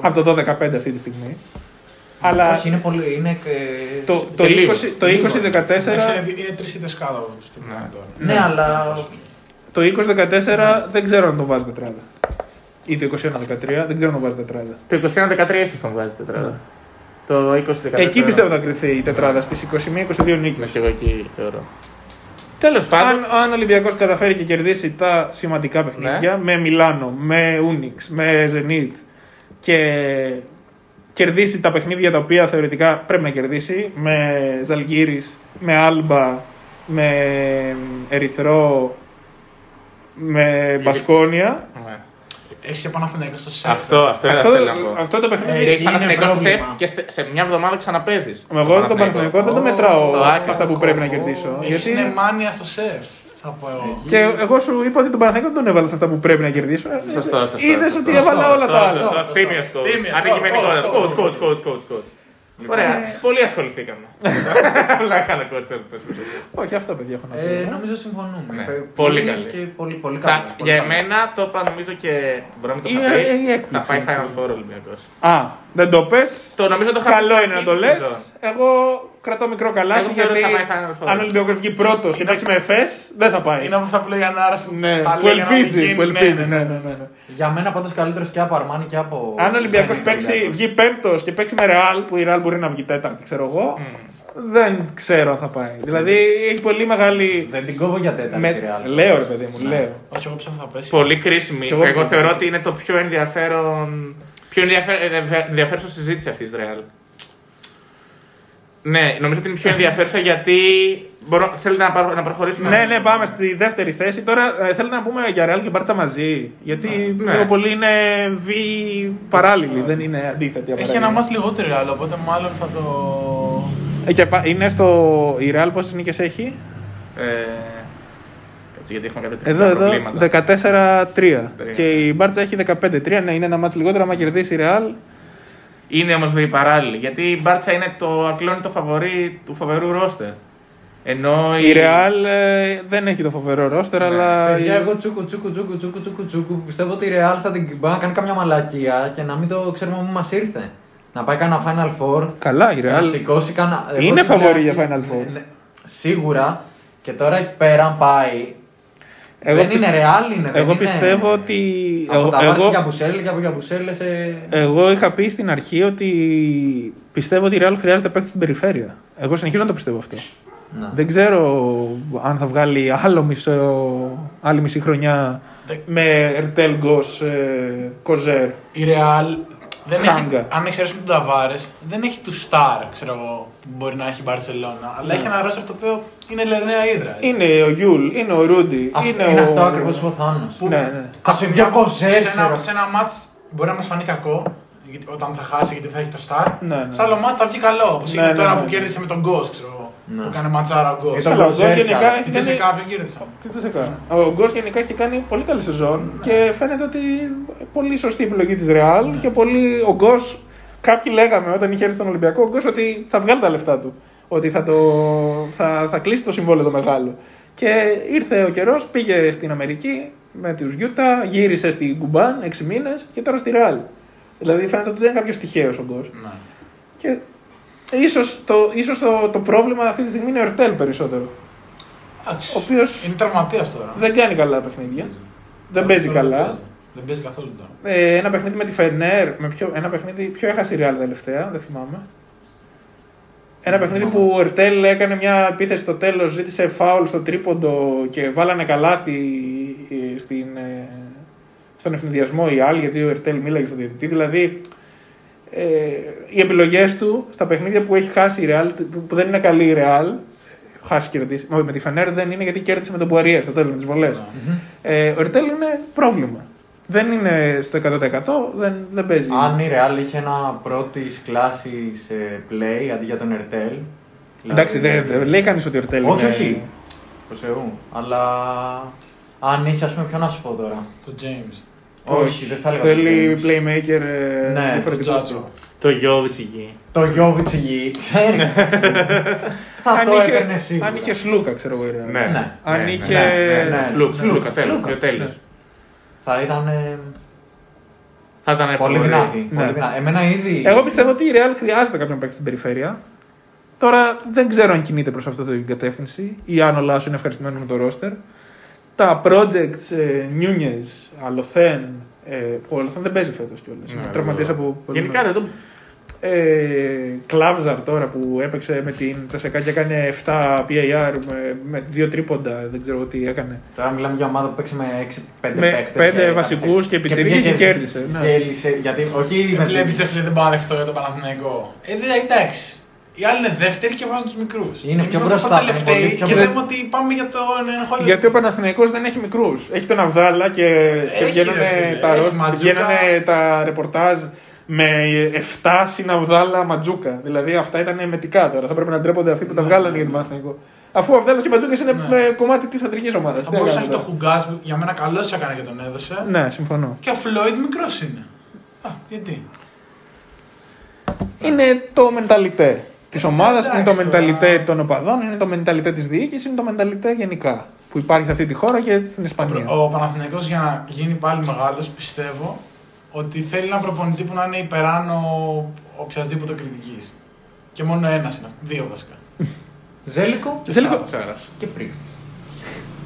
B: Από το 12-15 αυτή τη στιγμή. Αλλά
E: Όχι, είναι πολύ. Είναι... ε,
B: το, το,
C: και λίγο.
B: 20, το 20-14
D: Εντάξει, Είναι τρει ήττε κάτω από του τώρα.
E: Ναι, αλλά.
B: Το 20-14
E: Ναι.
B: δεν ξέρω αν τον βάζει τετράδα. Ή το 21-13 δεν ξέρω αν τον βάζει τετράδα.
C: Το 21-13 ίσως τον βάζει τετράδα. Το 20-14.
B: Εκεί πιστεύω θα κρυθεί η τετράδα στις 21-22 νίκε.
C: Ναι, και εγώ εκεί θεωρώ. Τέλος πάντων.
B: Αν, αν ο Ολυμπιακός καταφέρει και κερδίσει τα σημαντικά παιχνίδια
C: Ναι.
B: με Μιλάνο, με Ούνιξ, με Zenit και κερδίσει τα παιχνίδια τα οποία θεωρητικά πρέπει να κερδίσει με Ζαλγκύρη, με Άλμπα, με Ερυθρό,
C: Ε,
B: με Μπασκόνια.
C: Ναι.
D: Έχει και Παναθηναϊκός στο σεφ.
C: Αυτό, αυτό
B: Αυτό,
C: αυτό θέλω να πω.
B: αυτό το παιχνίδι.
C: Και έχεις
E: είναι
C: Παναθηναϊκό στο
E: πρόβλημα.
C: σεφ και στε- σε μια εβδομάδα ξαναπέζεις.
B: Εγώ τον Παναθηναϊκό δεν το μετράω
C: Στο άκυρο.
B: αυτά που πρέπει να κερδίσω.
D: Έχει
B: Γιατί...
D: νεμάνια στο σεφ. Θα πω εγώ.
B: Και εγώ σου είπα ότι τον Παναθηναϊκό δεν τον έβαλα σε αυτά που πρέπει να κερδίσω.
C: Σωστό, σωστό.
B: Είδες
C: σωστό,
B: ότι έβαλα
C: σωστό,
B: όλα τα
C: σωστό,
B: άλλα.
C: σωστό. Τίμιος coach.
D: Τίμιος,
C: Αντικειμενικότητα.
D: coach,
C: Coach,
D: coach,
C: coach, coach, coach, coach. Ωραία. Πολύ ασχοληθήκαμε. Απλά κάνω coach, coach, coach.
B: Όχι, αυτό παιδιά έχω να πω.
E: Ε, νομίζω συμφωνούμε.
C: Ναι.
E: Πε-
C: Πολύ
E: πολύ
C: καλή.
E: Και πολύ, πολύ
C: Θα-
E: καλή.
C: Για εμένα το είπα νομίζω και. Μπορώ να μην το
B: Είναι-
C: είχα πει.
B: είναι η
C: Θα
B: έκπληξη,
C: πάει
B: νομίζω.
C: Final Four Ολυμπιακός.
B: Α, δεν το πες.
C: Το νομίζω το είχα πει
B: Καλό
C: στην
B: είναι να
C: αρχή
B: το
C: της
B: λε.
C: σεζόν.
B: Εγώ κρατώ μικρό
C: Εγώ
B: καλάκι
C: θεωρώ
B: γιατί
C: ότι θα πάει Final Four.
B: αν ο Ολυμπιακός βγει πρώτος και παίξει με εφές, δεν θα πάει.
D: Είναι από αυτά που λέει η Ανάρα που
B: Ναι,
D: τα
B: που
D: λέει για να μην
B: ελπίζει.
D: γίνει.
B: Που ελπίζει. Ναι, ναι, ναι. ναι.
E: Για μένα πάντως καλύτερος και από Αρμάνι και από.
B: Αν ο
C: Ναι,
B: Ολυμπιακός
E: Zenit,
B: παίξει,
E: Ολυμπιακός.
B: βγει πέμπτος και παίξει με ρεάλ, που η ρεάλ μπορεί να βγει τέταρτη, ξέρω εγώ, δεν ξέρω αν θα πάει. Δηλαδή έχει πολύ μεγάλη.
E: Δεν την κόβω για τέταρτη.
B: με-
E: Real.
B: Λέω ρε παιδί
C: Ναι.
B: μου, λέω.
D: Όχι, εγώ ψάχνω θα πέσει.
C: Πολύ κρίσιμη.
B: εγώ
C: Εγώ,
B: πιστεύω.
C: θεωρώ ότι είναι το πιο ενδιαφέρον. Πιο ενδιαφέρον, ενδιαφέρουσα συζήτηση αυτή τη Ρεάλ. Ναι, νομίζω ότι είναι πιο ενδιαφέρουσα γιατί. Μπορώ, θέλετε να, πάρω- να προχωρήσουμε.
B: Ναι, ναι, πάμε στη δεύτερη θέση. Τώρα ε, θέλετε να πούμε για Ρεάλ και Μπάρτσα μαζί. Γιατί
C: Ναι.
B: λίγο πολύ είναι β παράλληλοι, δεν είναι αντίθετοι.
D: Έχει
B: απαραίτητα.
D: ένα μάτς λιγότερο άλλο, οπότε μάλλον θα το...
B: Ε, και πα- είναι στο. Η Ρεάλ πόσες νίκες έχει,
C: Ε, κάτσε γιατί έχουμε κάποια
B: Εδώ,
C: τεχνικά
B: εδώ.
C: προβλήματα.
B: 14-3.
C: Τρία.
B: Και η Μπάρτσα έχει 15-3. Ναι, είναι ένα μάτς λιγότερο. Άμα κερδίσει η Ρεάλ.
C: Είναι όμως βέβαια παράλληλη. Γιατί η Μπάρτσα είναι το ακλόνητο φαβορή του φοβερού ρόστερ. Ενώ
B: Η Ρεάλ ε, δεν έχει το φοβερό
C: Ναι.
B: ρόστερ, αλλά.
E: Παιδιά, Ε, εγώ τσούκου, τσούκου, τσούκου, τσούκου, τσούκου, τσούκου. Πιστεύω ότι η Real θα την μπορεί να κάνει καμιά μαλακία και να μην το ξέρουμε πού μας ήρθε. Να πάει κανένα Final Four.
B: Καλά, η
E: και Να
B: Ρεάλ.
E: σηκώσει κανένα. εγώ
B: Είναι
E: την
B: φαβορή
E: Κυριακή-
B: για Final Four.
E: Ναι, ναι, Σίγουρα. Και τώρα εκεί πέρα αν πάει.
B: Εγώ
E: δεν
B: πιστε-
E: είναι Real, είναι. δεν
B: Εγώ
E: είναι-
B: πιστεύω ότι.
E: Από
B: εγώ- Ε,
E: τα βάση
B: εγώ-
E: για Μπουσέλ και από για Μπουσέλ σε.
B: Εγώ είχα πει στην αρχή ότι πιστεύω ότι η Real χρειάζεται παίκτη στην περιφέρεια. Εγώ συνεχίζω να το πιστεύω αυτό.
E: Να.
B: Δεν ξέρω αν θα βγάλει άλλο μισό, άλλη μισή χρονιά
D: Δεν-
B: με Ερτέλ Γκος, ε, Κοζέρ.
D: Η Real, δεν
B: Χάγκα.
D: έχει, αν εξαιρέσουμε τον Ταβάρες, δεν έχει του Σταρ, ξέρω εγώ, που μπορεί να έχει η Μπαρσελόνα. Αλλά έχει ένα ρόστερ το οποίο είναι λερναία ύδρα. έτσι.
B: Ναι. Είναι ο Γιούλ, είναι ο Ρούντι,
E: Αυτό-
B: είναι,
E: είναι
B: ο...
E: αυτό ακριβώς που ο Θάνος.
B: Ναι, ναι.
E: Θα σου βγει ο Κοζέρ,
D: Σε
E: ε, ξέρω.
D: ένα, σε ένα μάτς μπορεί να μας φανεί κακό, γιατί, όταν θα χάσει γιατί θα έχει το Σταρ.
B: Ναι, ναι.
D: Σε άλλο μάτς θα βγει καλό, όπως
B: Ναι,
D: είναι
B: ναι,
D: τώρα
B: ναι,
D: που
B: ναι.
D: κέρδισε με τον Γκος, ξέρω εγώ.
E: Ναι.
D: Που κάνει ματσάρα ο Γκος.
E: Ήταν
B: Καλά, ο Γκος
E: Κοζέρ,
B: γενικά
E: αλλά
B: έχει
D: Τι σε
B: κάνει...
D: κάποιον κέρδισαν.
B: Τι τσεσεκά. Ο Γκος γενικά έχει κάνει πολύ καλή σεζόν και φαίνεται ότι πολύ σωστή επιλογή της Ρεάλ και πολύ ο Γκος... Κάποιοι λέγαμε όταν είχε έρθει στον Ολυμπιακό ο Γκος ότι θα βγάλει τα λεφτά του. Ότι θα, το... θα, θα κλείσει το συμβόλαιο το μεγάλο. Και ήρθε ο καιρός, πήγε στην Αμερική με τους Γιούτα, γύρισε στην Κουμπάν 6 μήνες και τώρα στη Ρεάλ. Δηλαδή φαίνεται ότι δεν είναι κάποιος τυχαίος ο Γκος.
D: Ναι.
B: Και ίσως το, ίσως το, το πρόβλημα αυτή τη στιγμή είναι ο Ερτέλ περισσότερο.
D: Εντάξει.
B: Ο οποίος-
D: Είναι τραυματίας τώρα.
B: Δεν κάνει καλά παιχνίδια. Δεν παίζει
D: Τώρα
B: καλά.
D: παίζει. Δεν παίζει καθόλου τώρα.
B: Ε, ένα παιχνίδι με τη Φενέρ, με ποιο, ένα παιχνίδι, ποιο έχασε η Real τελευταία, δεν θυμάμαι. Ένα παιχνίδι που ο Ερτέλ έκανε μια επίθεση στο τέλος, ζήτησε φάουλ στο τρίποντο και βάλανε καλάθι ε, στην, ε, στον ευνηδιασμό οι άλλοι, γιατί ο Ερτέλ μίλαγε στον διαιτητή. Δηλαδή, ε, οι επιλογές του στα παιχνίδια που έχει χάσει η Real, που- που δεν είναι καλή η Real, χάσει κερδίσει. Όχι, με τη Φενέρ δεν είναι γιατί κέρδισε με τον Πουαρία στο τέλος με τις βολές. Ε, ο Ερτέλ είναι πρόβλημα. Δεν είναι στο 100%, δεν, δεν παίζει.
E: Αν η Real είχε ένα πρώτη κλάση play αντί για τον Ερτέλ. δηλαδή-
B: Εντάξει, δεν δεν λέει κανείς ότι ο Ερτέλ
E: Όχι,
B: είναι-
E: όχι. Προς Θεού. Αλλά αν είχε, ας πούμε, ποιο να σου πω τώρα.
D: Το James.
E: Όχι, δεν θα έλεγα.
B: Θέλει
E: το James.
B: playmaker ε,
E: Ναι,
B: διαφορετικό.
D: τον Τζάτζο.
C: Το Γιώβιτς εκεί.
E: Το Γιώβιτς γη, ξέρει. θα
B: Ναι. Αν
E: το
B: είχε-
E: έπαιρνε σίγουρα.
B: Αν είχε Σλούκα, ξέρω εγώ. η Real.
C: Ναι.
E: Ναι.
B: Αν
C: ναι,
B: είχε.
C: ναι, ναι,
E: ναι.
C: Σλουκ, Σλουκα, τέλος.
E: Σλουκα,
C: και τέλος.
E: Θα ήταν ε,
C: Θα ήταν
E: πολύ
C: φαβορή.
E: δυνατή.
B: Ναι.
E: Πολύ δυνατή. Εμένα ήδη.
B: Εγώ πιστεύω ότι η Real χρειάζεται κάποιον παίκτη στην περιφέρεια. Τώρα δεν ξέρω αν κινείται προς αυτή την κατεύθυνση ή αν ο Λάσο είναι ευχαριστημένος με το ρόστερ. Τα projects ε, Νιούνιε, Αλοθέν. Ε, που ο Αλοθέν δεν παίζει φέτος κιόλας.
C: Ναι,
B: Ναι, Τραυματίες
C: βέβαια.
B: από πολύ
C: Γενικά
B: νωρίς.
C: δεν το.
B: Ε, Κλάβζαρ τώρα που έπαιξε με την Τσεσεκά και έκανε 7 PAR με, ε, με δύο τρίποντα. Δεν ξέρω τι έκανε.
E: Τώρα μιλάμε για ομάδα που παίξει με 6-5
B: Με
E: παίχτες.
B: πέντε
E: και ήταν-
B: βασικούς και πιτσιρίκι και κέρδισε, ναι.
E: Γέλισε, γιατί όχι με
D: Βλέπεις
E: την-
D: ρε φίλε, δεν παραδεχτώ για το Παναθηναϊκό. Ε, δε, εντάξει. Οι άλλοι είναι δεύτεροι και βάζουν τους μικρούς.
E: Είναι πιο μπροστά, είναι πολύ
D: τελευταίοι
E: πιο
D: και
E: μπρο-
D: λέμε ότι πάμε για τον εγχώριο.
B: Γιατί ο Παναθηναϊκός δεν έχει μικρούς. Έχει τον Αβδάλα και, και
D: Έχει,
B: βγαίνουν
D: ρε φίλε,
B: τα,
D: έχει
B: ρόσ-
D: Ματζούκα.
B: βγαίνανε τα ρεπορτάζ με 7 συν Αβδάλα Ματζούκα. Δηλαδή αυτά ήταν μετικά τώρα. Θα πρέπει να ντρέπονται αυτοί που
D: Ναι,
B: τα βγάλανε για τον Παναθηναϊκό. Αφού ο Αβδάλας και Ματζούκας είναι ε, κομμάτι της αντρικής ομάδας.
D: Θα μπορούσε να έχει το Χουγκάς που για μένα καλός έκανε και τον έδωσε.
B: Ναι, συμφωνώ.
D: Και ο Φλόιντ μικρός είναι. Α, γιατί.
B: Είναι το μενταλιτέ της ομάδας, είναι το
D: Εντάξει,
B: μενταλιτέ
D: τώρα.
B: των οπαδών, είναι το μενταλιτέ της διοίκησης, είναι το μενταλιτέ γενικά που υπάρχει σε αυτή τη χώρα και στην Ισπανία.
D: Ο Παναθηναϊκός για να γίνει πάλι μεγάλος πιστεύω ότι θέλει έναν προπονητή που να είναι υπεράνω οποιασδήποτε κριτικής. Και μόνο ένας είναι αυτός. Δύο βασικά.
E: Ζέλικο
D: Και
B: Ζέλικο.
D: Σάβας.
C: Σάρας.
E: και πρίφτη.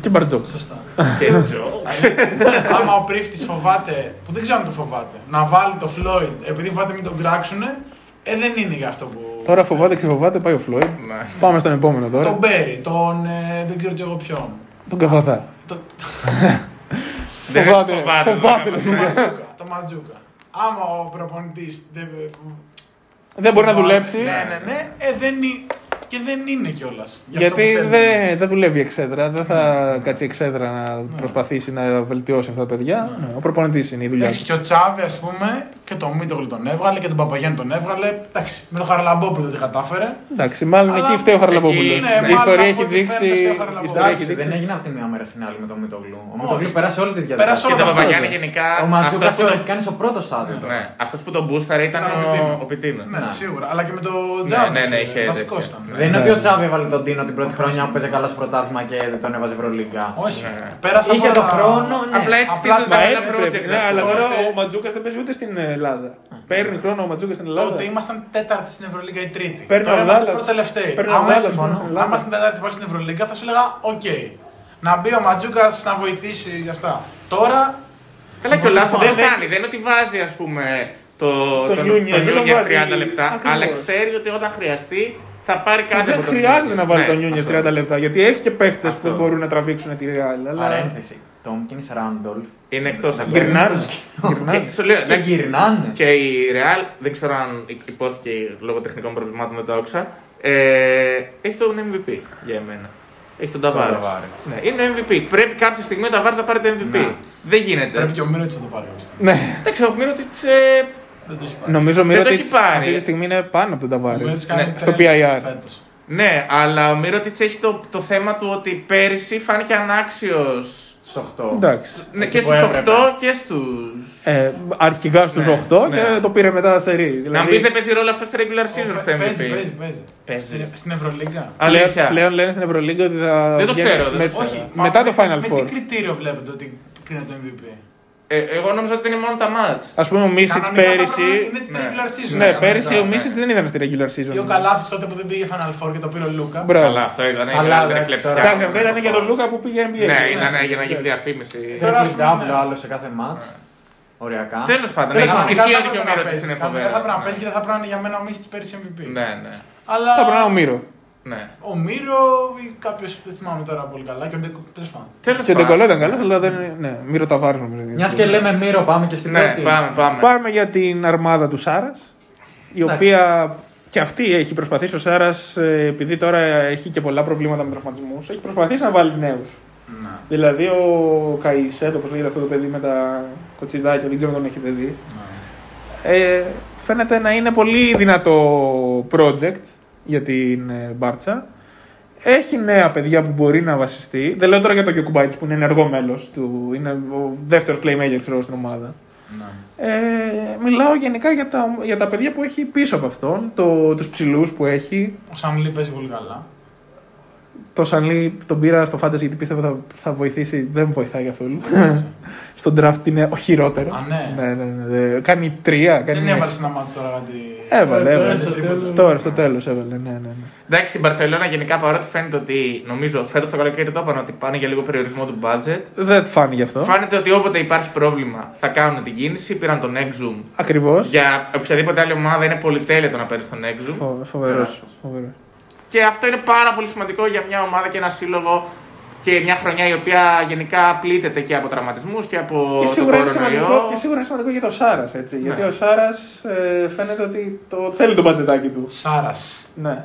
B: Και Μπαρτζόκα.
D: Σωστά.
C: Και Τζο.
D: Άμα ο πρίφτης φοβάται, που δεν ξέρω αν το φοβάται, να βάλει το Φλόιντ επειδή φοβάται μην τον κράξουνε, ε, δεν είναι για αυτό που.
B: Τώρα φοβάται, ξεφοβάται, πάει ο Φλόιντ.
C: Ναι.
B: Πάμε στον επόμενο τώρα.
D: Τον Μπέρι, τον. ε, δεν ξέρω κι εγώ ποιον.
B: Τον Καβαδά.
D: Το-
C: Δεν
B: Φοβάται,
C: Ναι, φοβάται,
B: φοβάται,
C: δεν
B: λέει.
D: Ματζούκα, το Ματζούκα. Άμα ο προπονητής
B: Δεν μπορεί να δουλέψει.
D: Ναι, ναι, ναι. Ε, δεν είναι... Και δεν είναι κιόλας.
B: Γιατί δεν δεν δουλεύει η εξέδρα, δεν θα κάτσει η εξέδρα να προσπαθήσει να βελτιώσει αυτά τα παιδιά. Ναι, Ο προπονητής είναι η δουλειά
D: Εντάξει,
B: του.
D: και ο Τσάβη, ας πούμε, και τον Μίτογλου τον έβγαλε και τον Παπαγιάννη τον έβγαλε. Εντάξει, με τον Χαραλαμπόπουλο δεν κατάφερε.
B: Εντάξει, μάλλον
D: Αλλά-
B: εκεί φταίει ο Χαραλαμπόπουλο.
C: εκεί, ναι,
B: Η ιστορία
D: μάλλον από
B: έχει
D: ό,τι
B: δείξει.
D: φαίνεται φταίει ο
B: η
D: Χαραλαμπόπουλος.
B: ιστορία έχει
E: Εντάξει,
B: δείξει-
E: δεν έγινε από τη μία μέρα στην άλλη με τον Μητογλού. Ο
D: Όχι.
E: Μητογλού πέρασε όλη τη διαδικασία.
D: Πέρασε
C: Και
D: όλα
C: τα
D: τα
C: Παπαγιάννη
D: στάδια.
C: γενικά.
E: Ο Μαντζούκα
C: αυτός που-
E: θεωρητικά είναι στο πρώτο στάδιο. τώρα.
C: Ναι, αυτός που τον μπούσταρε ήταν
D: Ήταν ο
C: ο-
D: Πιτίνο.
C: ο Πιτίνο.
D: Ναι,
E: Να.
D: σίγουρα. Αλλά και με τον
C: Ναι,
D: Τσάβη.
C: ναι, ναι,
D: ε,
C: είχε
D: Βασικός
C: τέτοια.
D: ήταν.
E: Δεν είναι ότι ο Τσάβη έβαλε τον Τίνο την πρώτη χρονιά που παίζει καλά στο πρωτάθλημα και δεν τον έβαζε Ευρωλίγκα.
D: Όχι.
C: Ναι.
D: Πέρασε
E: Είχε
D: από
E: τον
D: τα-
E: χρόνο, ναι.
C: Απλά έτσι
D: απλά
C: χτίζονται
B: Μα
C: τα
B: έτσι
C: άλλα
B: πρέπει.
C: project.
B: Ναι, αλλά
C: ας πούμε.
B: τώρα
D: τότε-
B: ο Ματζούκας δεν παίζει ούτε στην Ελλάδα. Παίρνει χρόνο ο Ματζούκας στην Ελλάδα.
D: Τότε ήμασταν τέταρτη στην Ευρωλίγκα ή τρίτη.
B: Παίρνει
D: Τώρα
B: ο
D: είμαστε
B: Δάλλας.
D: προτελευταίοι.
B: Παίρνει ο
D: Άμα
B: Δάλλας
D: έχει-
B: μόνο.
D: άμα ήμασταν τέταρτη πάλι στην Ευρωλίγκα θα σου έλεγα οκ. Να μπει ο Ματζούκας να βοηθήσει γι' αυτά. Τώρα.
C: Καλά και ο Λάσο δεν
B: Δεν έχει-
C: κάνει. Δεν είναι ότι βάζει, ας πούμε, το,
B: Το Νιούνιες, δεν τον
C: Νιούνιες
B: βάζει.
C: 30 λεπτά.
B: Ακριβώς.
C: Αλλά ξέρει ότι όταν χρειαστεί θα πάρει κάτι
B: Δεν
C: από τον
B: χρειάζεται
C: Νιούνιες.
B: να βάλει
C: Ναι,
B: τον Νιούνιε
C: αυτό.
B: 30 λεπτά γιατί έχει και παίχτες που
C: Αυτό.
B: δεν μπορούν να τραβήξουν τη Real. Αλλά
E: Παρένθεση. Τόμκιν Ράντολφ.
C: Είναι εκτός ακόμα.
B: γυρνάνε.
C: Και σου λέω,
E: Και
C: εντάξει,
E: γυρνάνε.
C: Και η Real, δεν ξέρω αν υπόθηκε λόγω τεχνικών προβλημάτων δεν τα άκουσα, ε, έχει τον MVP για εμένα. Έχει τον Ταβάρε.
E: Ταβάρες.
C: Ναι, είναι ο MVP. Πρέπει κάποια στιγμή ο Ταβάρε να πάρει το MVP.
E: Να.
C: Δεν γίνεται.
D: Πρέπει και ο Μύρο να το πάρει. πιστεύω.
B: Ναι.
C: Εντάξει, ο Μύρωτιτς, ε,
D: Δεν το έχει πάρει.
B: Νομίζω ο
C: Δεν το
B: Μύρωτιτς
C: έχει πάρει.
B: αυτή τη στιγμή είναι πάνω από τον
D: Ο
B: Ταβάρε.
D: Μύρωτιτς κάνει
C: Ναι,
B: στο
D: τρέλες
B: PIR.
D: φέτος.
C: ναι, αλλά ο Μύρωτιτς έχει το, το θέμα του ότι πέρυσι φάνηκε ανάξιος.
E: Στο 8.
B: Εντάξει.
C: Ναι,
E: Εκεί
C: και
E: που
C: στους 8
E: έπρεπε.
C: και στους.
B: Ε, αρχικά στους
C: Ναι,
B: 8
C: ναι.
B: και το πήρε μετά σε ρί.
C: Να μου
B: Δηλαδή,
C: πεις δεν παίζει ρόλο αυτό στο regular season
D: Ο-
C: στο MVP.
D: Παίζει, παίζει, παίζει.
C: Παίζει.
D: Στην- Στην Ευρωλίγκα.
B: πλέον,
C: Αλήθεια.
B: πλέον λένε στην Ευρωλίγκα ότι θα.
C: Δεν το
B: βγαίνει
C: ξέρω, δεν
B: με-
C: το
D: Όχι. μα
B: μετά το
D: με-
B: Final
D: Με
B: Four.
D: τι κριτήριο βλέπετε ότι κρίνεται το MVP.
C: Ε, εγώ νόμιζα ότι είναι μόνο τα match.
B: Ας πούμε ο Μίσιτ
D: Κανονικά θα πρέπει
B: πέρυσι.
D: να Είναι της
C: ναι.
D: regular season.
B: Ναι,
D: κανονικά.
B: πέρυσι ο
C: ναι.
B: Μίσιτ δεν ήταν στη regular
D: Ή ο
B: season.
D: Καλάθι τότε που δεν πήγε Final Four και το πήρε ο Λούκα.
B: Μπράβο.
C: Καλά, αυτό ήταν η
E: Αλλά,
C: μεγαλύτερη
E: εντάξει,
C: κλεψιά.
E: τώρα.
B: Εντάξει, αυτό ήταν για τον Λούκα που πήγε NBA.
C: Ναι, ήταν για να γίνει διαφήμιση.
D: Τώρα, ας
E: Τέτοιο
D: πούμε,
E: double
D: ναι.
E: άλλο σε κάθε μάτς. Οριακά.
C: Τέλος πάντων,
D: Τέλος
C: έχει
D: πάντων,
C: ισχύει
D: κανονικά
C: ότι και ο
D: θα έπρεπε να
C: Μύρωτιτς
D: παίζει.
C: είναι Ναι.
D: Κανονικά θα
C: φοβερό.
D: πρέπει να παίζει και δεν θα πρέπει να είναι για μένα ο Μίσιτ πέρυσι MVP.
C: Ναι, ναι.
D: Αλλά...
B: Θα περνάω ο Μύρο.
C: Ναι.
D: Ο Μύρο ή κάποιος δεν θυμάμαι τώρα πολύ καλά. Και ο Ντεκο. Τέλος πάντων.
C: Τέλος
B: Και ο
C: πάντων.
B: Ντεγκολό ήταν καλός, αλλά δεν. είναι- Ναι, μύρο Ταβάρη νομίζω.
E: Μια και λέμε Μύρο, πάμε και στην
C: Ναι,
E: πρώτη.
C: πάμε, πάμε.
B: Πάμε για την αρμάδα του Σάρας, η
E: Εντάξει.
B: οποία και αυτή έχει προσπαθήσει ο Σάρας, επειδή τώρα έχει και πολλά προβλήματα με τραυματισμούς, έχει προσπαθήσει να βάλει νέους.
E: Ναι.
B: Δηλαδή ο Καϊσέτο, όπως λέγεται αυτό το παιδί με τα κοτσιδάκια, δεν ξέρω αν τον έχετε δει. Ε, φαίνεται να είναι πολύ δυνατό project για την ε, Μπάρτσα. Έχει νέα παιδιά που μπορεί να βασιστεί. Δεν λέω τώρα για τον Κιουκουμπάκη που είναι ενεργό μέλος του. Είναι ο δεύτερος playmaker ξέρω, στην ομάδα. Ε, μιλάω γενικά για τα, για τα παιδιά που έχει πίσω από αυτόν, το, τους ψηλούς που έχει.
D: Ο Σαμλή παίζει πολύ καλά.
B: Το Σανλή τον πήρα στο Fantasy γιατί πίστευα θα, θα βοηθήσει, δεν βοηθάει καθόλου.
C: Ναι.
B: Στον draft είναι ο χειρότερο.
D: Α, ναι.
B: ναι, ναι, ναι, ναι. Κάνει τρία, κάνει
D: Δεν
B: μία.
D: έβαλες ένα μάτι τώρα κάτι.
B: Έβαλε,
E: Ε,
B: έβαλε.
E: τώρα στο τέλος.
B: Τώρα στο τέλος έβαλε, ναι, ναι. ναι.
C: Εντάξει, η Μπαρσελόνα γενικά παρότι φαίνεται ότι νομίζω φέτος το καλοκαίρι το είπαν ότι πάνε για λίγο περιορισμό του budget.
B: Δεν φάνηκε αυτό.
C: Φάνεται ότι όποτε υπάρχει πρόβλημα θα κάνουν την κίνηση. Πήραν τον Exum.
B: Ακριβώς.
C: Για οποιαδήποτε άλλη ομάδα είναι πολυτέλεια το να παίρνεις τον Exum.
B: Φο,
C: Ναι.
B: φοβερός, φοβερός.
C: Και αυτό είναι πάρα πολύ σημαντικό για μια ομάδα και ένα σύλλογο και μια χρονιά η οποία γενικά πλήττεται και από τραυματισμούς και από.
B: Και
C: τον
B: σίγουρα, είναι
C: κορονοϊό. Ναι.
B: σημαντικό, και σίγουρα είναι σημαντικό για το Σάρας. έτσι. Γιατί ο Σάρας φαίνεται ότι το, θέλει το μπατζετάκι του.
D: Σάρας.
B: Ναι.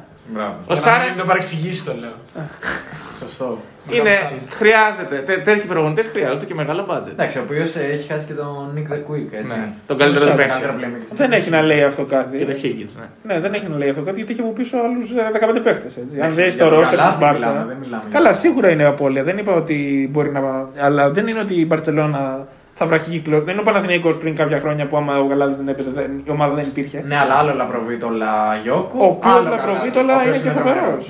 C: Ο
D: Σάρας.
C: Σάρας
D: Δεν παρεξηγήσει το λέω.
E: Σωστό.
C: είναι. Χρειάζεται. Τέ, τέτοιοι προπονητές χρειάζονται και μεγάλο
B: Ναι.
C: budget.
E: Εντάξει, ο οποίος έχει χάσει και τον Nick the Quick, έτσι.
C: Ναι. Τον καλύτερο
B: Τον
C: παίχτη.
E: Άντρα playmaker.
B: Δεν έχει να λέει αυτό κάτι.
C: Και το Higgins, ναι.
B: Ναι, δεν έχει να λέει αυτό κάτι γιατί έχει από πίσω ε, άλλου 15 παίχτε. Αν
E: Εντάξει,
B: δεις
E: για
B: το
E: το
B: ρόστερ
E: Καλάθι
B: τη Μπάρτσα.
E: μιλάμε, δεν μιλάμε για
B: Καλά,
E: το-
B: σίγουρα είναι απώλεια. Δεν είπα ότι μπορεί να. Αλλά δεν είναι ότι η Μπαρσελόνα θα βραχεί κύκλο. Δεν είναι ο Παναθηναϊκός πριν κάποια χρόνια που άμα ο Γαλάδη δεν έπαιζε, δεν- η ομάδα δεν υπήρχε.
E: Ναι, αλλά άλλο Λαβροβίτολα Γιώκου.
B: Ο οποίος
E: άλλο Καλάθι,
B: Λαπροβίτολα
E: ο
B: είναι
E: οποίος
B: και φοβερό.
E: τρομερός.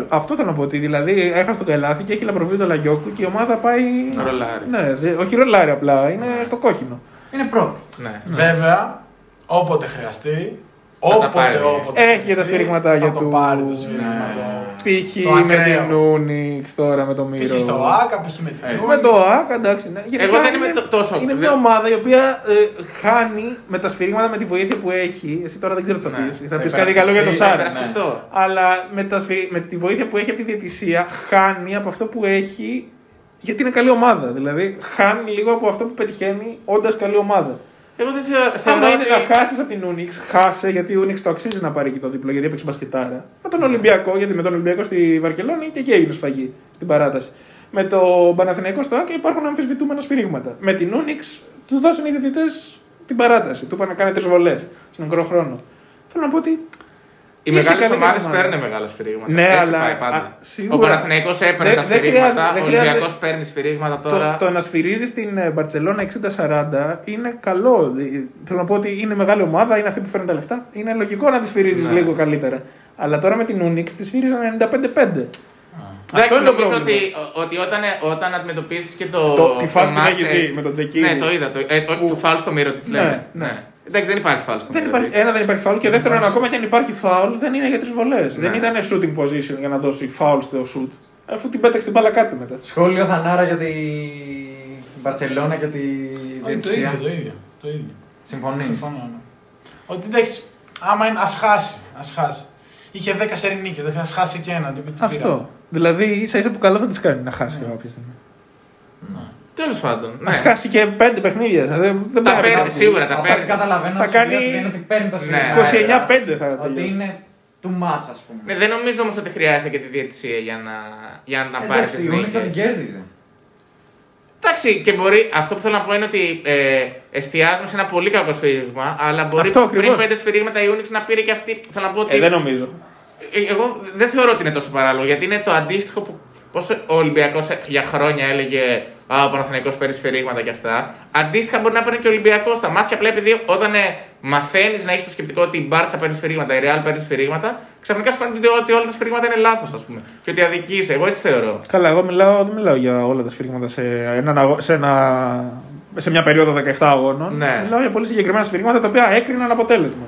C: ναι.
B: Αυτό θέλω να πω. Ότι δηλαδή έχασε τον Καλάθι και έχει Λαπροβίτολα Γιώκου και η ομάδα πάει.
C: Ρολάρι.
B: Ναι, δε- όχι ρολάρι απλά, είναι
D: Ναι.
B: στο κόκκινο.
E: Είναι πρώτο.
C: ναι.
D: Βέβαια, όποτε χρειαστεί.
C: τα
D: Όποτε,
C: πάρει.
D: όποτε.
B: Έχει
D: χρειαστεί,
B: τα σφυριγματάκια
D: Θα το
B: του.
D: πάρει το σφύριγμα.
E: Ναι.
D: το- Το
B: Π.χ. με
D: ακραίο.
B: την Ούνιξ τώρα με το Μύρο.
D: Π.χ. στο ΑΚΑ, π.χ. με την
E: Ε,
B: Με
D: Νούνης.
B: το ΑΚ, εντάξει. Ναι. Γενικά
C: Εγώ δεν είμαι
B: είναι-
C: τ- τόσο-
B: Είναι
C: δεν-
B: μια ομάδα η οποία ε, χάνει με τα σφυρίγματα, με τη βοήθεια που έχει. Εσύ τώρα δεν ξέρω τι θα
C: Ναι.
B: πεις.
C: Θα
B: Θα πεις κάτι καλό για το
E: υπερασπιστεί,
B: Σάρα.
E: θα υπερασπιστεί.
C: Υπερασπιστό.
B: Αλλά με, τα σφυρί- με τη βοήθεια που έχει από τη διαιτησία, χάνει από αυτό που έχει. Γιατί είναι καλή ομάδα. Δηλαδή, χάνει λίγο από αυτό που πετυχαίνει όντας καλή ομάδα.
C: Εγώ δεν θεω- θεωρώ.
B: Άμα είναι
C: ότι-
B: να χάσεις από την Ούνιξ, χάσε γιατί η Ούνιξ το αξίζει να πάρει και το δίπλο γιατί έπαιξε μπασκετάρα. Με τον Ολυμπιακό, γιατί με τον Ολυμπιακό στη Βαρκελόνη και εκεί έγινε σφαγή στην παράταση. Με το Παναθηναϊκό στο Άκα υπάρχουν αμφισβητούμενα σφυρίγματα. Με την Ούνιξ του δώσανε οι διαιτητές την παράταση. Του είπαν να κάνει τρεις βολές σε μικρό χρόνο. Θέλω να πω ότι.
C: Οι
B: Είσαι
C: μεγάλε
B: καλύτερη
C: ομάδε
B: ομάδα.
C: παίρνουν μεγάλα σφυρίγματα.
B: Ναι,
C: Έτσι
B: αλλά-
C: πάει πάντα.
B: α, σίγουρα.
C: ο Παναθηναϊκός έπαιρνε
B: Δεν-
C: τα
B: δεν
C: σφυρίγματα,
B: χρειάζεται-
C: ο
B: δεν χρειάζεται-
C: Ολυμπιακός παίρνει σφυρίγματα τώρα.
B: Το, το να ε, σφυρίζει στην Μπαρσελόνα 60-40 είναι καλό. Δη- Θέλω να πω ότι είναι μεγάλη ομάδα, είναι αυτή που φέρνει τα λεφτά. Είναι λογικό να τη σφυρίζεις
C: Ναι.
B: λίγο καλύτερα. Αλλά τώρα με την Ούνιξ τη σφύριζαν 95-5.
C: Εντάξει,
B: είναι το
C: νομίζω
B: πρόβλημα.
C: ότι, ότι όταν, ε, όταν αντιμετωπίσει και το.
B: Το- τη φάση την
C: μάτς,
B: έχεις
C: ε,
B: δει με τον Τζεκίνη.
C: Ναι, το είδα. Το, ε, όχι,
B: Που-
C: το φάουλ στο μύρο τη
B: Ναι,
C: λένε.
B: ναι.
C: Εντάξει, δεν υπάρχει φάουλ στο
B: Δεν
C: μύρο.
B: υπάρχει, ένα δεν υπάρχει φάουλ και δεύτερον, ακόμα και αν υπάρχει φάουλ, δεν είναι για τρεις βολές. Δεν
C: Ναι.
B: ήταν shooting position για να δώσει φάουλ στο shoot. Αφού την πέταξε την μπάλα κάτω μετά.
E: Σχόλιο Θανάρα για τη Μπαρσελόνα και τη
D: Όχι, Ε, Το ίδιο,
E: Διευθυνσία.
D: το ίδιο. Το ίδιο.
E: Συμφωνείς.
D: Συμφωνώ. ναι. Ότι εντάξει, άμα είναι, ας χάσει. Ας χάσει. Είχε 10 σερή νίκες, δεν θα χάσει και ένα. Τι, τι πειράζει.
B: Αυτό. Δηλαδή ίσα ίσα που καλό δεν τη κάνει να χάσει κάποια στιγμή.
C: Τέλος πάντων.
B: Να
C: Ναι.
B: σκάσει και πέντε παιχνίδια. Δεν, δεν
C: Τα
B: πάει να
C: παίρνει,
B: πει.
C: σίγουρα τα
E: Αυτό που
C: παίρνει.
E: καταλαβαίνω
B: Θα
E: από τη στιγμή
B: κάνει
E: ότι είναι ότι παίρνει το σύνολο.
C: Ναι.
B: 29-5 θα
E: Ότι
B: τελειώσει.
E: είναι του μάτσα, ας πούμε.
C: Ναι, δεν νομίζω όμως ότι χρειάζεται και τη διαιτησία για να, για να πάρει
E: Εντάξει,
C: τις
E: η Ολίξα την
C: νίκες.
E: κέρδιζε.
C: Εντάξει, και μπορεί, αυτό που θέλω να πω είναι ότι ε, εστιάζουμε σε ένα πολύ κακό σφύριγμα, αλλά μπορεί
B: Αυτό
C: πριν
B: ακριβώς.
C: πέντε σφυρίγματα η Unix να πήρε και αυτή. Θέλω να πω ότι.
B: Ε, δεν νομίζω.
C: Ε, Εγώ δεν θεωρώ ότι είναι τόσο παράλογο γιατί είναι το αντίστοιχο που. Πώς ο Ολυμπιακός για χρόνια έλεγε Α, ο Παναθηναϊκός παίρνει σφυρίγματα και αυτά. Αντίστοιχα μπορεί να παίρνει και ο Ολυμπιακός στα μάτια. Απλά επειδή όταν ε, μαθαίνεις να έχεις το σκεπτικό ότι η Μπάρτσα παίρνει σφυρίγματα, η Ρεάλ παίρνει σφυρίγματα, ξαφνικά σου φαίνεται ότι όλα τα σφυρίγματα είναι λάθος, ας πούμε. Και ότι αδικείς. Εγώ έτσι θεωρώ.
B: Καλά, εγώ μιλάω, δεν μιλάω για όλα τα σφυρίγματα σε, έναν αγώ- σε, ένα, σε μια περίοδο 17 αγώνων.
C: Ναι.
B: Μιλάω για πολύ συγκεκριμένα σφυρίγματα τα οποία έκριναν αποτέλεσμα.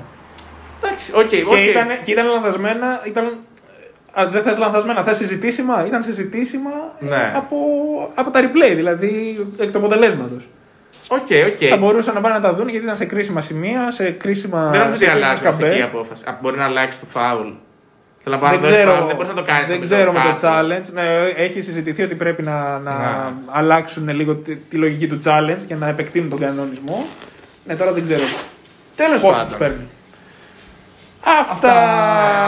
C: Εντάξει, οκ, οκ.
B: Και, ήταν, και ήταν λανθασμένα, ήταν, α, δεν θες λανθασμένα, θες συζητήσιμα, ήταν συζητήσιμα ε,
C: Ναι.
B: από, από τα replay, δηλαδή εκ του αποτελέσματος.
C: Οκ, οκ.
B: Θα μπορούσαν να πάνε να τα δουν γιατί ήταν σε κρίσιμα σημεία, σε κρίσιμα
C: Δεν νομίζω
B: σε
C: ότι
B: κρίσιμες
C: αλλάζει η
B: καμπές.
C: βασική απόφαση. Α, Μπορεί να αλλάξει το φάουλ. Θέλω να πάω να
B: δεν
C: δώσω
B: ξέρω,
C: πάνω, δεν μπορείς να το κάνεις.
B: δεν ξέρω με το challenge. Ναι, έχει συζητηθεί ότι πρέπει να, να
C: Ναι.
B: αλλάξουν λίγο τη, τη λογική του challenge και να επεκτείνουν τον κανονισμό. Ναι, τώρα δεν ξέρω. Τέλος πάντων,
C: πάντων.
B: τους παίρνει. Αυτά,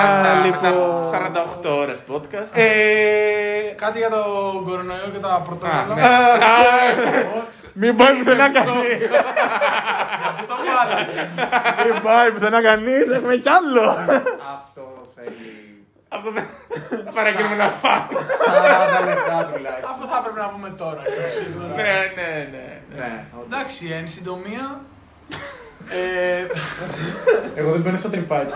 C: Αυτά
B: λοιπόν.
C: μετά 48 ώρες podcast.
B: Ε,
D: Κάτι για τον κορονοϊό και τα πρωτοβουλία. Ε,
C: Α, ναι.
B: α,
C: Α,
B: μην πάει πουθενά κανείς.
D: Πού το βάλατε.
B: Μην πάει πουθενά κανείς, έχουμε κι άλλο.
E: Αυτό θέλει.
C: Αυτό δεν. Θα παραγγείλουμε να
B: <laughs>
C: φάμε.
E: 40 λεπτά τουλάχιστον.
D: Αυτό θα έπρεπε να πούμε τώρα, ξέρω, σίγουρα.
C: Ναι, ναι, ναι.
E: Ναι, όντως.
D: Εντάξει, εν συντομία. ε,
E: Εγώ δεν μπαίνω στο τρυπάκι.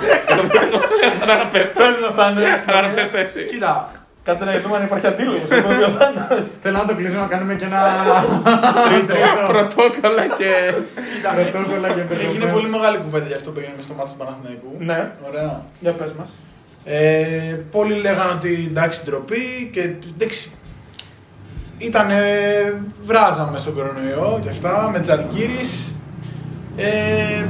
B: Πες μας τα νέα.
C: Αναρροφές το εσύ.
D: κοίτα, <laughs>
B: Κάτσε να δούμε αν υπάρχει αντίλογο. Δεν μπορεί ο Θάνος.
E: Θέλω να το κλείσουμε να κάνουμε και ένα
C: Πρωτόκολλα και.
E: πρωτόκολλο για
D: έγινε πολύ μεγάλη κουβέντα για αυτό που έγινε στο μάτι του Παναθηναϊκού.
B: Ναι.
D: Ωραία.
B: Για πες μας.
D: Ε, πολλοί λέγανε ότι εντάξει ντροπή και εντάξει. Ήταν βράζα μέσα στον κορονοϊό και αυτά με Τζαλγκύρης. Ε,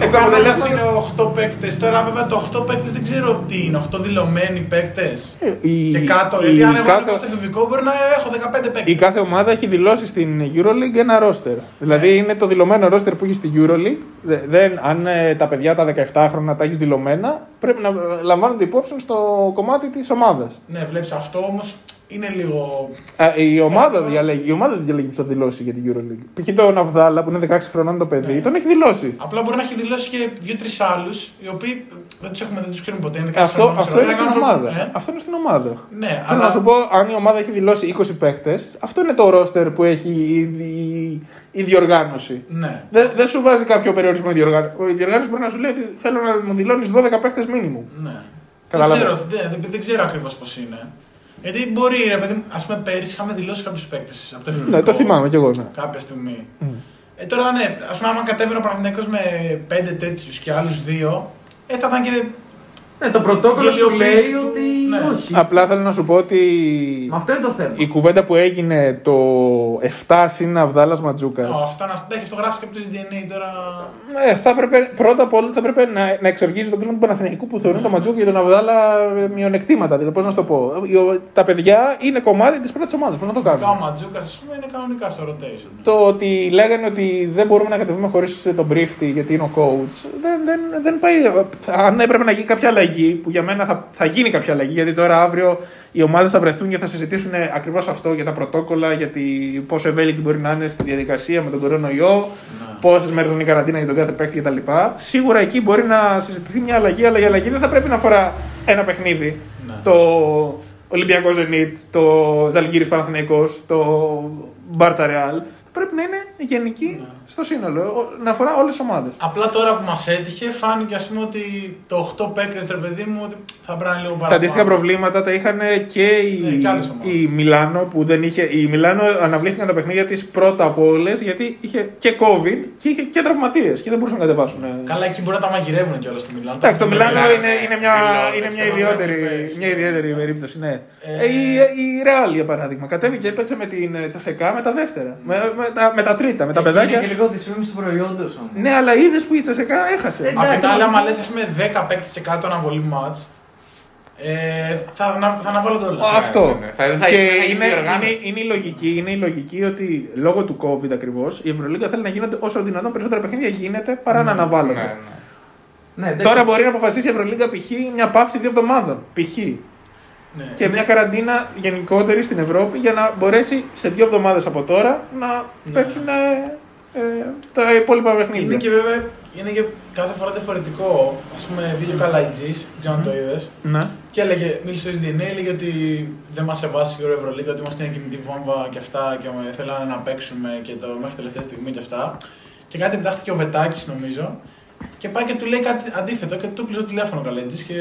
B: Εκ των
D: ο κανόνας
B: αποτελέσματος-
D: είναι 8 παίκτες. Τώρα βέβαια το 8 παίκτες δεν ξέρω τι είναι. 8 δηλωμένοι παίκτες.
B: Ε, η-
D: και κάτω.
B: η-
D: Γιατί αν εγώ
B: κάθε-
D: είμαι στο εφηβικό μπορεί να έχω 15
B: Η
D: παίκτες.
B: κάθε ομάδα έχει δηλώσει στην Euroleague ένα ρόστερ.
D: Ναι.
B: Δηλαδή είναι το δηλωμένο ρόστερ που έχει στη Euroleague. Δε- Δεν, αν ε, τα παιδιά τα 17χρονα τα έχεις δηλωμένα, πρέπει να ε, λαμβάνονται υπόψη στο κομμάτι της ομάδας.
D: Ναι, βλέπεις αυτό όμως είναι λίγο...
B: Ε,
D: Ε,
B: Η ομάδα διαλέγει, η ομάδα δεν διαλέγει που θα δηλώσει για την Euroleague. Π.χ. τον Αυδάλα που είναι 16 χρονών το
D: Ναι.
B: παιδί, τον έχει δηλώσει.
D: Απλά μπορεί να έχει δηλώσει και δύο-τρει άλλους, οι οποίοι δεν τους έχουμε, δεν τους ξέρουμε ποτέ. Είναι κάτι
B: Αυτό,
D: σαν-
B: αυτό
D: ξέρω,
B: είναι στην
D: έκαναν-
B: ομάδα.
D: Ναι.
B: Αυτό είναι στην ομάδα.
D: Ναι,
B: Θέλω
D: αλλά-
B: να σου πω, αν η ομάδα έχει δηλώσει 20 παίχτε, αυτό είναι το ρόστερ που έχει η, η- η διοργάνωση.
D: Ναι.
B: Δεν δεν σου βάζει κάποιο περιορισμό η διοργάνωση. Ο- Η διοργάνωση μπορεί να σου λέει ότι θέλω να μου δηλώνεις 12 παίχτε μήνυμου.
D: Ναι.
B: Καταλάβες.
D: Δεν ξέρω, δεν, δεν, δεν ξέρω ακριβώς πώς είναι. Γιατί μπορεί, ρε παιδί μου, ας πούμε πέρυσι είχαμε δηλώσει κάποιους παίκτες από το εφηβικό.
B: Ναι, το θυμάμαι κι εγώ. Ναι.
D: Κάποια στιγμή. Ε, τώρα ναι, ας πούμε, άμα κατέβαινε ο Παναθηναϊκός με πέντε τέτοιους και άλλους δύο, ε, θα ήταν και.
E: Ναι, το πρωτόκολλο σου λέει
D: Γελιοποίηση του-
E: ότι
D: ναι.
E: όχι.
B: Απλά θέλω να σου πω ότι
E: Μα αυτό είναι το θέμα.
B: η κουβέντα που έγινε το 7 συν Αυδάλα Ματζούκας.
D: Ω, αυτό να έχει το γράψει και από το DNA τώρα.
B: Ε, θα έπρεπε, πρώτα απ' όλα θα έπρεπε να, να εξοργίζει τον κόσμο του Παναθηναϊκού που θεωρούν τον Ματζούκα και τον Αβδάλα ε, μειονεκτήματα. Δηλαδή, πώς να σου το πω. Ο- Τα παιδιά είναι κομμάτι της πρώτης ομάδας. Πώς να το
D: Ειδικά ο
B: κάνουμε.
D: Ματζούκας, ας πούμε, είναι κανονικά στο rotation.
B: Το ότι λέγανε ότι δεν μπορούμε να κατεβούμε χωρίς τον πρίφτη γιατί είναι ο coach. Δεν, δεν, δεν πάει. Αν έπρεπε να γίνει κάποια αλλαγή, που για μένα θα, θα γίνει κάποια αλλαγή, γιατί τώρα αύριο οι ομάδες θα βρεθούν και θα συζητήσουν ακριβώς αυτό για τα πρωτόκολλα, για τη, πόσο ευέλικτη μπορεί να είναι στη διαδικασία με τον κορονοϊό, πόσε μέρες είναι η καραντίνα για τον κάθε παίκτη κτλ. Σίγουρα εκεί μπορεί να συζητηθεί μια αλλαγή, αλλά η αλλαγή δεν θα πρέπει να αφορά ένα παιχνίδι.
D: Ναι.
B: Το Ολυμπιακό Ζενίτ, το Ζαλγίρι Παναθηναϊκός, το Μπάρτσα Ρεάλ. Πρέπει να είναι γενική
D: Ναι.
B: στο σύνολο, ο- να αφορά όλες τις ομάδες.
D: Απλά τώρα που μας έτυχε, φάνηκε ας πούμε ότι το 8 παίκτες, ρε παιδί μου, ότι θα πρέπει να είναι λίγο παραπάνω.
B: Τα αντίστοιχα προβλήματα τα είχαν και η,
D: Ναι, και άλλες ομάδες.
B: η Μιλάνο που δεν είχε. Η Μιλάνο αναβλήθηκαν τα παιχνίδια της πρώτα από όλες γιατί είχε και COVID και είχε και τραυματίες και δεν μπορούσαν να κατεβάσουν.
D: Καλά, εκεί μπορεί να τα μαγειρεύουν κιόλας στο Μιλάνο.
B: Εντάξει, το Μιλάνο
C: Μιλάνο,
B: είναι,
C: ναι.
B: είναι μια,
C: Μιλάνο,
B: είναι μια,
C: ξέρω,
B: ιδιαίτερη,
D: Μιλάνο,
B: μια ιδιαίτερη περίπτωση. Ναι.
D: Ε,
B: Ε, η, η Ρεάλ, για παράδειγμα, κατέβηκε και έπαιξε με την ε, Τσασεκά με τα δεύτερα. Με, με, τα, με τα τρίτα, με τα
E: Εκεί
B: παιδάκια.
E: Είναι και λίγο τη φήμη του προϊόντος όμως.
B: Ναι, αλλά είδες που η Τσασεκά έχασε.
E: Ε,
C: ναι.
D: Απ' την
E: Εντάξει.
D: άλλη, άμα λες, ας πούμε, 10 παίκτε σε κάτω αναβολή μάτ, ε, θα, ανα- θα αναβάλω το
B: Α,
D: όλα.
B: Αυτό.
C: ναι, ναι. Θα- θα-
B: και
C: θα γίνει
B: είναι,
C: διοργάνωση.
B: είναι, είναι, η λογική, είναι η λογική ότι λόγω του COVID ακριβώς η Ευρωλίγκα θέλει να γίνονται όσο δυνατόν περισσότερα παιχνίδια γίνεται παρά να αναβάλλονται.
C: Ναι, ναι.
E: Ναι, εντάξει.
B: Τώρα μπορεί να αποφασίσει η Ευρωλίγκα π.χ. μια παύση δύο εβδομάδων. Π.χ.
D: Ναι.
B: Και μια καραντίνα γενικότερη στην Ευρώπη για να μπορέσει σε δύο εβδομάδες από τώρα να παίξουν ε, ε, τα υπόλοιπα παιχνίδια.
D: Ναι. Είναι και βέβαια, είναι και κάθε φορά διαφορετικό. Ας πούμε, βίντεο καλαϊτζή, δεν ξέρω αν το είδες.
B: Ναι.
D: Και έλεγε, μίλησε στο SDN, έλεγε ότι δεν μας σεβάσει η Ευρωλίγκα, ότι είμαστε μια κινητή βόμβα και αυτά και με- θέλανε να παίξουμε και το μέχρι τελευταία στιγμή και αυτά. Και κάτι πετάχτηκε ο Βετάκης, νομίζω. Και πάει και του λέει κάτι αντίθετο και του κλείσε το τηλέφωνο καλέτζη και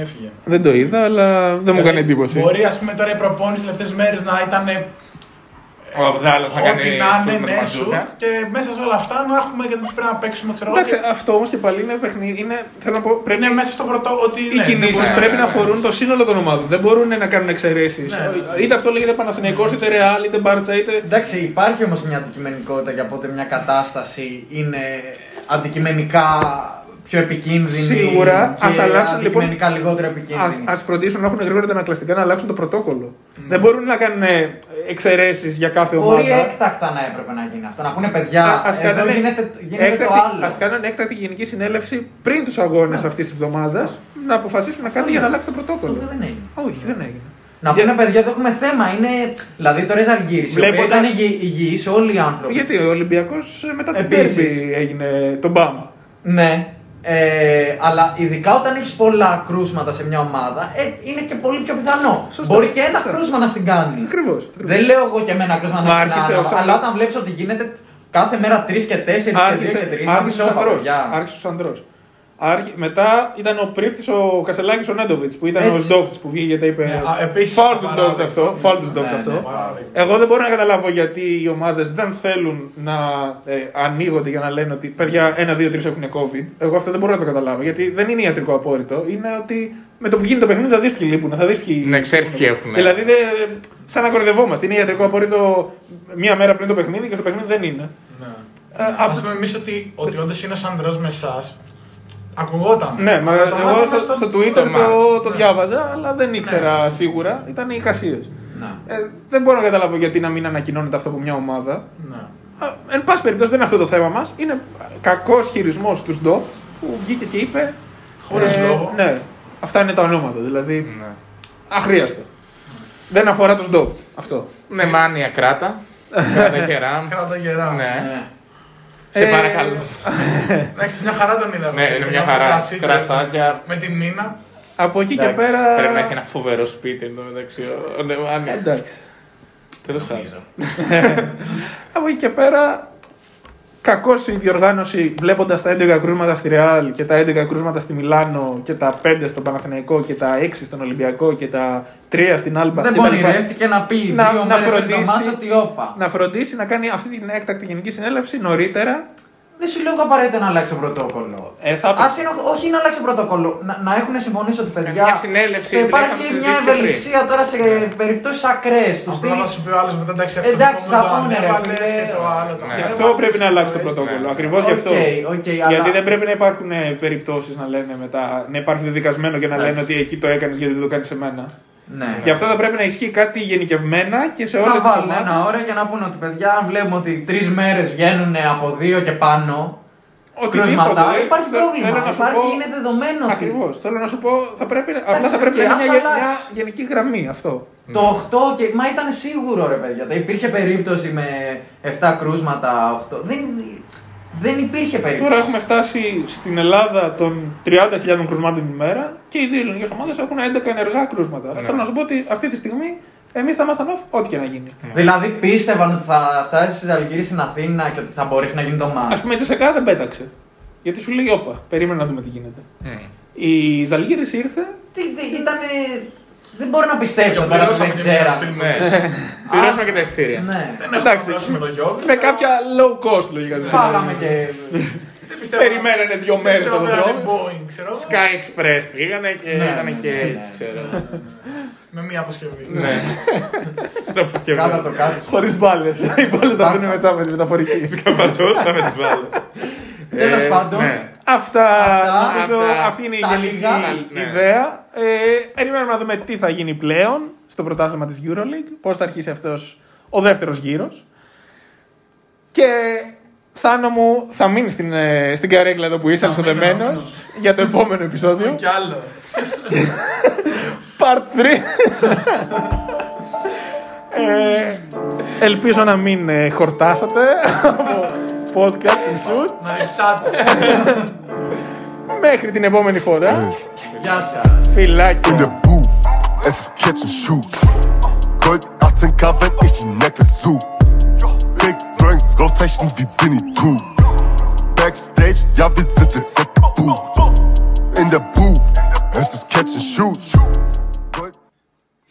D: έφυγε.
B: Δεν το είδα, αλλά δεν μου
D: Δηλαδή,
B: κάνει εντύπωση.
D: Μπορεί, ας πούμε, τώρα η προπόνηση τελευταίες μέρες να ήταν
C: Ο Αβδάλα θα κάνει.
D: ό,τι να
C: σουτ
D: είναι,
C: με τον
D: ναι, σουτ
C: Ματζούκα.
D: και μέσα σε όλα αυτά να έχουμε και πρέπει να παίξουμε, ξέρω εγώ.
B: Εντάξει,
D: και
B: αυτό όμως και πάλι είναι παιχνίδι. Είναι, θέλω να πω, πρέπει
D: Είναι μέσα στο πρωτό ότι.
B: Οι κινήσει
C: ναι, ναι,
B: πρέπει
C: ναι.
B: να αφορούν το σύνολο των ομάδων. Δεν μπορούν να κάνουν εξαιρέσεις.
D: Ναι.
B: Είτε αυτό λέγεται Παναθηναϊκός, είτε Ρεάλ, είτε Μπάρτσα, είτε.
E: Εντάξει, υπάρχει όμως μια αντικειμενικότητα για πότε μια κατάσταση είναι αντικειμενικά πιο επικίνδυνη.
B: Σίγουρα.
E: και
B: Ας αλλάξουν, λοιπόν,
E: αντικειμενικά λιγότερο
D: Ναι.
E: επικίνδυνη.
B: Ας φροντίσουν να έχουν γρήγορα τα ανακλαστικά να αλλάξουν το πρωτόκολλο.
D: Ναι.
B: Δεν μπορούν να κάνουν εξαιρέσεις για κάθε ομάδα.
E: Πολύ έκτακτα να έπρεπε να γίνει αυτό. Να πούνε παιδιά,
B: Α ας
E: εδώ
B: κάνανε
E: γίνεται, γίνεται
B: έκτακτη-
E: το άλλο.
B: ας κάνανε έκτακτη γενική συνέλευση πριν τους αγώνες αυτής της εβδομάδας να αποφασίσουν να κάνουν για να αλλάξει το πρωτόκολλο.
E: Αυτό δεν έγινε.
B: Όχι, δεν έγινε.
E: Να πούνε παιδιά, εδώ έχουμε θέμα. Είναι... Δηλαδή τώρα η Ζαργύρης, η οποία
B: Βλέποντας-
E: ήταν υγι- υγιής όλοι οι άνθρωποι.
B: Γιατί ο Ολυμπιακός μετά την
E: Επίσης.
B: Πέμπτη έγινε τον Μπαμ.
E: Ναι. Ε, αλλά ειδικά όταν έχεις πολλά κρούσματα σε μια ομάδα, ε, είναι και πολύ πιο πιθανό.
B: Σωστά.
E: Μπορεί και ένα
B: Σωστά.
E: κρούσμα να στην κάνει.
B: Ακριβώς, ακριβώς.
E: Δεν λέω εγώ και εμένα κρούσμα
B: Μα
E: να την
B: άρχισε
E: κάνω,
B: ο Σαν-
E: Αλλά όταν βλέπεις ότι γίνεται κάθε μέρα 3 και 4 και 2 και 3,
B: άρχισε ο Ανδρό. Άρχισε ο Ανδρό. Μετά ήταν ο πρίφτης ο Κασελάκης ο Νέντοβιτ που ήταν
E: Έτσι.
B: ο Ντόπτ που βγήκε και τα είπε.
D: Ναι, α, επίσης
B: Φάουλ τους
D: απαράδεκτο.
B: Ντόπτ αυτό. Φάουλ τους
D: Ναι,
B: Ντόπτ
E: ναι,
B: αυτό.
D: απαράδεκτο.
B: Εγώ δεν μπορώ να καταλάβω γιατί οι ομάδες δεν θέλουν να ε, ανοίγονται για να λένε ότι παιδιά 1, 2, 3 έχουν COVID. Εγώ αυτό δεν μπορώ να το καταλάβω γιατί δεν είναι ιατρικό απόρριτο. Είναι ότι με το που γίνει το παιχνίδι θα δεις ποιοι λείπουν. Θα δεις ποιοι...
C: Ναι, ξέρεις ποιοι έχουν.
B: Δηλαδή δεν- σαν να κορδευόμαστε. Είναι ιατρικό απόρριτο μία μέρα πριν το παιχνίδι και στο παιχνίδι δεν είναι.
D: Ναι.
B: Ε,
D: Α
B: απ-
D: πούμε εμείς ότι,
B: ε,
D: ότι όντως είναι ο Ανδρό με εσάς. Ακουγόταν.
B: Ναι, μα
D: Αλλά το
B: εγώ
D: μάθαμε
B: στο,
D: Ναι.
B: στο
C: στο Ναι.
B: Twitter το,
C: match.
B: το διάβαζα, αλλά
C: Ναι.
B: δεν ήξερα σίγουρα. Ήταν οι εικασίε.
E: Να.
B: Ε, δεν μπορώ να καταλάβω γιατί να μην ανακοινώνεται αυτό από μια ομάδα.
D: Ναι.
B: Α, εν πάση περιπτώσει, δεν είναι αυτό το θέμα μας. Είναι κακός χειρισμός του Ντόφτ που βγήκε και είπε.
D: Χωρίς λόγο.
B: Ναι, αυτά είναι τα ονόματα. Δηλαδή,
C: Ναι.
B: αχρίαστο. Δεν αφορά τους Ντόφτ. Αυτό.
C: Ναι, μάνια κράτα. Κράτα κεράμ.
D: Κράτα γερά.
C: Ναι.
E: Ναι.
C: Σε
B: Ε,
C: παρακαλώ.
D: Εντάξει, μια χαρά τον είδα.
C: Ναι,
D: εγώ,
C: είναι
D: στο
C: μια
D: ένα
C: χαρά.
D: κρασί και-
C: Κρασάκια.
D: Με τη μήνα.
B: Από εκεί και
C: Εντάξει,
B: πέρα.
C: Πρέπει να έχει ένα φοβερό σπίτι εδώ μεταξύ. ναι, ο- ο Νεβάνης.
B: Εντάξει.
C: Τέλος πάντων.
B: Από εκεί και πέρα, κακώς η διοργάνωση βλέποντας τα 11 κρούσματα στη Ρεάλ και τα 11 κρούσματα στη Μιλάνο και τα 5 στον Παναθηναϊκό και τα 6 στον Ολυμπιακό και τα 3 στην Άλμπα.
E: Δεν
B: κτλ.
E: πονηρεύτηκε να πει
B: Να-
E: δύο
B: να
E: μέρες πριν το
B: φροντίσει-
E: μάτς ότι όπα.
B: Να φροντίσει να κάνει αυτή την έκτακτη γενική συνέλευση νωρίτερα.
E: Δεν σου λέω απαραίτητα να αλλάξει το πρωτόκολλο.
B: Ε, θα έπρεπε.
E: Ας είναι, όχι να αλλάξει το πρωτόκολλο, να, να έχουν συμφωνήσει ότι παιδιά.
C: Μια συνέλευση,
E: ε,
C: την
E: Υπάρχει
C: είχαμε
E: μια
C: συζητήσει πριν.
E: ευελιξία τώρα σε
B: Ναι.
E: περιπτώσεις ακραίες. Του
D: Απλά να
E: στυλ
D: σου πει ο άλλος μετά εντάξει, αυτό
E: Εντάξει,
D: το
E: θα
D: κόμμα
E: πούνε,
D: το
E: ρε,
D: ανέβαλες
E: φίλε.
D: και το άλλο. το
C: Ναι.
B: Γι'
D: ανέβαλες,
B: αυτό πρέπει να αλλάξει το
D: έτσι.
B: πρωτόκολλο.
C: Ναι.
B: Ακριβώς γι' αυτό.
E: Οκ, οκ, αλλά-
B: Γιατί δεν πρέπει να υπάρχουν περιπτώσεις να λένε μετά, να υπάρχει διδικασμένο και να λένε ότι εκεί το έκανες γιατί δεν το κάνεις σε μένα.
E: Ναι.
B: Γι' αυτό θα πρέπει να ισχύει κάτι γενικευμένα και σε όλε
E: Να
B: τι
E: βάλουν ένα ώρα και να πούνε ότι παιδιά, αν βλέπουμε ότι τρεις μέρες βγαίνουν από δύο και πάνω. κρούσματα,
B: δεν-
E: υπάρχει
B: δεν-
E: πρόβλημα.
B: ε, θέλω να σου
E: Υπάρχει,
B: πω-
E: είναι δεδομένο ότι-
B: Ακριβώς. Θέλω να σου πω, θα πρέπει, απλά θα
E: οκ,
B: πρέπει να είναι
E: ας
B: μια, γε-
E: αλλάξει.
B: μια γενική γραμμή αυτό.
E: Το 8 και. Μα ήταν σίγουρο ρε παιδιά. Δεν υπήρχε περίπτωση με 7 κρούσματα. 8. Δεν, δεν υπήρχε περίπτωση.
B: Τώρα έχουμε φτάσει στην Ελλάδα των 30.000 κρουσμάτων την ημέρα και οι δύο ελληνικές ομάδες έχουν 11 ενεργά κρούσματα. Θέλω να σου πω ότι αυτή τη στιγμή εμείς θα μάθαν off ό,τι και να γίνει.
E: Δηλαδή πίστευαν ότι θα φτάσει στη Ζαλγίρη στην Αθήνα και ότι θα μπορέσει να γίνει το
B: Ας
E: μάτι.
B: πούμε, η Τσεσεκά δεν πέταξε. Γιατί σου λέει, Όπα, περίμενα να δούμε τι γίνεται.
C: Μμ.
B: Η Ζαλγίρη ήρθε.
E: Ήταν. Δεν μπορώ να πιστέψω
D: Το
E: τώρα που
D: πληρώσαμε
E: δεν
D: και μια
E: ξέραμε.
D: στιγμή.
C: Ναι. Πληρώσαμε και τα εισιτήρια.
E: Ναι.
B: Εντάξει,
D: πληρώσουμε το Γιώβιτς,
B: με
D: αλλά-
B: κάποια low cost λογικά. δεν
E: Φάγαμε
B: είναι.
E: και.
D: Δεν πιστεύω-
B: Περιμένανε δύο
D: δεν
B: μέρες
D: πιστεύω
B: τον
D: να είναι
B: δρόμο.
D: Boeing, ξέρω εγώ,
C: Sky Express πήγανε και
E: Ναι,
C: ήταν
E: ναι,
C: και
E: ναι,
C: έτσι,
E: ναι.
C: ξέρω.
D: Με μία αποσκευή.
C: Ναι. Στην αποσκευή.
E: Κάτω το κάτω.
B: Χωρίς μπάλες. <laughs> Οι μπάλες τα δίνουν μετά με τη μεταφορική.
C: Καπατσόσα με τις βάλε.
E: Τέλος
C: Ε,
E: πάντων.
C: ναι.
B: Αυτά,
E: Αυτά,
B: νομίζω,
C: αυτά.
B: αυτή είναι η
E: Τα
B: γενική
E: λίγα,
C: ναι.
B: ιδέα. Ε, περιμένουμε να δούμε τι θα γίνει πλέον στο πρωτάθλημα της EuroLeague, πώς θα αρχίσει αυτός ο δεύτερος γύρος. Και Θάνο μου, θα μείνεις στην, ε, στην καρέκλα εδώ που είσαι
D: Θα μείνω, θα μείνω.
B: αλξοδεμένος για το επόμενο επεισόδιο.
D: Κι άλλο.
B: Part 3. ε, ελπίζω να μην ε, χορτάσατε από podcast and shoot.
D: Να ριψάτε.
B: Μέχρι την επόμενη
A: äh.
B: φορά.
E: Γεια σας.
B: Φιλάκια.
A: In the booth, es ist Catch and Shoot. Gold 18 Karat, ich die Necklace zu.